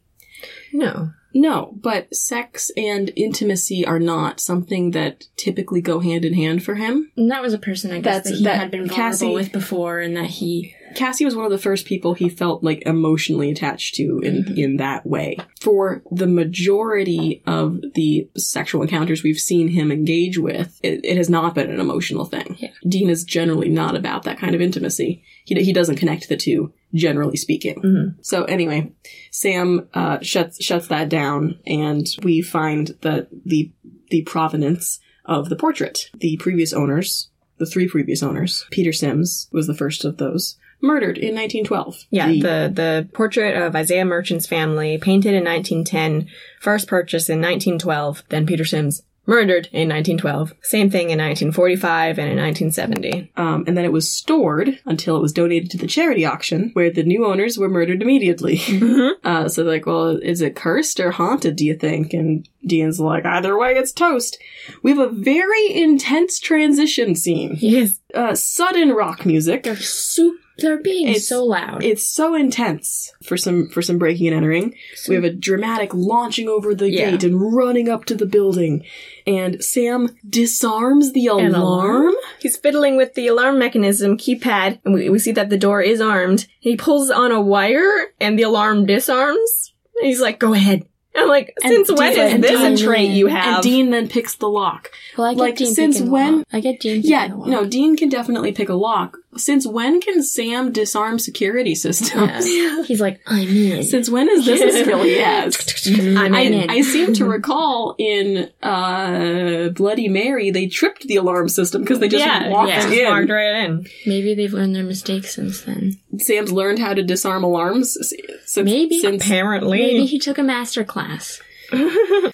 S2: No.
S1: no but sex and intimacy are not something that typically go hand in hand for him
S3: And that was a person I guess
S1: That's-
S3: that he
S1: that
S3: had been vulnerable
S1: Cassie-
S3: with before, and that he
S1: cassie was one of the first people he felt like emotionally attached to in
S3: Mhm.
S1: in that way for the majority of the sexual encounters we've seen him engage with it, it has not been an emotional thing
S3: Yeah.
S1: dean is generally not about that kind of intimacy he, he doesn't connect the two generally speaking
S2: Mhm.
S1: So anyway, Sam uh, shuts shuts that down, and we find that the the provenance of the portrait. The previous owners, the three previous owners, Peter Sims was the first of those, murdered in 1912.
S2: Yeah,
S1: The-
S2: the the portrait of Isaiah Merchant's family, painted in 1910, first purchased in 1912, then Peter Sims murdered in 1912. Same thing in 1945 and in 1970.
S1: um, and then it was stored until it was donated to the charity auction, where the new owners were murdered immediately.
S3: Mm-hmm.
S1: Uh, so they're like, well, is it cursed or haunted, do you think? And Dean's like, either way, it's toast. We have a very intense transition scene.
S2: Yes.
S1: Uh, sudden rock music.
S3: they're so they're being
S1: It's-
S3: so loud.
S1: It's so intense for some for some breaking and entering. We have a dramatic launching over the
S2: Yeah.
S1: gate and running up to the building, and Sam disarms the alarm.
S2: An alarm? He's fiddling with the alarm mechanism keypad, and we, we see that the door is armed. He pulls on a wire, and the alarm disarms. And he's like, "Go ahead." I'm like,
S1: And
S2: "Since when
S1: Dean-
S2: is
S1: and
S2: this
S3: Dean-
S2: a trait you
S1: And
S2: have?"
S1: Dean then picks the lock.
S3: well, I get
S1: like,
S3: Dean
S1: since
S3: picking a
S1: when-
S3: lock. I get Dean.
S1: Yeah,
S3: picking a lock.
S1: no, Dean can definitely pick a lock. Since when can Sam disarm security systems?
S3: Yeah. He's like, I'm in.
S1: Since when is this a skill he has?
S2: I'm
S1: I,
S3: I'm
S2: in.
S3: in.
S1: I seem to recall in uh, Bloody Mary they tripped the alarm system because they just
S2: yeah,
S1: walked
S2: yeah.
S1: in.
S2: Walked right in.
S3: Maybe they've learned their mistakes since then.
S1: Sam's learned how to disarm alarms s- since,
S3: Maybe.
S1: since
S2: Apparently,
S3: Maybe he took a master class.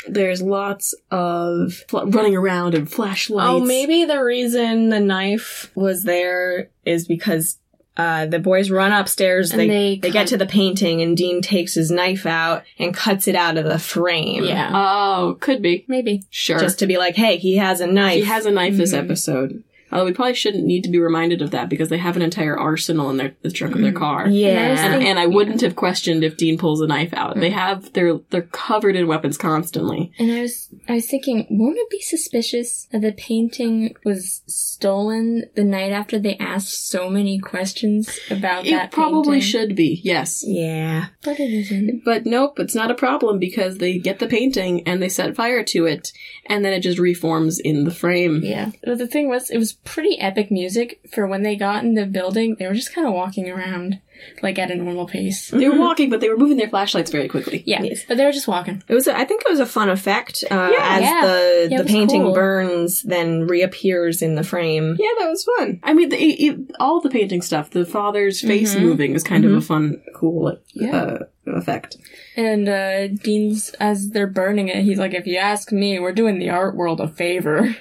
S1: there's lots of fl- running around and flashlights.
S2: Oh, maybe the reason the knife was there is because uh, the boys run upstairs.
S3: And
S2: they
S3: they
S2: they,
S3: cut-
S2: get to the painting, and Dean takes his knife out and cuts it out of the frame.
S3: Yeah.
S1: Oh, could be.
S3: Maybe.
S1: Sure.
S2: just to be like, "Hey, he has a knife." Mm-hmm.
S1: he has a knife this
S3: Mhm.
S1: episode. Although we probably shouldn't need to be reminded of that because they have an entire arsenal in their, the trunk of their
S2: Mm-hmm.
S1: car.
S3: And
S1: And,
S3: think-
S1: and I wouldn't have questioned if Dean pulls a knife out.
S2: Mm-hmm.
S1: They have they're they're covered in weapons constantly.
S3: And I was I was thinking, won't it be suspicious that the painting was stolen the night after they asked so many questions about that?
S1: It probably
S3: painting?
S1: should be, yes.
S2: Yeah.
S3: but it isn't.
S1: But nope, it's not a problem because they get the painting and they set fire to it, and then it just reforms in the frame.
S3: Yeah, but the thing was, it was pretty epic music for when they got in the building. They were just kind of walking around, like at a normal pace.
S1: They were walking, but they were moving their flashlights very quickly.
S3: Mm-hmm. Yeah,
S2: Yes.
S3: but they were just walking.
S2: It was. A, I think it was a fun effect. Uh,
S1: Yeah.
S2: as
S3: Yeah.
S2: the
S3: Yeah, it
S2: the
S3: was
S2: painting
S3: cool.
S2: burns, then reappears in the frame.
S1: Yeah, that was fun. I mean, the, e- e- all the painting stuff, the father's face
S3: Mhm.
S1: moving is kind
S2: Mhm.
S1: of a fun, cool like,
S3: Yeah.
S1: uh, effect.
S3: And uh, Dean's, as they're burning it, he's like, "If you ask me, we're doing the art world a favor."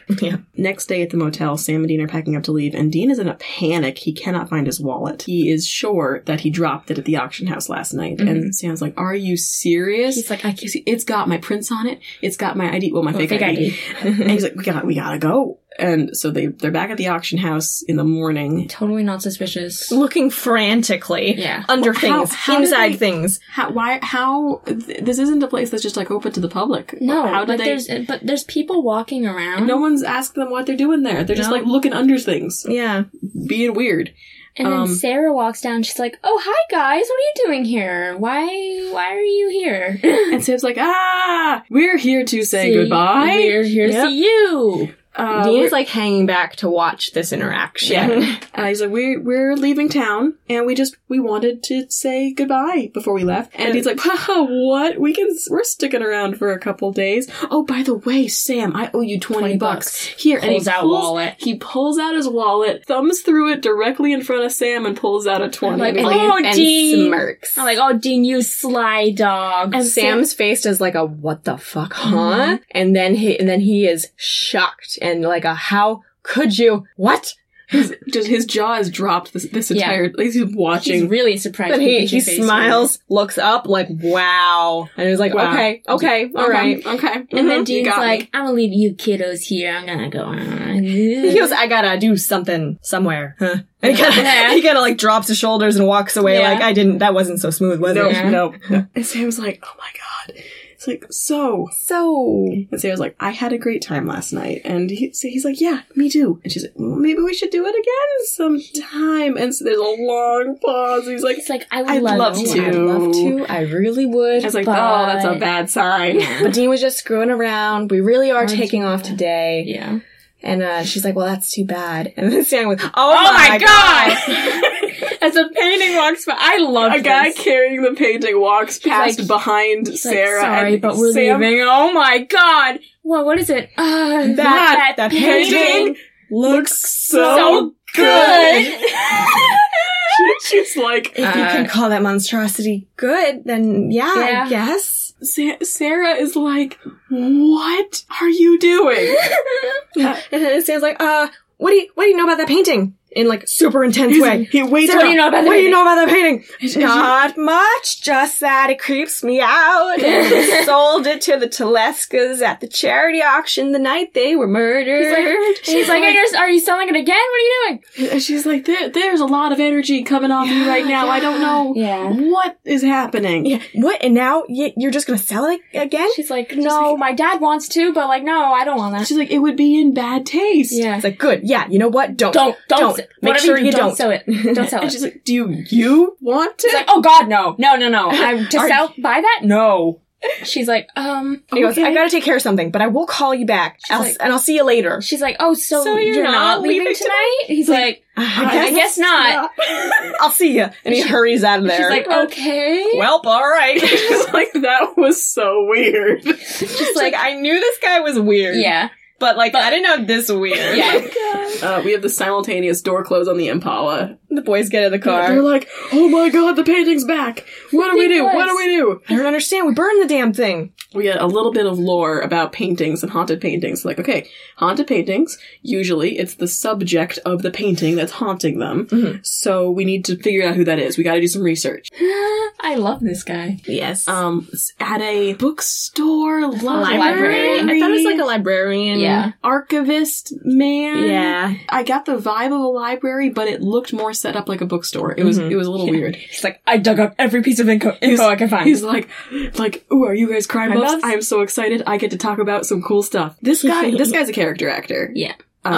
S1: Next day at the motel, Sam and Dean are packing up to leave, and Dean is in a panic. He cannot find his wallet. He is sure that he dropped it at the auction house last night. And Sam's like, Are you serious?
S3: Mm-hmm. He's like, "I can't."
S1: You see, it's got my prints on it. It's got my ID. Well, my fake,
S3: Fake
S1: ID.
S3: ID.
S1: and he's like, we got, we gotta go. And so they they're back at the auction house in the morning.
S3: Totally not suspicious.
S2: Looking frantically
S3: Yeah.
S2: under
S1: How-
S2: things,
S1: how did
S2: inside
S1: they-
S2: things.
S1: How? Why? How? th- This isn't a place that's just like open to the public.
S3: No,
S1: How
S3: but
S1: did they?
S3: there's but there's people walking around.
S1: No one's asking them what they're doing there. They're just
S2: No.
S1: like looking under things,
S2: Yeah.
S1: being weird.
S3: and then
S1: um,
S3: Sarah walks down. She's like, "Oh, hi guys. What are you doing here? Why why are you here?
S1: And Sam's like, ah, we're here to say goodbye.
S3: We're here
S2: Yep.
S3: to see you."
S1: Uh,
S2: Dean's
S1: we're-
S2: like hanging back to watch this interaction.
S1: uh, he's like, we're we're leaving town, and we just we wanted to say goodbye before we left. And he's like, Haha, what? We can we're sticking around for a couple days. Oh, by the way, Sam, I owe you twenty,
S3: 20
S1: bucks. Here, and
S3: Pulls
S1: he
S3: out
S1: pulls,
S3: wallet.
S1: He pulls out his wallet, thumbs through it directly in front of Sam, and pulls out a twenty.
S3: Like,
S1: And he's
S3: oh,
S1: like,
S2: and
S3: Dean.
S2: smirks.
S3: I'm like, "Oh, Dean, you sly dog."
S1: And
S2: oh, Sam's face does like a what the fuck, huh? And then he and then he is shocked and like a how could you what?
S1: his, just his jaw is dropped. This this
S3: Yeah.
S1: entire like, he's
S3: He's
S1: watching.
S3: really surprised.
S2: Then
S3: with
S2: he,
S3: your
S2: he
S3: face.
S2: smiles, looks up, like wow, and he's like,
S1: Wow.
S2: okay, okay, all right.
S1: okay.
S3: And then
S1: mhm, you
S3: Dean's
S1: got me.
S3: like, "I'm gonna leave you kiddos here. I'm gonna go."
S2: He goes, I gotta do something somewhere. Huh? And he kind
S3: Yeah.
S2: of he kind of like drops his shoulders and walks away.
S3: Yeah.
S2: Like I didn't. That wasn't so smooth, was
S1: no,
S2: it?
S3: Yeah.
S1: no, no. And Sam's like, oh my god. It's like so.
S2: So
S1: And Sarah's like, I had a great time last night. And he, so he's like, Yeah, me too. And she's like, well, Maybe we should do it again sometime. And so there's a long pause. And he's like,
S3: It's like I would
S1: I'd love
S2: I'd
S1: to.
S2: love to. I really would.
S1: I was like,
S3: But-
S1: Oh, that's a bad sign.
S2: but Dean was just screwing around. We really are
S3: Aren't
S2: taking
S3: you
S2: off
S3: bad?
S2: today.
S3: Yeah.
S2: And uh, she's like, "Well, that's too bad." And then Sam was, "Oh,
S3: my
S2: my god!"
S3: As a painting walks by, I love
S1: a guy
S3: this.
S1: carrying the painting walks past
S3: like-
S1: behind
S3: He's like,
S1: Sarah.
S3: Sorry,
S1: and
S3: but we're
S1: Sam,
S3: leaving. Oh my god! Well, what is it? Uh,
S2: That-
S3: that,
S2: that
S3: painting.
S1: Painting looks so,
S3: so
S1: good.
S3: good.
S1: She- she's like,
S2: If you
S3: Uh,
S2: can call that monstrosity good, then yeah,
S3: Yeah.
S2: I guess.
S1: Sa- Sarah is like, What are you doing?
S2: And then Sam's like, "Uh, what do you what do you know about that painting?" In like super intense
S1: He's-
S2: way.
S1: He waits
S2: Sarah,
S1: up.
S3: do you know about that
S2: What do you
S3: painting?"
S2: know about that painting?
S1: And she-
S2: Not much, just that it creeps me out. And we sold it to the Telescas at the charity auction the night they were murdered.
S3: She's like, are you, are you selling it again? What are you
S1: And she's like, there, there's a lot of energy coming off you right now. I don't know
S3: doing? Yeah.
S1: what is happening.
S2: yeah, what? And now y- you're just gonna sell it again?
S3: She's like, no, my dad wants to, but like, no, I don't want that.
S1: She's like, it would be in bad taste.
S3: Yeah.
S2: It's like, good, yeah, you know what? Don't.
S3: Don't, don't,
S2: Don't.
S3: se-
S2: Make
S3: whatever
S2: sure
S3: do,
S2: you
S3: don't,
S2: don't.
S3: sell it. Don't sell
S1: And
S3: it.
S1: she's like, do you want to?
S3: She's like, oh god, no, no, no, no. I, to
S2: Are-
S3: sell, buy that?
S2: No.
S3: She's like, um,
S2: He goes, I
S1: Okay.
S2: gotta take care of something, but I will call you back. I'll,
S3: like-
S2: and I'll see you later.
S3: she's like, oh, so,
S2: So
S3: you're, not, leaving, tonight? He's like,
S2: I
S3: I guess not.
S2: I'll see you. And he hurries out of there.
S3: She's like, okay.
S2: Welp, all right.
S1: She's like, that was so weird.
S2: She's like, I knew this guy was weird.
S3: Yeah.
S2: But, like, I didn't know this weird.
S3: Yeah.
S1: Uh, we have the simultaneous door close on the Impala.
S2: The boys get in the
S1: They're
S2: car.
S1: like, oh my god, the painting's back. What do we do? What do we do?
S2: I don't understand. We burned the damn thing.
S1: we get a little bit of lore about paintings and haunted paintings. Like, okay, haunted paintings, usually it's the subject of the painting that's haunting them.
S2: Mhm.
S1: So we need to figure out who that is. We gotta do some research.
S3: I I love this guy.
S2: Yes.
S1: Um, at a bookstore, library,
S2: I thought it was like a librarian.
S3: Yeah.
S1: archivist man.
S2: Yeah.
S1: I got the vibe of a library, but it looked more set up like a bookstore. It was
S2: Mhm.
S1: it was a little
S3: Yeah.
S1: weird.
S3: He's like, I dug up every piece of info,
S1: He's-
S3: info I can find.
S1: He's like, like, ooh, are you guys crime
S3: Crime
S1: buffs?
S3: buffs?
S1: I am so excited. I get to talk about some cool stuff. This guy, this guy's a character actor. Um,
S3: Yeah.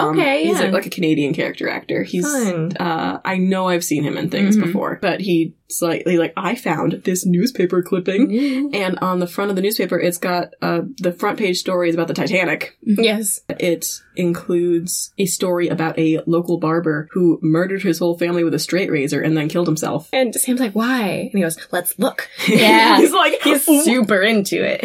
S2: Okay,
S1: He's
S2: yeah.
S1: like a Canadian character actor. He's.
S2: Fun.
S1: Uh, I know I've seen him in things
S3: Mhm.
S1: before, but he's like, he like I found this newspaper clipping, and on the front of the newspaper, it's got uh, the front page story is about the Titanic.
S2: Yes.
S1: It includes a story about a local barber who murdered his whole family with a straight razor and then killed himself.
S2: And Sam's like, why? And he goes, let's look.
S3: Yeah.
S1: he's like,
S2: He's
S1: "Ooh."
S2: super into it.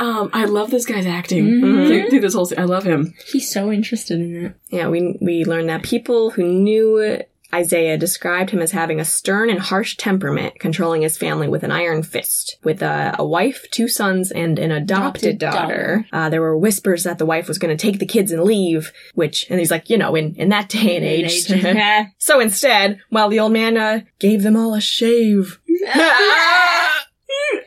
S1: um, I love this guy's acting
S3: Mhm.
S1: through, through this whole. se- I love him.
S3: He's so interested in it.
S2: Yeah, we we learned that people who knew Isaiah described him as having a stern and harsh temperament, controlling his family with an iron fist. With a, a wife, two sons, and an adopted,
S3: Adopted
S2: daughter, Uh, there were whispers that the wife was going to take the kids and leave. Which, and he's like, you know, in in that day and age. so instead, while the old man uh, gave them all a shave.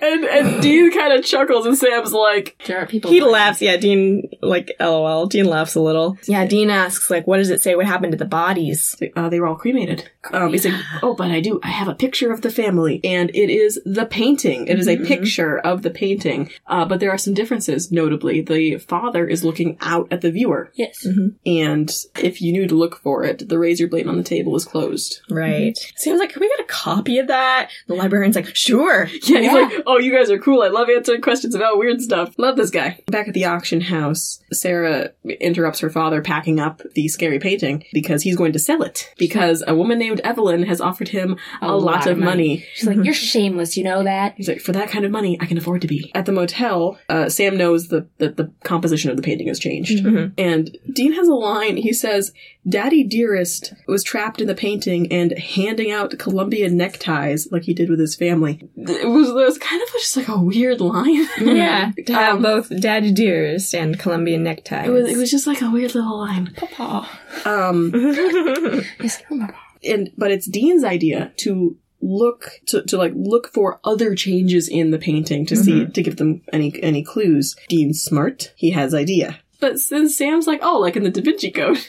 S1: And and Dean kind of chuckles, and Sam's like,
S3: there are people.
S2: He laughs. Yeah, Dean, like, lol. Dean laughs a little. Yeah, Dean asks, like, what does it say? What happened to the bodies?
S1: uh, they were all cremated. Um, he's like, oh, but I do. I have a picture of the family, and it is the painting. It is a
S2: Mhm.
S1: picture of the painting. Uh, but there are some differences. Notably, the father is looking out at the viewer,
S3: Yes.
S1: and if you knew to look for it, the razor blade on the table is closed.
S2: Right. Sam's like, can we get a copy of that? The librarian's like, sure.
S1: Yeah, he's
S3: Yeah.
S1: like, oh, you guys are cool. I love answering questions about weird stuff. Love this guy. Back at the auction house, Sarah interrupts her father packing up the scary painting because he's going to sell it because a woman named Evelyn has offered him a, lot, of money.
S3: She's like, you're shameless. You know that.
S1: He's like, for that kind of money, I can afford to be. At the motel, uh, Sam knows the, that the composition of the painting has changed.
S2: Mhm.
S1: And Dean has a line. He says, Daddy Dearest was trapped in the painting and handing out Colombian neckties like he did with his family. It was, it was kind of just like a weird line.
S2: Yeah. To have
S1: Um,
S2: both daddy dearest and Colombian neckties.
S1: It was, it was just like a weird little line.
S3: Papa.
S1: Um,
S2: Uh,
S3: Yes, I remember.
S1: and, but it's Dean's idea to look, to, to like look for other changes in the painting to see, to give them any, any clues. Dean's smart. He has idea. But since Sam's like, oh, like in the Da Vinci Code,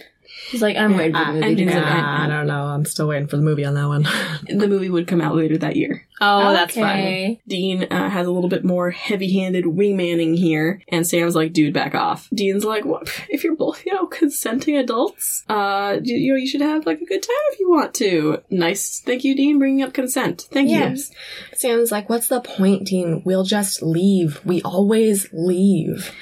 S3: He's like, I'm waiting for the
S1: Uh,
S3: movie
S1: and
S3: to
S1: he's
S3: come
S1: like,
S3: out.
S2: I don't know. I'm still waiting for the movie on that one.
S1: the movie would come out later that year.
S2: oh, that's fun.
S3: Okay.
S1: Dean uh, has a little bit more heavy-handed wingmanning here, and Sam's like, "Dude, back off." Dean's like, "What? If you're both, you know, consenting adults, uh, you, you know, you should have like a good time if you want to." Nice, thank you, Dean, bringing up consent. Thank you.
S2: Yes. Sam's like, what's the point, Dean? We'll just leave. We always leave.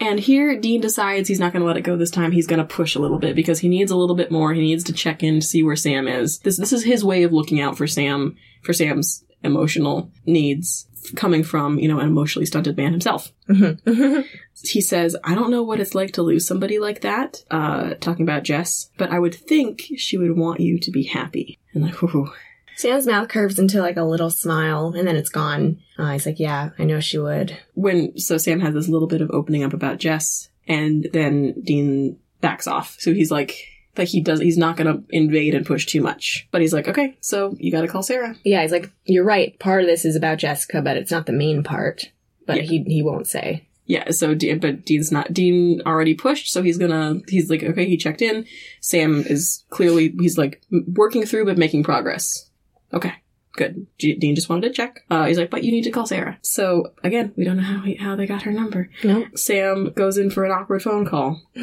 S1: And here, Dean decides he's not going to let it go this time. He's going to push a little bit because he needs a little bit more. He needs to check in to see where Sam is. This this is his way of looking out for Sam for Sam's emotional needs coming from you know an emotionally stunted man himself.
S2: Mhm.
S1: he says, I don't know what it's like to lose somebody like that, uh, talking about Jess, but I would think she would want you to be happy. And like, whew.
S2: Sam's mouth curves into like a little smile and then it's gone. Uh, he's like, yeah, I know she would.
S1: When, so Sam has this little bit of opening up about Jess, and then Dean backs off. So he's like, like he does, he's not gonna invade and push too much. But he's like, okay, so you gotta call Sarah.
S2: Yeah, he's like, you're right. Part of this is about Jessica, but it's not the main part. But
S1: Yeah.
S2: he, he won't say.
S1: Yeah, so, De- but Dean's not, Dean already pushed, so he's gonna, he's like, okay, he checked in. Sam is clearly, he's like m- working through but making progress. Okay, good. G- Dean just wanted to check. Uh, he's like, but you need to call Sarah. So, again, we don't know how, he, how they got her number.
S2: No.
S1: Sam goes in for an awkward phone call.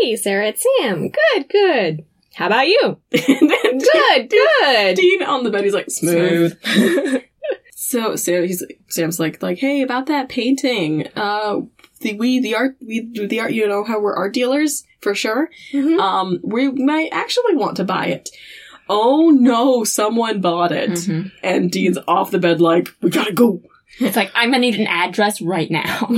S2: Hey, Sarah, it's Sam. Good, good. How about you?
S1: and then
S2: Good, good.
S1: Dean on the bed, he's like, smooth. So Sam, he's Sam's like like hey about that painting. Uh, the we the art we do the art you know how we're art dealers for sure.
S2: Mhm.
S1: Um, we might actually want to buy it. Oh no, someone bought it,
S2: Mm-hmm.
S3: Mm-hmm.
S1: and Dean's off the bed like we gotta go,
S3: It's like, I'm gonna need an address right now.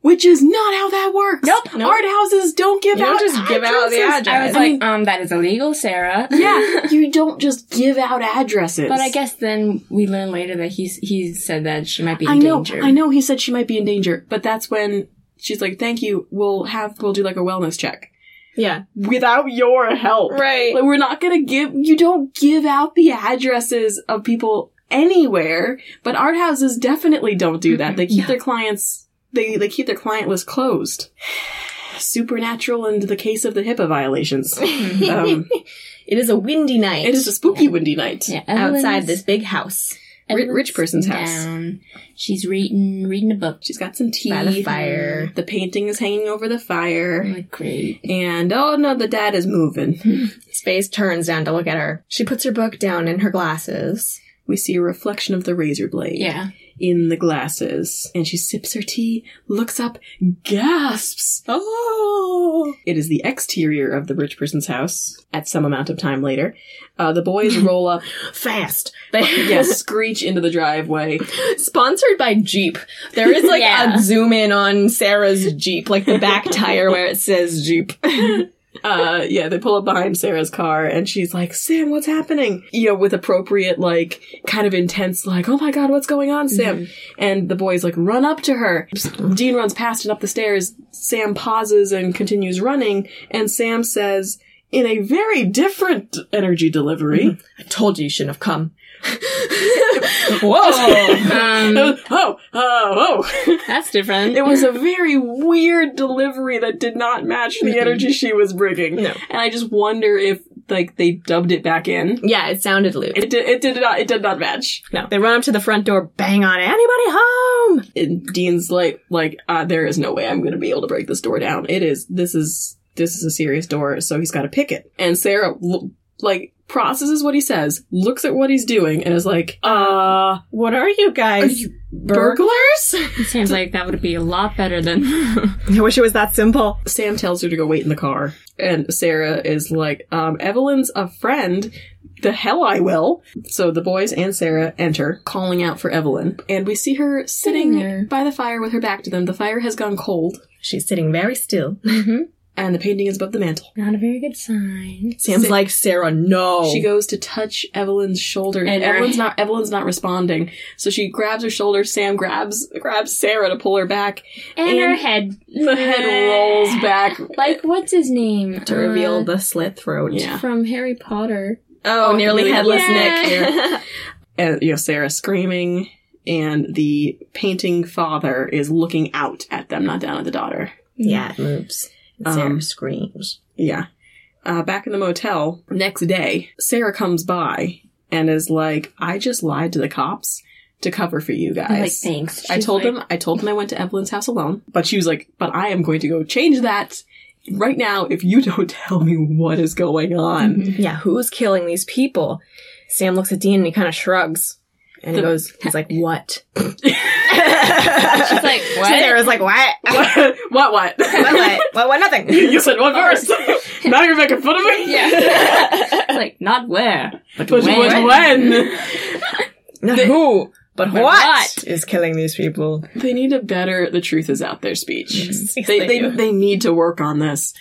S1: which is not how that works.
S3: Nope,
S2: nope.
S1: Art houses don't give
S2: You don't
S1: out.
S2: just give out the
S1: addresses.
S2: address.
S3: I was
S1: I
S3: like,
S1: mean-
S3: um, that is illegal, Sarah.
S1: yeah, you don't just give out addresses.
S3: But I guess then we learn later that he's he said that she might be in
S1: I know,
S3: danger.
S1: I know. He said she might be in danger, but that's when she's like, "Thank you. We'll have we'll do like a wellness check
S2: yeah,
S1: without your help."
S2: right.
S1: Like, we're not gonna give, you don't give out the addresses of people anywhere, but art houses definitely don't do that. They keep
S2: Yeah.
S1: their clients they they keep their client list closed. Supernatural and the case of the HIPAA violations. Um,
S2: It is a windy night.
S1: it is a spooky windy night.
S3: Yeah,
S2: outside
S3: Evelyn's-
S2: this big house
S1: ri-
S3: Evelyn's
S1: rich person's house.
S3: down. She's reading reading a book.
S1: She's got some tea.
S2: by the fire.
S1: The painting is hanging over the
S3: I'm
S1: fire.
S3: like, great.
S1: And oh no, the dad is moving.
S2: Space turns down to look at her. She puts her book down in her glasses.
S1: We see a reflection of the razor blade
S3: Yeah.
S1: in the glasses. And she sips her tea, looks up, gasps.
S2: Oh.
S1: It is the exterior of the rich person's house at some amount of time later. Uh, the boys roll up,
S2: Fast.
S1: yes, screech into the driveway.
S2: Sponsored by Jeep. There is like
S3: Yeah.
S2: a zoom in on Sarah's Jeep, like the back tire where it says Jeep.
S1: Uh, yeah, they pull up behind Sarah's car and she's like, Sam, what's happening? You know, with appropriate, like, kind of intense, like, oh my god, what's going on, Sam? And the boys, like, run up to her. Dean runs past and up the stairs. Sam pauses and continues running. And Sam says, in a very different energy delivery,
S2: I told you you shouldn't have come. Whoa.
S3: Um,
S1: oh, oh, oh.
S3: that's different.
S1: It was a very weird delivery that did not match the energy she was bringing.
S2: No.
S1: And I just wonder if like they dubbed it back in.
S2: yeah, it sounded loose.
S1: It did, it did not it did not match.
S2: No. They run up to the front door, bang on it. Anybody home?
S1: And Dean's like like uh, there is no way I'm going to be able to break this door down. It is this is this is a serious door, so he's got to pick it. And Sarah l- like processes what he says, looks at what he's doing and is like, "Uh,
S2: What are you guys?
S1: are you burglars?"
S3: It seems like that would be a lot better than.
S2: I wish it was that simple.
S1: Sam tells her to go wait in the car. And Sarah is like, um, Evelyn's a friend. The hell I will. So the boys and Sarah enter, calling out for Evelyn. And we see her sitting
S3: Sitting there.
S1: by the fire with her back to them. The fire has gone cold,
S2: She's sitting very still.
S1: and the painting is above the mantle.
S3: Not a very good sign.
S2: Sam's
S1: Sa-
S2: like, Sarah, no.
S1: She goes to touch Evelyn's shoulder, and
S3: And her-
S1: Evelyn's not Evelyn's not responding. So she grabs her shoulder. Sam grabs grabs Sarah to pull her back.
S3: And,
S1: And
S3: her head.
S1: The head rolls back.
S3: Like, what's his name?
S2: to reveal
S3: Uh,
S2: the slit throat.
S1: Yeah.
S3: From Harry Potter.
S2: Oh,
S1: Oh,
S2: nearly
S1: nearly
S2: headless
S3: headless.
S2: Nick.
S1: and you know Sarah screaming, and the painting father is looking out at them, not down at the daughter.
S2: yeah, it moves.
S1: Um,
S2: Sarah screams.
S1: Yeah. Uh, back in the motel next day, Sarah comes by and is like, "I just lied to the cops to cover for you
S3: I'm like,
S1: guys."
S3: thanks.
S1: I
S3: She's
S1: told
S3: like,
S1: them. I told them I went to Evelyn's house alone, but she was like, "But I am going to go change that." Right now, if you don't tell me what is going on,
S3: Mhm.
S2: Yeah, who's killing these people? Sam looks at Dean and he kind of shrugs. And he
S1: The-
S2: goes, he's like, what?
S3: She's
S2: She's
S3: like, what?
S2: Sarah's like, what? what?
S1: what, what, what?
S2: What? What? What? Nothing.
S1: you you said one first. now you're making fun of me.
S3: It's like, not where, but,
S1: But
S3: when.
S1: when? when?
S2: Not who, but
S3: But
S2: what
S3: what?
S2: is killing these people?
S1: They need a better "the truth is out there" speech.
S2: Yes,
S1: they,
S2: they
S1: they,
S2: do.
S1: they need to work on this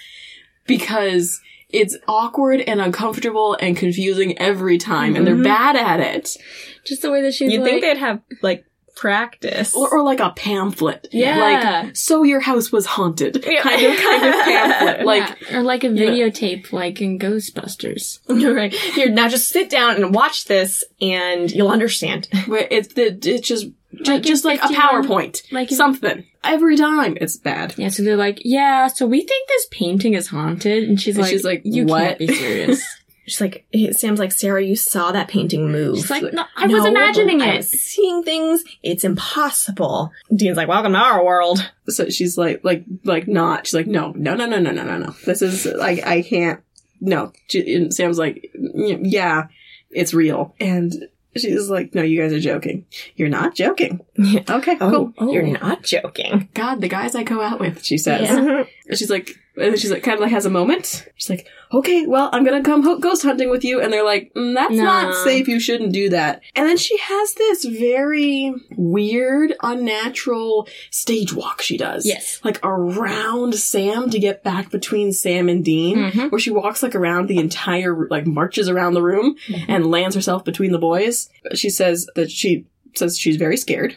S1: because it's awkward and uncomfortable and confusing every time, and
S2: Mhm.
S1: they're bad at it.
S3: Just the way that she's
S2: You'd
S3: like,
S2: think they'd have, like, practice.
S1: Or, or like a pamphlet,
S3: Yeah.
S1: Like, so your house was haunted,
S2: Yeah.
S1: kind of kind of pamphlet, like.
S3: Yeah, or like a videotape, like in Ghostbusters.
S2: right. Here, now just sit down and watch this and you'll understand.
S1: Where it's the it's just ju-
S3: Like in
S1: just like a
S3: 51
S1: PowerPoint,
S3: Like, in-
S1: something every time. It's bad.
S3: yeah. So they're like, yeah. So we think this painting is haunted, and she's
S1: And
S3: like,
S1: she's like,
S3: you
S1: "What?"
S3: can't be serious.
S2: She's like, Sam's like, Sarah, you saw that painting move.
S3: she's like, no, I was
S2: No,
S3: imagining
S2: I
S3: it.
S2: was seeing things. It's impossible. Dean's like, welcome to our world.
S1: So she's like, like, like not. She's like, no, no, no, no, no, no, no, no. This is like, I can't. No. She, and Sam's like, "Y- yeah, it's real. And she's like, no, you guys are joking. You're not joking.
S2: Yeah.
S1: Okay,
S2: Oh,
S1: cool.
S2: you're not joking.
S1: God, the guys I go out with. She says.
S3: Yeah.
S1: She's like, and then she's like, kind of like has a moment. She's like, okay, well, I'm gonna come ho- ghost hunting with you. And they're like, mm, that's
S3: Nah.
S1: not safe. You shouldn't do that. And then she has this very weird, unnatural stage walk she does
S3: Yes.
S1: like around Sam to get back between Sam and Dean,
S3: Mhm.
S1: where she walks like around the entire like marches around the room and lands herself between the boys. She says that she says she's very scared,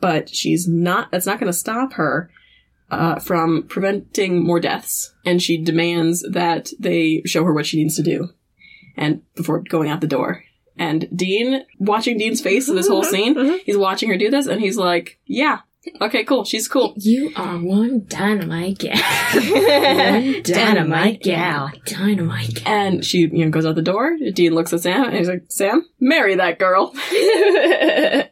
S1: but she's not. That's not going to stop her uh, from preventing more deaths, and she demands that they show her what she needs to do, and before going out the door. And Dean, watching Dean's face in this whole scene, he's watching her do this and he's like, yeah, okay, cool, she's cool.
S3: You are one dynamite gal. one dynamite gal. Dynamite gal.
S1: And she, you know, goes out the door. Dean looks at Sam and he's like, Sam, marry that girl.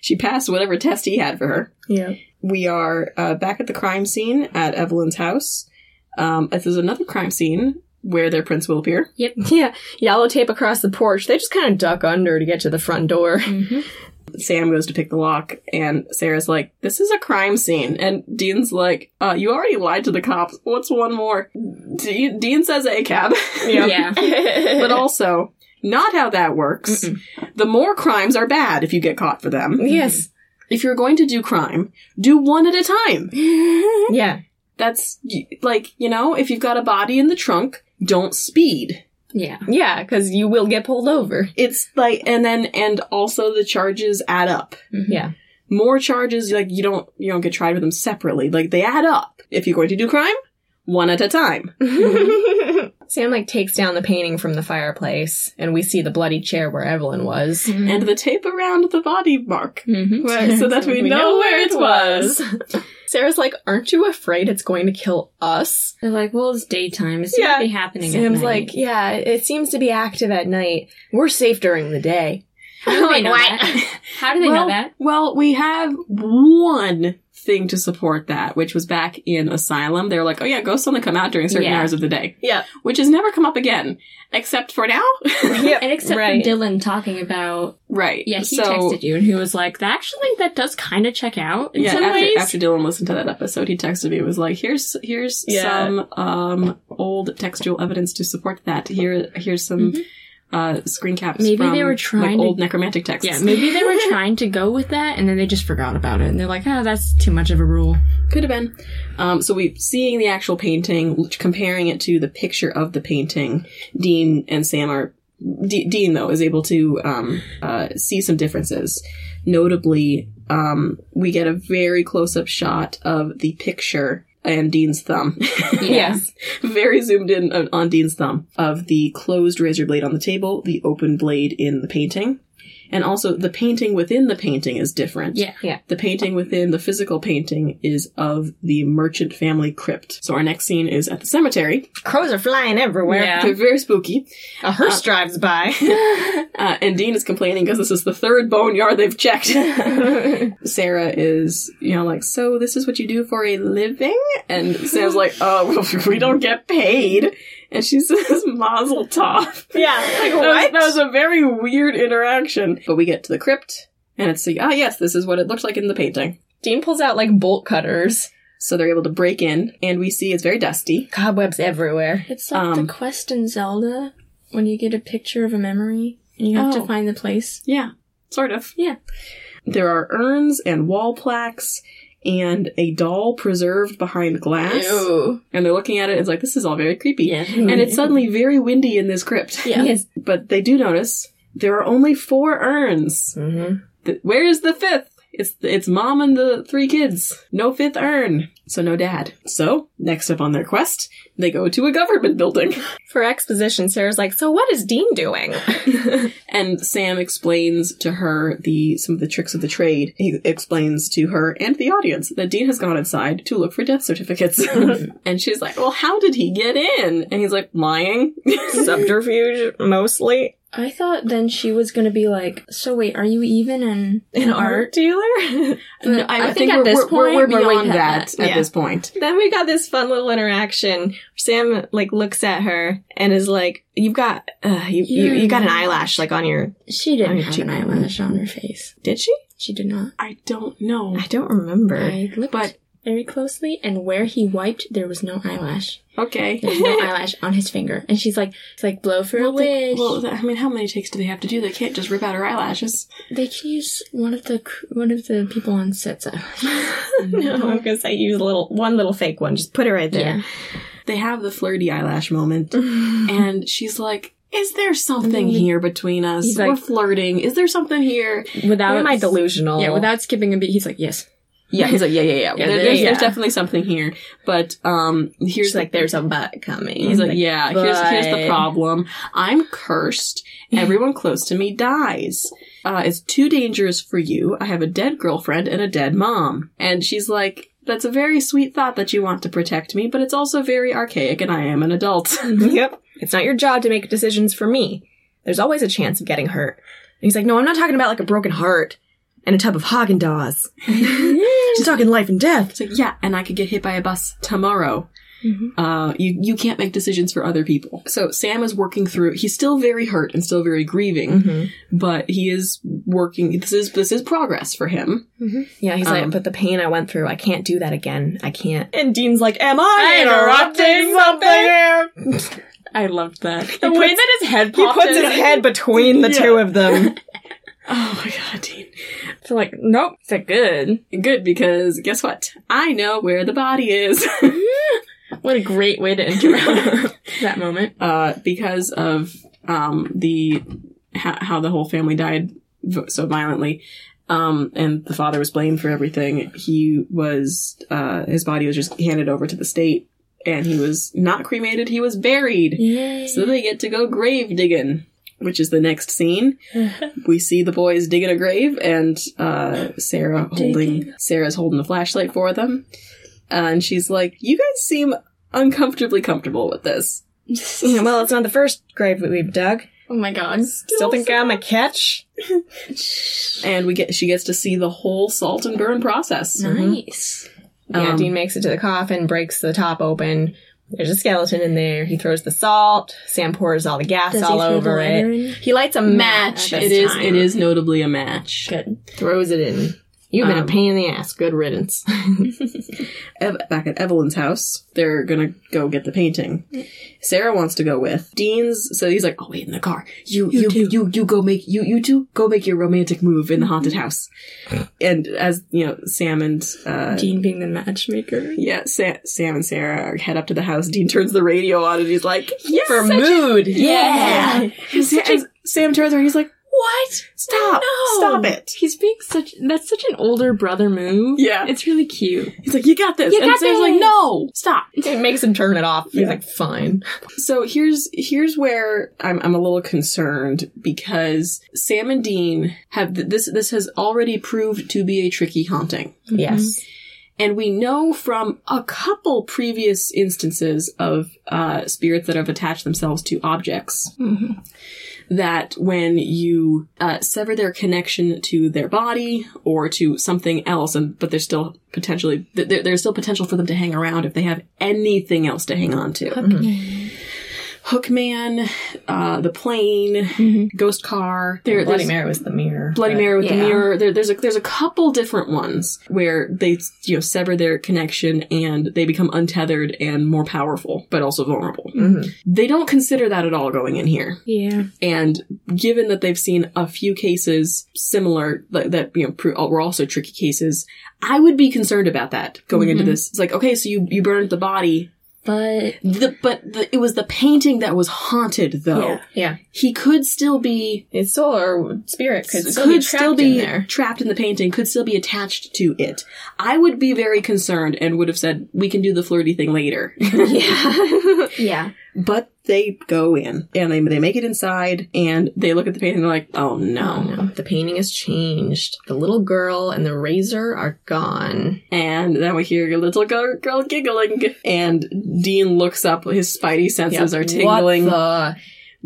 S1: she passed whatever test he had for her.
S2: yeah.
S1: we are uh, back at the crime scene at Evelyn's house. Um, this is another crime scene where their prince will appear.
S2: Yeah. Yellow tape across the porch. They just kind of duck under to get to the front door.
S1: Sam goes to pick the lock, and Sarah's like, "This is a crime scene," and Dean's like, uh, "You already lied to the cops. What's one more?" De- Dean says, "A cab,"
S3: Yeah.
S1: but also not how that works. The more crimes are bad if you get caught for them.
S2: yes.
S1: If you're going to do crime, do one at a time.
S2: Yeah.
S1: That's y- like you know, if you've got a body in the trunk, don't speed.
S3: yeah.
S2: Yeah, because you will get pulled over.
S1: it's like and then and also the charges add up
S2: Yeah.
S1: more charges like you don't you don't get tried with them separately like they add up if you're going to do crime one at a time Mm-hmm.
S2: Sam like takes down the painting from the fireplace, and we see the bloody chair where Evelyn was.
S1: and the tape around the body mark
S3: Mm-hmm.
S1: where- so that we, know, where it was
S2: Sarah's like, "Aren't you afraid it's going to kill us?"
S3: They're like, well, it's daytime. It's
S2: Yeah.
S3: not be happening. at
S2: Sam's
S3: night.
S2: like, "Yeah, it seems to be active at night. We're safe during the day."
S3: how do they
S2: Like,
S3: know
S2: what?
S3: that? How do they
S1: well,
S3: know that?
S1: well we have one thing to support that which was back in asylum they were like oh yeah ghosts only come out during certain
S3: Yeah.
S1: hours of the day
S2: Yeah.
S1: which has never come up again except for now
S2: Yep.
S3: And except
S2: right.
S3: for Dylan talking about,
S1: right
S3: yeah, he
S1: so
S3: texted you and he was like, "That actually, that does kind of check out in
S1: yeah,
S3: some
S1: after,
S3: ways.
S1: after Dylan listened to that episode, he texted me. It was like, "Here's here's
S2: Yeah.
S1: some um old textual evidence to support that. Here here's some
S3: Mhm.
S1: uh screen caps.
S3: Maybe
S1: from,
S3: they were trying
S1: like,
S3: to-
S1: old necromantic texts.
S3: yeah, maybe they were trying to go with that and then they just forgot about it and they're like, oh, that's too much of a rule.
S1: could have been. Um, so we seeing the actual painting, l- comparing it to the picture of the painting. Dean and Sam are. D- Dean though is able to um, uh, see some differences. Notably, um, we get a very close-up shot of the picture and Dean's thumb.
S2: Yes.
S1: very zoomed in on- on Dean's thumb of the closed razor blade on the table, the open blade in the painting, and also the painting within the painting is different.
S3: Yeah.
S2: Yeah.
S1: The painting within the physical painting is of the merchant family crypt. So our next scene is at the cemetery.
S2: Crows are flying everywhere.
S3: Yeah.
S1: They're very spooky.
S2: A hearse drives by.
S1: Uh, and Dean is complaining because this is the third boneyard they've checked. Sarah is, you know, like, so this is what you do for a living? And Sam's like, oh, we don't get paid. And she says, mazel tov.
S2: yeah. Like
S1: That was, that was a very weird interaction. But we get to the crypt, and it's like, ah, yes, this is what it looked like in the painting.
S2: Dean pulls out like bolt cutters.
S1: So they're able to break in, and we see it's very dusty.
S2: Cobwebs everywhere.
S3: It's
S1: like the Um,
S3: quest in Zelda when you get a picture of a memory and you
S1: have to
S3: find the place.
S1: Yeah, sort of.
S3: Yeah.
S1: There are urns and wall plaques and a doll preserved behind glass.
S2: Ew.
S1: And they're looking at it, it's like, this is all very creepy.
S3: Yeah.
S1: And it's suddenly very windy in this crypt.
S3: Yeah.
S2: Yes.
S1: But they do notice there are only four urns.
S2: Mm-hmm.
S1: Th- Where is the fifth? It's it's mom and the three kids. No fifth urn, so no dad. So next up on their quest, they go to a government building,
S2: For exposition, Sarah's like, so what is Dean doing?
S1: and Sam explains to her the some of the tricks of the trade. He explains to her and the audience that Dean has gone inside to look for death certificates, and she's like, "Well, how did he get in?" And he's like, "Lying."
S2: Subterfuge, mostly.
S3: I thought then she was going to be like, so wait, are you even in,
S2: An art dealer?
S1: No,
S3: I think at this point,
S1: we're,
S3: we're way
S1: beyond that,
S3: past
S2: that.
S1: at
S2: Yeah.
S1: this point.
S2: then we got this fun little interaction. Sam like looks at her and is like, "You've got, uh, you, you you got an eyelash like on your."
S3: She didn't
S2: I
S3: have
S2: do-
S3: an eyelash on her face.
S2: Did she?
S3: She did not.
S1: I don't know.
S2: I don't remember.
S3: I looked
S1: But-
S3: very closely, and where he wiped, there was no eyelash.
S1: Okay.
S3: There was no eyelash on his finger. And she's like, it's like blow for a wish.
S1: Well, th- I mean, how many takes do they have to do? They can't just rip out her eyelashes.
S3: they can use one of the cr- one of the people on set's eyelash.
S2: no, because I used a little one little fake one. Just put it right there.
S3: yeah,
S1: They have the flirty eyelash moment, and she's like, "Is there something
S3: Mhm.
S1: here between us?
S3: He's
S1: We're
S3: like-
S1: flirting. Is there something here?"
S3: without
S2: Am I delusional?
S3: Oh. yeah, without skipping a beat, he's like, yes,
S1: yeah, he's like, yeah, yeah, yeah.
S2: Yeah,
S1: There-
S2: there-
S1: there's,
S2: yeah.
S1: there's definitely something here, but um, here's
S2: Here's like, there's a butt coming.
S1: He's like, yeah, here's, here's the
S2: but-
S1: problem. I'm cursed. Everyone close to me dies. Uh, it's too dangerous for you. I have a dead girlfriend and a dead mom. And she's like, that's a very sweet thought that you want to protect me, but it's also very archaic and I am an adult.
S2: yep. It's not your job to make decisions for me. There's always a chance of getting hurt. And he's like, no, I'm not talking about like a broken heart and a tub of Haagen Dazs. She's talking life and death.
S1: It's like, yeah, and I could get hit by a bus tomorrow. Uh, you, you can't make decisions for other people. So Sam is working through, he's still very hurt and still very grieving,
S2: Mm-hmm.
S1: but he is working, this is, this is progress for him.
S2: Yeah, he's
S1: Um,
S2: like, but the pain I went through, I can't do that again. I can't. And Dean's like, am I
S3: something? I loved that. The way
S2: puts-
S3: that his head
S2: He
S3: popped
S2: puts
S3: in-
S2: his head between the two of them.
S1: Oh my god, Dean.
S3: It's like, nope. It's like, good.
S1: Good because guess what? I know where the body is.
S3: What a great way to interrupt that moment.
S1: uh, because of um, the how, how the whole family died v- so violently, um, and the father was blamed for everything. He was uh, his body was just handed over to the state, and he was not cremated. He was buried.
S3: Yay.
S1: So they get to go grave digging, which is the next scene. we see the boys digging a grave, and uh, Sarah holding Sarah's holding a flashlight for them, and she's like, "You guys seem uncomfortably comfortable with this."
S2: Yeah, well, it's not the first grave that we've dug.
S3: oh my god.
S2: Still think I'm a catch?
S1: And we get she gets to see the whole salt and burn process. Mm-hmm.
S3: Mm-hmm. Nice.
S2: yeah,
S1: Um,
S2: Dean makes it to the coffin, breaks the top open. There's a skeleton in there. He throws the salt. Sam pours all the gas
S3: Does he
S2: all
S3: throw the
S2: over
S3: lighter
S2: it.
S3: in?
S2: He lights a match.
S1: It is it is notably a match.
S3: Good.
S2: Throws it in. You've been
S1: Um,
S2: a pain in the ass. Good riddance.
S1: Ev- back at Evelyn's house, they're gonna go get the painting. Sarah wants to go with Dean's, so he's like, "Oh, wait in the car. You, you, you, you, go make you, you two go make your romantic move in the haunted house." and as you know, Sam and uh,
S3: Dean being the matchmaker.
S1: yeah, Sa- Sam and Sarah head up to the house. Dean turns the radio on, and he's like, "Yes,
S2: For
S1: such-
S2: mood.
S1: yeah." And Sa- and Sam turns around, and he's like,
S3: What?
S1: "Stop!
S3: No.
S1: Stop it!"
S3: He's being such. That's such an older brother move.
S1: Yeah.
S3: It's really cute.
S1: He's like, "You got this."
S3: You
S1: and
S3: got
S1: Sam's like,
S3: this.
S1: "No, stop."
S2: It makes him turn it off. He's
S1: Yeah.
S2: like, fine.
S1: So here's here's where I'm I'm a little concerned because Sam and Dean have th- this this has already proved to be a tricky haunting.
S2: Yes.
S1: And we know from a couple previous instances of uh, spirits that have attached themselves to objects
S3: Mm-hmm.
S1: that when you uh, sever their connection to their body or to something else, and but there's still potentially th- there, there's still potential for them to hang around if they have anything else to hang on to.
S2: Mm-hmm.
S1: Hookman, uh, the plane,
S3: Mm-hmm.
S1: ghost car. There,
S2: Bloody
S1: there's-
S2: Mary was the mirror.
S1: Bloody
S2: but-
S1: Mary with the
S3: yeah.
S1: mirror. There, there's a there's a couple different ones where they you know sever their connection and they become untethered and more powerful, but also vulnerable.
S2: Mhm.
S1: They don't consider that at all going in here.
S3: Yeah.
S1: And given that they've seen a few cases similar that, that you know pro- were also tricky cases, I would be concerned about that going into
S3: Mhm.
S1: this. It's like okay, so you you burned the body,
S3: But
S1: the, but the, it was the painting that was haunted though.
S3: Yeah.
S2: Yeah.
S1: He could still be
S2: His soul or spirit could still be trapped in there.
S1: trapped in the painting, could still be attached to it. I would be very concerned and would have said, we can do the flirty thing later.
S2: yeah.
S3: yeah.
S1: but they go in and they, they make it inside and they look at the painting and they're like, oh
S2: Oh
S1: no.
S2: no, the painting has changed. The little girl and the razor are gone.
S1: And then we hear a little girl, girl giggling and Dean looks up, his spidey senses are tingling.
S2: What the?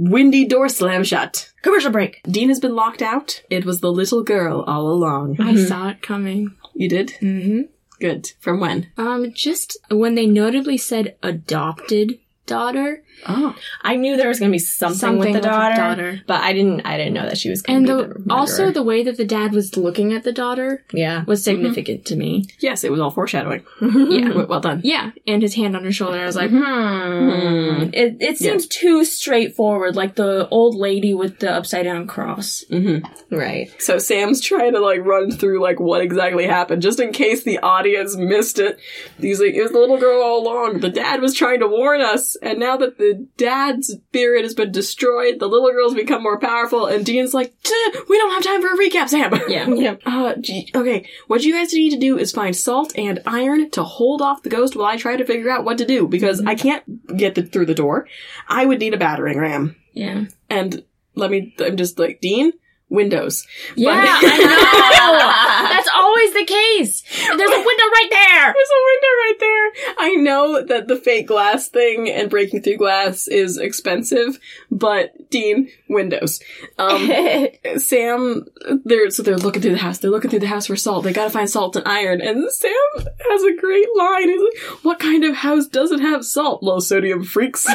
S1: Windy door slam shut.
S2: Commercial break.
S1: Dean has been locked out. It was the little girl all along.
S2: Mm-hmm.
S3: I saw it coming.
S1: You did?
S3: Mm-hmm.
S1: Good. From when?
S3: Um, just when they notably said adopted daughter,
S1: Oh.
S2: I knew there was going to be something, with the daughter, but I didn't. I didn't know that she was. Gonna
S3: and
S2: be
S3: the,
S2: the,
S3: also
S2: murderer.
S3: the way that the dad was looking at the daughter
S2: yeah.
S3: was significant to me.
S1: Yes, it was all foreshadowing.
S3: Yeah.
S1: W- well done.
S3: Yeah, and his hand on her shoulder. I was like,
S2: Hmm.
S3: It, it seems too straightforward, like the old lady with the upside down cross.
S1: Mm-hmm.
S2: Right.
S1: So Sam's trying to like run through like what exactly happened, just in case the audience missed it. He's like, "It was the little girl all along. The dad was trying to warn us, and now that the the dad's spirit has been destroyed. The little girl's become more powerful, and Dean's like, "Tuh, "We don't have time for a recap, Sam."
S3: Yeah.
S1: Uh, gee, okay. What you guys need to do is find salt and iron to hold off the ghost while I try to figure out what to do because I can't get the, through the door. I would need a battering ram.
S3: Yeah.
S1: And let me. I'm just like Dean. Windows.
S3: Yeah, I know. That's always the case. There's a window right there.
S1: There's a window right there. I know that the fake glass thing and breaking through glass is expensive, but Dean, windows. Um, Sam, they're so they're looking through the house. They're looking through the house for salt. They gotta find salt and iron. And Sam has a great line. He's like, "What kind of house doesn't have salt? Low sodium freaks."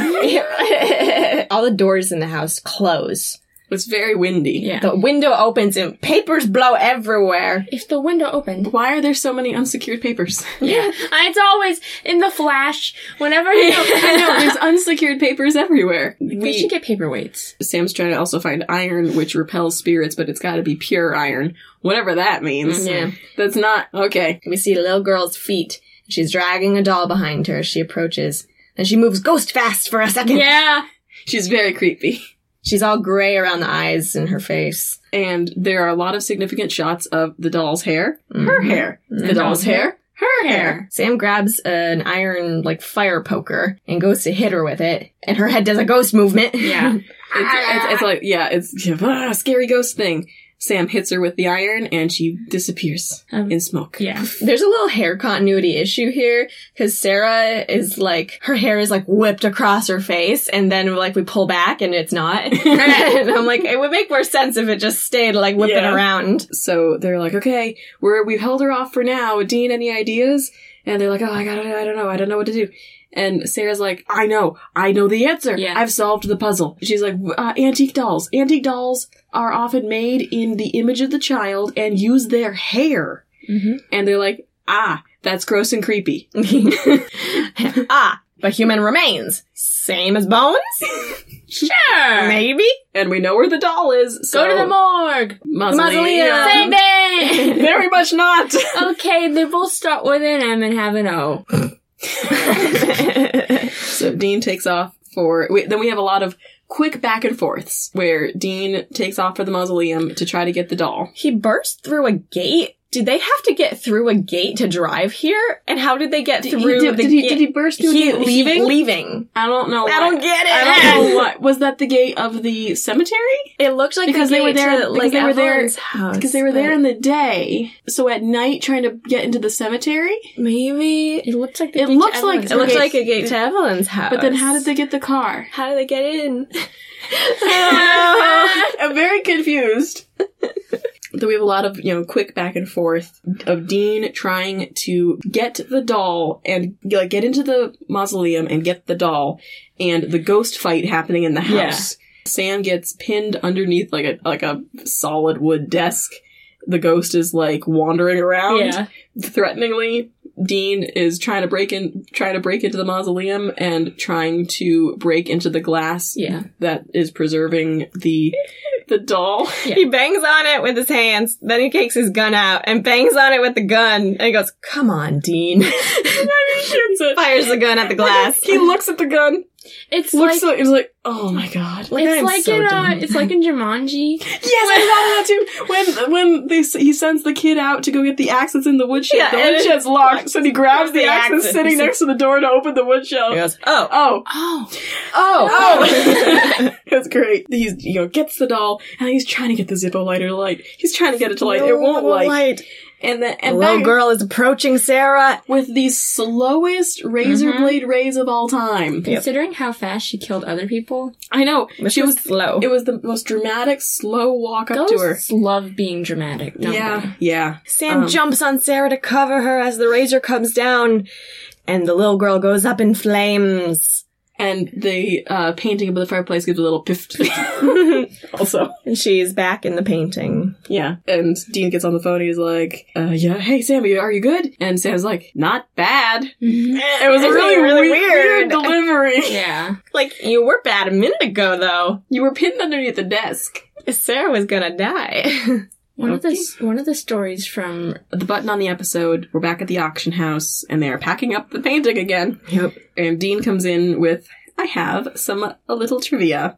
S2: All the doors in the house close.
S1: it's very windy.
S3: Yeah.
S2: The window opens and papers blow everywhere.
S3: If the window opened.
S1: Why are there so many unsecured papers?
S3: Yeah. It's always in the flash. Whenever you
S1: I know there's unsecured papers everywhere.
S3: we should get paperweights.
S1: Sam's trying to also find iron, which repels spirits, but it's got to be pure iron, whatever that means.
S2: Yeah.
S1: That's not okay.
S2: We see a little girl's feet. She's dragging a doll behind her. She approaches and she moves ghost fast for a second.
S3: Yeah.
S1: She's very creepy,
S2: She's all gray around the eyes and her face.
S1: and there are a lot of significant shots of the doll's hair, her
S2: Mhm.
S1: hair, the
S2: Mhm.
S1: doll's hair, her hair.
S2: Sam grabs an iron, like, fire poker and goes to hit her with it, and her head does a ghost movement.
S3: Yeah.
S1: It's, it's, it's like yeah, it's yeah, ah, scary ghost thing. Sam hits her with the iron, and she disappears
S3: Um,
S1: in smoke.
S3: yeah.
S2: There's a little hair continuity issue here because Sarah is like her hair is like whipped across her face, and then like we pull back and it's not. and I'm like, it would make more sense if it just stayed like whipping
S1: Yeah.
S2: around.
S1: So they're like, okay, we're we've held her off for now. Dean, any ideas? And they're like, oh, I got, I don't know, I don't know what to do. And Sarah's like, I know, I know the answer.
S3: Yeah.
S1: I've solved the puzzle. She's like, uh, antique dolls. Antique dolls are often made in the image of the child and use their hair.
S3: Mm-hmm.
S1: And they're like, ah, that's gross and creepy.
S2: ah, but human remains same as bones.
S3: Sure.
S2: Maybe
S1: And we know where the doll is. So
S3: Go to the morgue.
S1: mausoleum.
S3: Same thing.
S1: Very much not.
S3: okay, they both start with an M and have an O.
S1: So Dean takes off for. We, then we have a lot of quick back and forths where Dean takes off for the mausoleum to try to get the doll.
S2: he burst through a gate. Did they have to get through a gate to drive here? And how did they get
S1: Did,
S2: through
S1: he, did,
S2: the
S1: he,
S2: gate?
S1: did he burst through
S2: He-
S1: a gate leaving?
S2: he- leaving.
S1: I don't know.
S2: I
S1: why.
S2: don't get it.
S1: I don't know what was that. The gate of the cemetery
S2: It looked like
S1: Because
S2: the
S1: they were
S2: gate
S1: there-
S2: to,
S1: because
S2: like
S1: they were there-
S2: Evelyn's house,
S1: because they were there
S2: but
S1: in the day. So at night, trying to get into the cemetery,
S2: maybe
S3: It looks like
S1: It
S3: gate to
S1: looks like-
S3: Evelyn's
S2: it looks
S1: Okay.
S2: like
S3: house.
S2: a gate to Evelyn's house.
S1: but then how did they get the car?
S2: how did they get in?
S1: I'm very confused. Though we have a lot of, you know, quick back and forth of Dean trying to get the doll and like get into the mausoleum and get the doll and the ghost fight happening in the
S3: Yeah.
S1: house. Sam gets pinned underneath like a like a solid wood desk. The ghost is like wandering around
S3: yeah.
S1: threateningly. Dean is trying to break in trying to break into the mausoleum and trying to break into the glass
S3: Yeah.
S1: that is preserving the the doll.
S2: He bangs on it with his hands. Then he takes his gun out and bangs on it with the gun. And he goes, "Come on, Dean!"
S1: shoots it.
S2: Fires the gun at the glass.
S1: He looks at the gun.
S3: It's
S1: looks
S3: like
S1: like, he's like, oh my god. Like, I
S3: it's
S1: am
S3: like
S1: so
S3: in
S1: dumb.
S3: uh, it's like in Jumanji.
S1: Yes, I thought of that too. When when they s- he sends the kid out to go get the axe that's in the woodshed,
S2: Yeah,
S1: the
S2: and it-
S1: woodshed's locked, so he grabs the,
S2: The
S1: axe
S2: axe
S1: that's
S2: and-
S1: sitting next to the door to open the woodshelf.
S2: He goes, "Oh,
S1: Oh,
S3: Oh,
S1: oh! That's great. He's you know gets the doll and he's trying to get the Zippo lighter to light. He's trying to get it to light. it won't light. And then
S2: The
S1: and
S2: little
S1: back-
S2: girl is approaching Sarah.
S1: with the slowest razor
S3: Mhm.
S1: blade rays of all time.
S3: considering how fast she killed other people,
S1: I know.
S2: This
S1: she was
S2: slow.
S1: it was the most dramatic slow walk up to her.
S3: ghosts love being dramatic. Don't
S1: Yeah. Yeah.
S2: Sam
S1: Um,
S2: jumps on Sarah to cover her as the razor comes down, and the little girl goes up in flames.
S1: And the uh, painting above the fireplace gives a little piff
S2: and
S1: also.
S2: she's back in the painting.
S1: Yeah. And Dean gets on the phone and he's like, uh, yeah, hey Sam, are you- are you good? And Sam's like, not bad.
S3: they? Mhm.
S1: It was a really, really weird, delivery.
S3: Yeah,
S2: Like, you were bad a minute ago, though.
S1: You were pinned underneath the desk.
S2: Sarah was gonna die.
S3: one of the s- one of the stories from
S1: The button on the episode, we're back at the auction house, and they are packing up the painting again.
S2: yep.
S1: And Dean comes in with I have some a little trivia.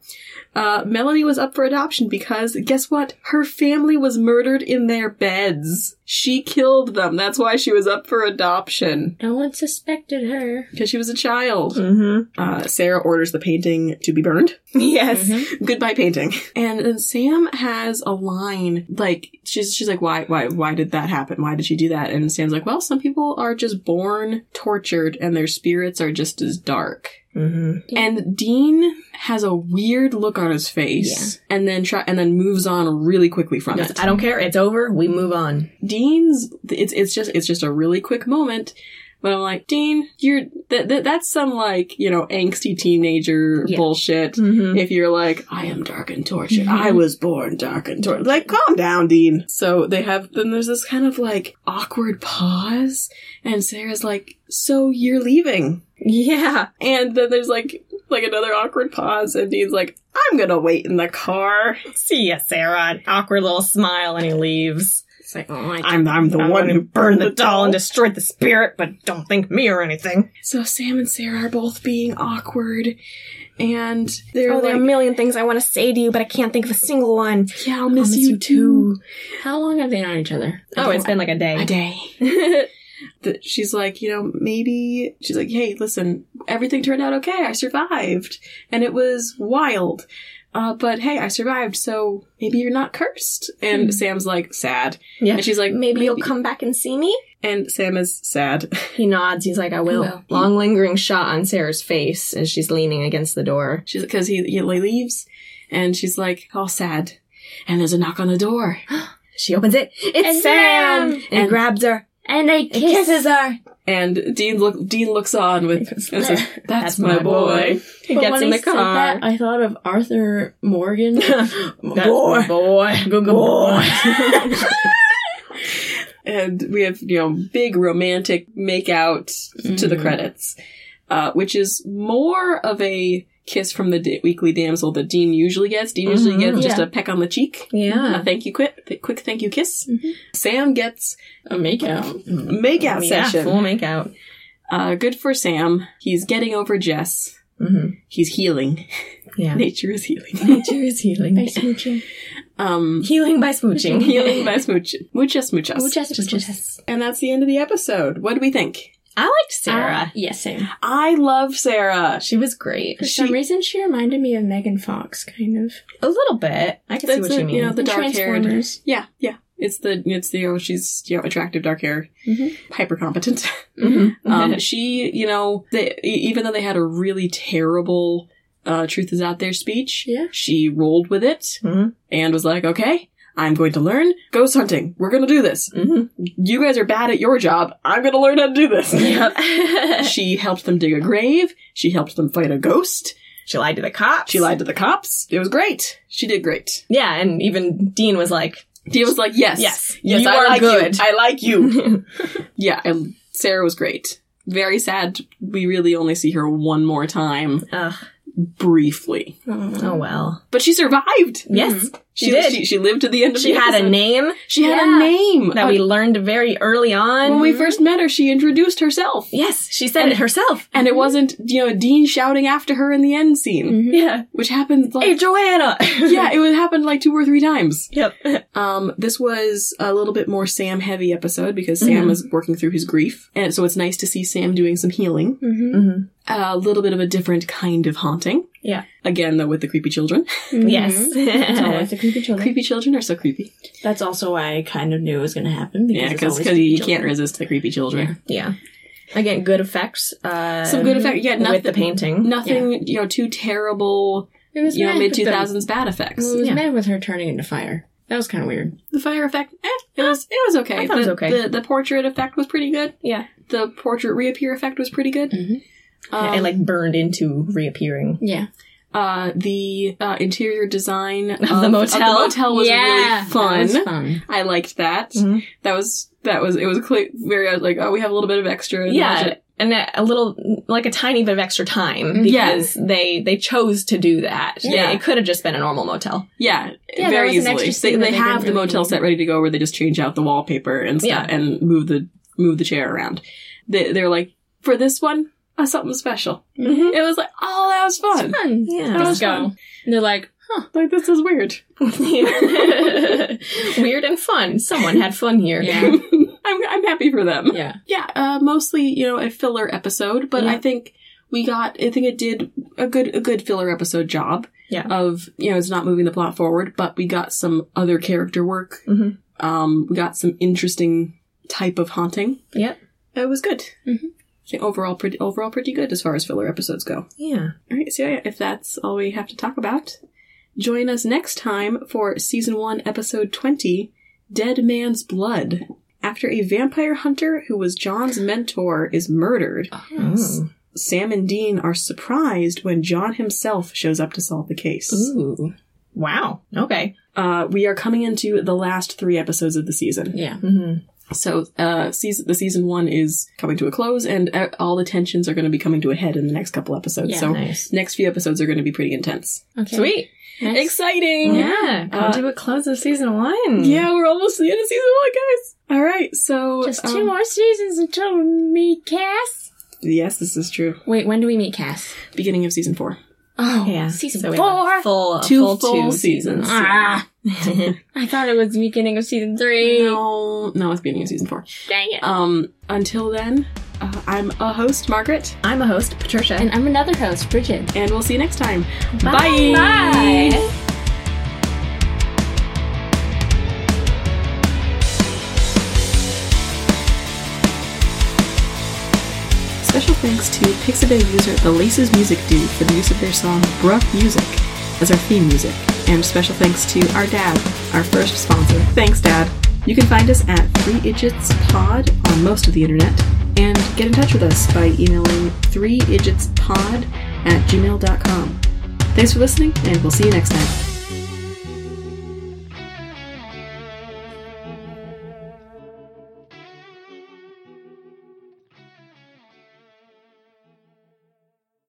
S1: Uh, Melanie was up for adoption because guess what? Her family was murdered in their beds. She killed them. That's why she was up for adoption
S3: No one suspected her.
S1: because she was a child.
S2: Mm-hmm.
S1: Uh, Sarah orders the painting to be burned. Mm-hmm.
S2: Yes.
S1: Goodbye painting. And then Sam has a line like she's she's like why why why did that happen? Why did she do that? And Sam's like, well, some people are just born tortured and their spirits are just as dark.
S2: Mm-hmm.
S1: And Dean has a weird look on his face, and then try and then moves on really quickly from it.
S2: I don't care. It's over. We move on.
S1: Dean's it's it's just it's just a really quick moment, but I'm like Dean, you're that th- that's some like you know angsty teenager
S3: Yeah.
S1: bullshit.
S2: Mm-hmm.
S1: If you're like, I am dark and tortured.
S3: Mhm.
S1: I was born dark and tortured. Like, calm down, Dean. So they have, then there's this kind of like awkward pause, and Sarah's like, So you're leaving?
S2: Yeah.
S1: And then there's like like another awkward pause, and Dean's like, "I'm gonna wait in the car."
S2: See ya, Sarah. Awkward little smile, and he leaves.
S1: It's like, "Oh, I, I'm I'm the one
S2: gonna
S1: who
S2: burn the doll and destroyed the spirit, but don't think me or anything.
S1: so Sam and Sarah are both being awkward, and they're
S2: oh,
S1: like,
S2: there are a million things I want to say to you, but I can't think of a single one.
S1: "Yeah, I'll miss, you, too."
S3: How long have they known each other?
S2: Oh, it's been like a
S1: A
S2: day.
S1: day. That she's like, you know, maybe she's like, "Hey, listen, everything turned out okay. I survived, and it was wild." Uh, but hey, I survived, so maybe you're not cursed. And
S3: Hmm.
S1: Sam's like sad,
S2: yeah.
S1: and she's like,
S2: Maybe you'll come back and see me?
S1: And Sam is sad.
S2: He nods. He's like, I will.
S1: will.
S2: Long lingering shot on Sarah's face as she's leaning against the door.
S1: She's because he, he leaves, and she's like all sad. And there's a knock on the door.
S2: She opens it. It's Sam!
S3: And Sam!
S2: And, he
S1: And-
S2: grabs her
S3: And they
S2: and
S3: kiss.
S2: kisses her.
S1: And Dean look Dean looks on with and says, "That's, my boy."
S2: He
S3: But
S2: gets
S3: when
S2: in
S3: I
S2: the
S3: said
S2: car.
S3: that, I thought of Arthur Morgan.
S2: That's my boy. Good boy.
S1: And we have you know big romantic make out to the
S2: Mhm.
S1: credits, uh, which is more of a kiss from the d- weekly damsel that Dean usually gets. Dean usually
S2: Mhm.
S1: gets just
S3: Yeah.
S1: a peck on the cheek.
S2: yeah. Mm-hmm.
S1: A thank you quick, quick thank you kiss.
S3: Mhm.
S1: Sam gets
S3: a makeout.
S1: make out
S2: Oh, yeah,
S1: session.
S2: Full make out.
S1: Uh, good for Sam. He's getting over Jess.
S2: hmm
S1: He's healing.
S2: Yeah.
S1: Nature is healing.
S2: Nature is healing.
S3: Nice smooching.
S1: Um,
S2: Healing by smooching.
S1: healing by smooch. Muchas, muchas.
S3: Muchas,
S2: Just-
S3: muchas.
S1: And that's the end of the episode. What do we think?
S2: I liked Ah,
S3: Uh, yes, Sam.
S1: I love Sarah.
S2: she was great.
S3: For some reason, she reminded me of Megan Fox, kind of.
S2: A little bit. I can see what
S1: That's
S2: you
S1: it,
S2: mean.
S1: you
S3: Oh,
S1: know, The dark-haired-
S3: Transformers.
S1: Yeah, yeah. It's the it's the oh she's you know attractive dark hair,
S3: Mhm.
S1: hyper competent.
S2: Mhm.
S1: Um, she you know they, e- even though they had a really terrible uh, "Truth Is Out There" speech,
S3: Yeah.
S1: she rolled with it
S2: Mhm.
S1: and was like, okay. I'm going to learn ghost hunting. We're going to do this.
S2: Mhm.
S1: You guys are bad at your job. I'm going to learn how to do
S2: Mm-hmm.
S1: this.
S2: Yep.
S1: she helped them dig a grave. She helped them fight a ghost.
S2: she lied to the cops.
S1: She lied to the cops. It was great. She did great.
S2: Yeah, and even Dean was like,
S1: Dia was like, yes,
S2: Yes.
S1: yes,
S2: You
S1: I
S2: are
S1: like
S2: good.
S1: you. I like you.
S2: "Mhm."
S1: yeah, and Sarah was great. Very sad. We really only see her one more time,
S2: Ugh.
S1: briefly,
S2: "Oh well."
S1: but she survived. Mm-hmm.
S2: Yes,
S1: She,
S2: She did.
S1: She, she lived to the end of
S2: she
S1: the
S2: had a
S1: episode.
S2: name
S1: She had
S3: Yeah.
S1: a name
S2: that
S1: Uh,
S2: we learned very early on.
S1: when we first met her. She introduced herself,
S2: yes, she said
S1: And-
S2: it herself.
S1: and it wasn't you know Dean shouting after her in the end scene,
S3: Mhm.
S2: Yeah.
S1: which happened like.
S2: Mm-hmm. Hey, Joanna.
S1: yeah, it would happened like two or three times.
S2: Yep.
S1: Um, this was a little bit more Sam heavy episode because Sam
S2: Mhm.
S1: is working through his grief, and so it's nice to see Sam doing some healing.
S3: Mhm.
S2: Mm-hmm.
S1: a little bit of a different kind of haunting.
S2: Yeah.
S1: Again, though, with the creepy children.
S3: Mhm. It's
S2: Yes.
S3: always the creepy children.
S1: creepy children are so creepy.
S3: That's also why I kind of knew it was going to happen.
S1: Yeah,
S3: it's
S1: because
S3: always
S1: you, you
S3: creepy
S1: can't
S3: children.
S1: resist the creepy children.
S2: yeah. Again, good effects. Uh,
S1: Some good effect. Yeah,
S2: with the
S1: nothing.
S2: painting.
S1: nothing. You know, too terrible.
S3: It was
S1: You know,
S3: mad
S1: mid
S3: with
S1: two
S3: them.
S1: thousands bad effects.
S3: Well, it was
S2: Yeah.
S3: mad with her turning into fire. That was kind of weird.
S1: The fire effect. Eh, it was. It was okay.
S2: I thought it was
S1: the,
S2: okay.
S1: The, the portrait effect was pretty good.
S2: Yeah.
S1: The portrait reappear effect was pretty good.
S3: Mhm.
S1: Um,
S2: it like burned into reappearing.
S3: Yeah.
S1: uh, the uh, interior design of,
S2: the
S1: of
S2: motel.
S1: motel was really fun.
S3: That was fun.
S1: I liked that.
S2: Mhm.
S1: That was that was it was clear, very I was like oh we have a little bit of extra. and that's
S2: Yeah,
S1: it.
S2: and a, a little, like a tiny bit of extra time
S3: Mhm.
S2: because they they chose to do that.
S1: Yeah.
S2: it could have just been a normal motel.
S1: yeah,
S3: Yeah, there
S1: very
S3: was an
S1: easily.
S3: extra scene
S1: They,
S3: that
S1: they
S3: they
S1: have the
S3: didn't really
S1: motel
S3: need.
S1: set ready to go where they just change out the wallpaper and stuff
S2: Yeah.
S1: and move the move the chair around. They, they're like for this one uh, something special.
S2: Mm-hmm.
S1: It was like, oh, that was fun.
S3: Fun.
S1: That
S2: Yeah.
S1: was
S3: Let's go.
S1: fun.
S3: And they're like,
S1: Like this is weird.
S2: Weird and fun. Someone had fun here.
S3: Yeah.
S1: I'm I'm happy for them.
S3: yeah.
S1: Yeah, uh, mostly you know a filler episode, but I
S2: Yeah.
S1: think we got. I think it did a good a good filler episode job.
S2: Yeah.
S1: Of you know, it's not moving the plot forward, but we got some other character work.
S2: Mhm.
S1: Um, we got some interesting type of haunting.
S2: Yep.
S1: It was good.
S2: Mm-hmm.
S3: Mhm.
S1: I think overall pretty overall pretty good as far as filler episodes go.
S2: Yeah.
S1: All right, so yeah, if that's all we have to talk about, join us next time for season one, episode 20 Dead Man's Blood. After a vampire hunter who was John's mentor is murdered,
S2: Oh.
S1: Sam and Dean are surprised when John himself shows up to solve the case.
S2: Ooh. Wow. Okay.
S1: Uh, we are coming into the last three episodes of the season.
S3: Yeah.
S2: Mm-hmm.
S1: So uh, season, the season one is coming to a close, and uh, all the tensions are going to be coming to a head in the next couple episodes.
S3: Yeah.
S1: so
S2: Nice.
S1: next few episodes are going to be pretty intense.
S3: Okay.
S2: Sweet.
S3: Next.
S1: Exciting!
S2: Yeah. Come
S1: Uh,
S2: to a close of season one.
S1: Yeah, we're almost to the end of season one, guys. All right, so
S3: Just
S1: um,
S3: two more seasons until we meet Cass.
S1: Yes, this is true.
S3: Wait, when do we meet Cass?
S1: Beginning of season four.
S3: Oh,
S2: Yeah.
S3: season
S2: So we
S3: four.
S2: have Full,
S1: Two
S2: full,
S1: full
S2: two
S1: seasons.
S3: Ah, I thought it was the beginning of season three.
S1: No, no, it's beginning of season four.
S3: Dang it.
S1: Um, until then, uh, I'm a host, Margaret,
S2: I'm a host, Patricia.
S3: and I'm another host, Bridget.
S1: and we'll see you next time.
S3: Bye. Bye.
S1: Special thanks to Pixabay user The Laces Music Dude for the use of their song Bruh Music as our theme music. And special thanks to our dad, our first sponsor. Thanks, Dad. You can find us at 3 Idgits Pod on most of the internet. And get in touch with us by emailing 3idgitspod at gmail.com. Thanks for listening, and we'll see you next time.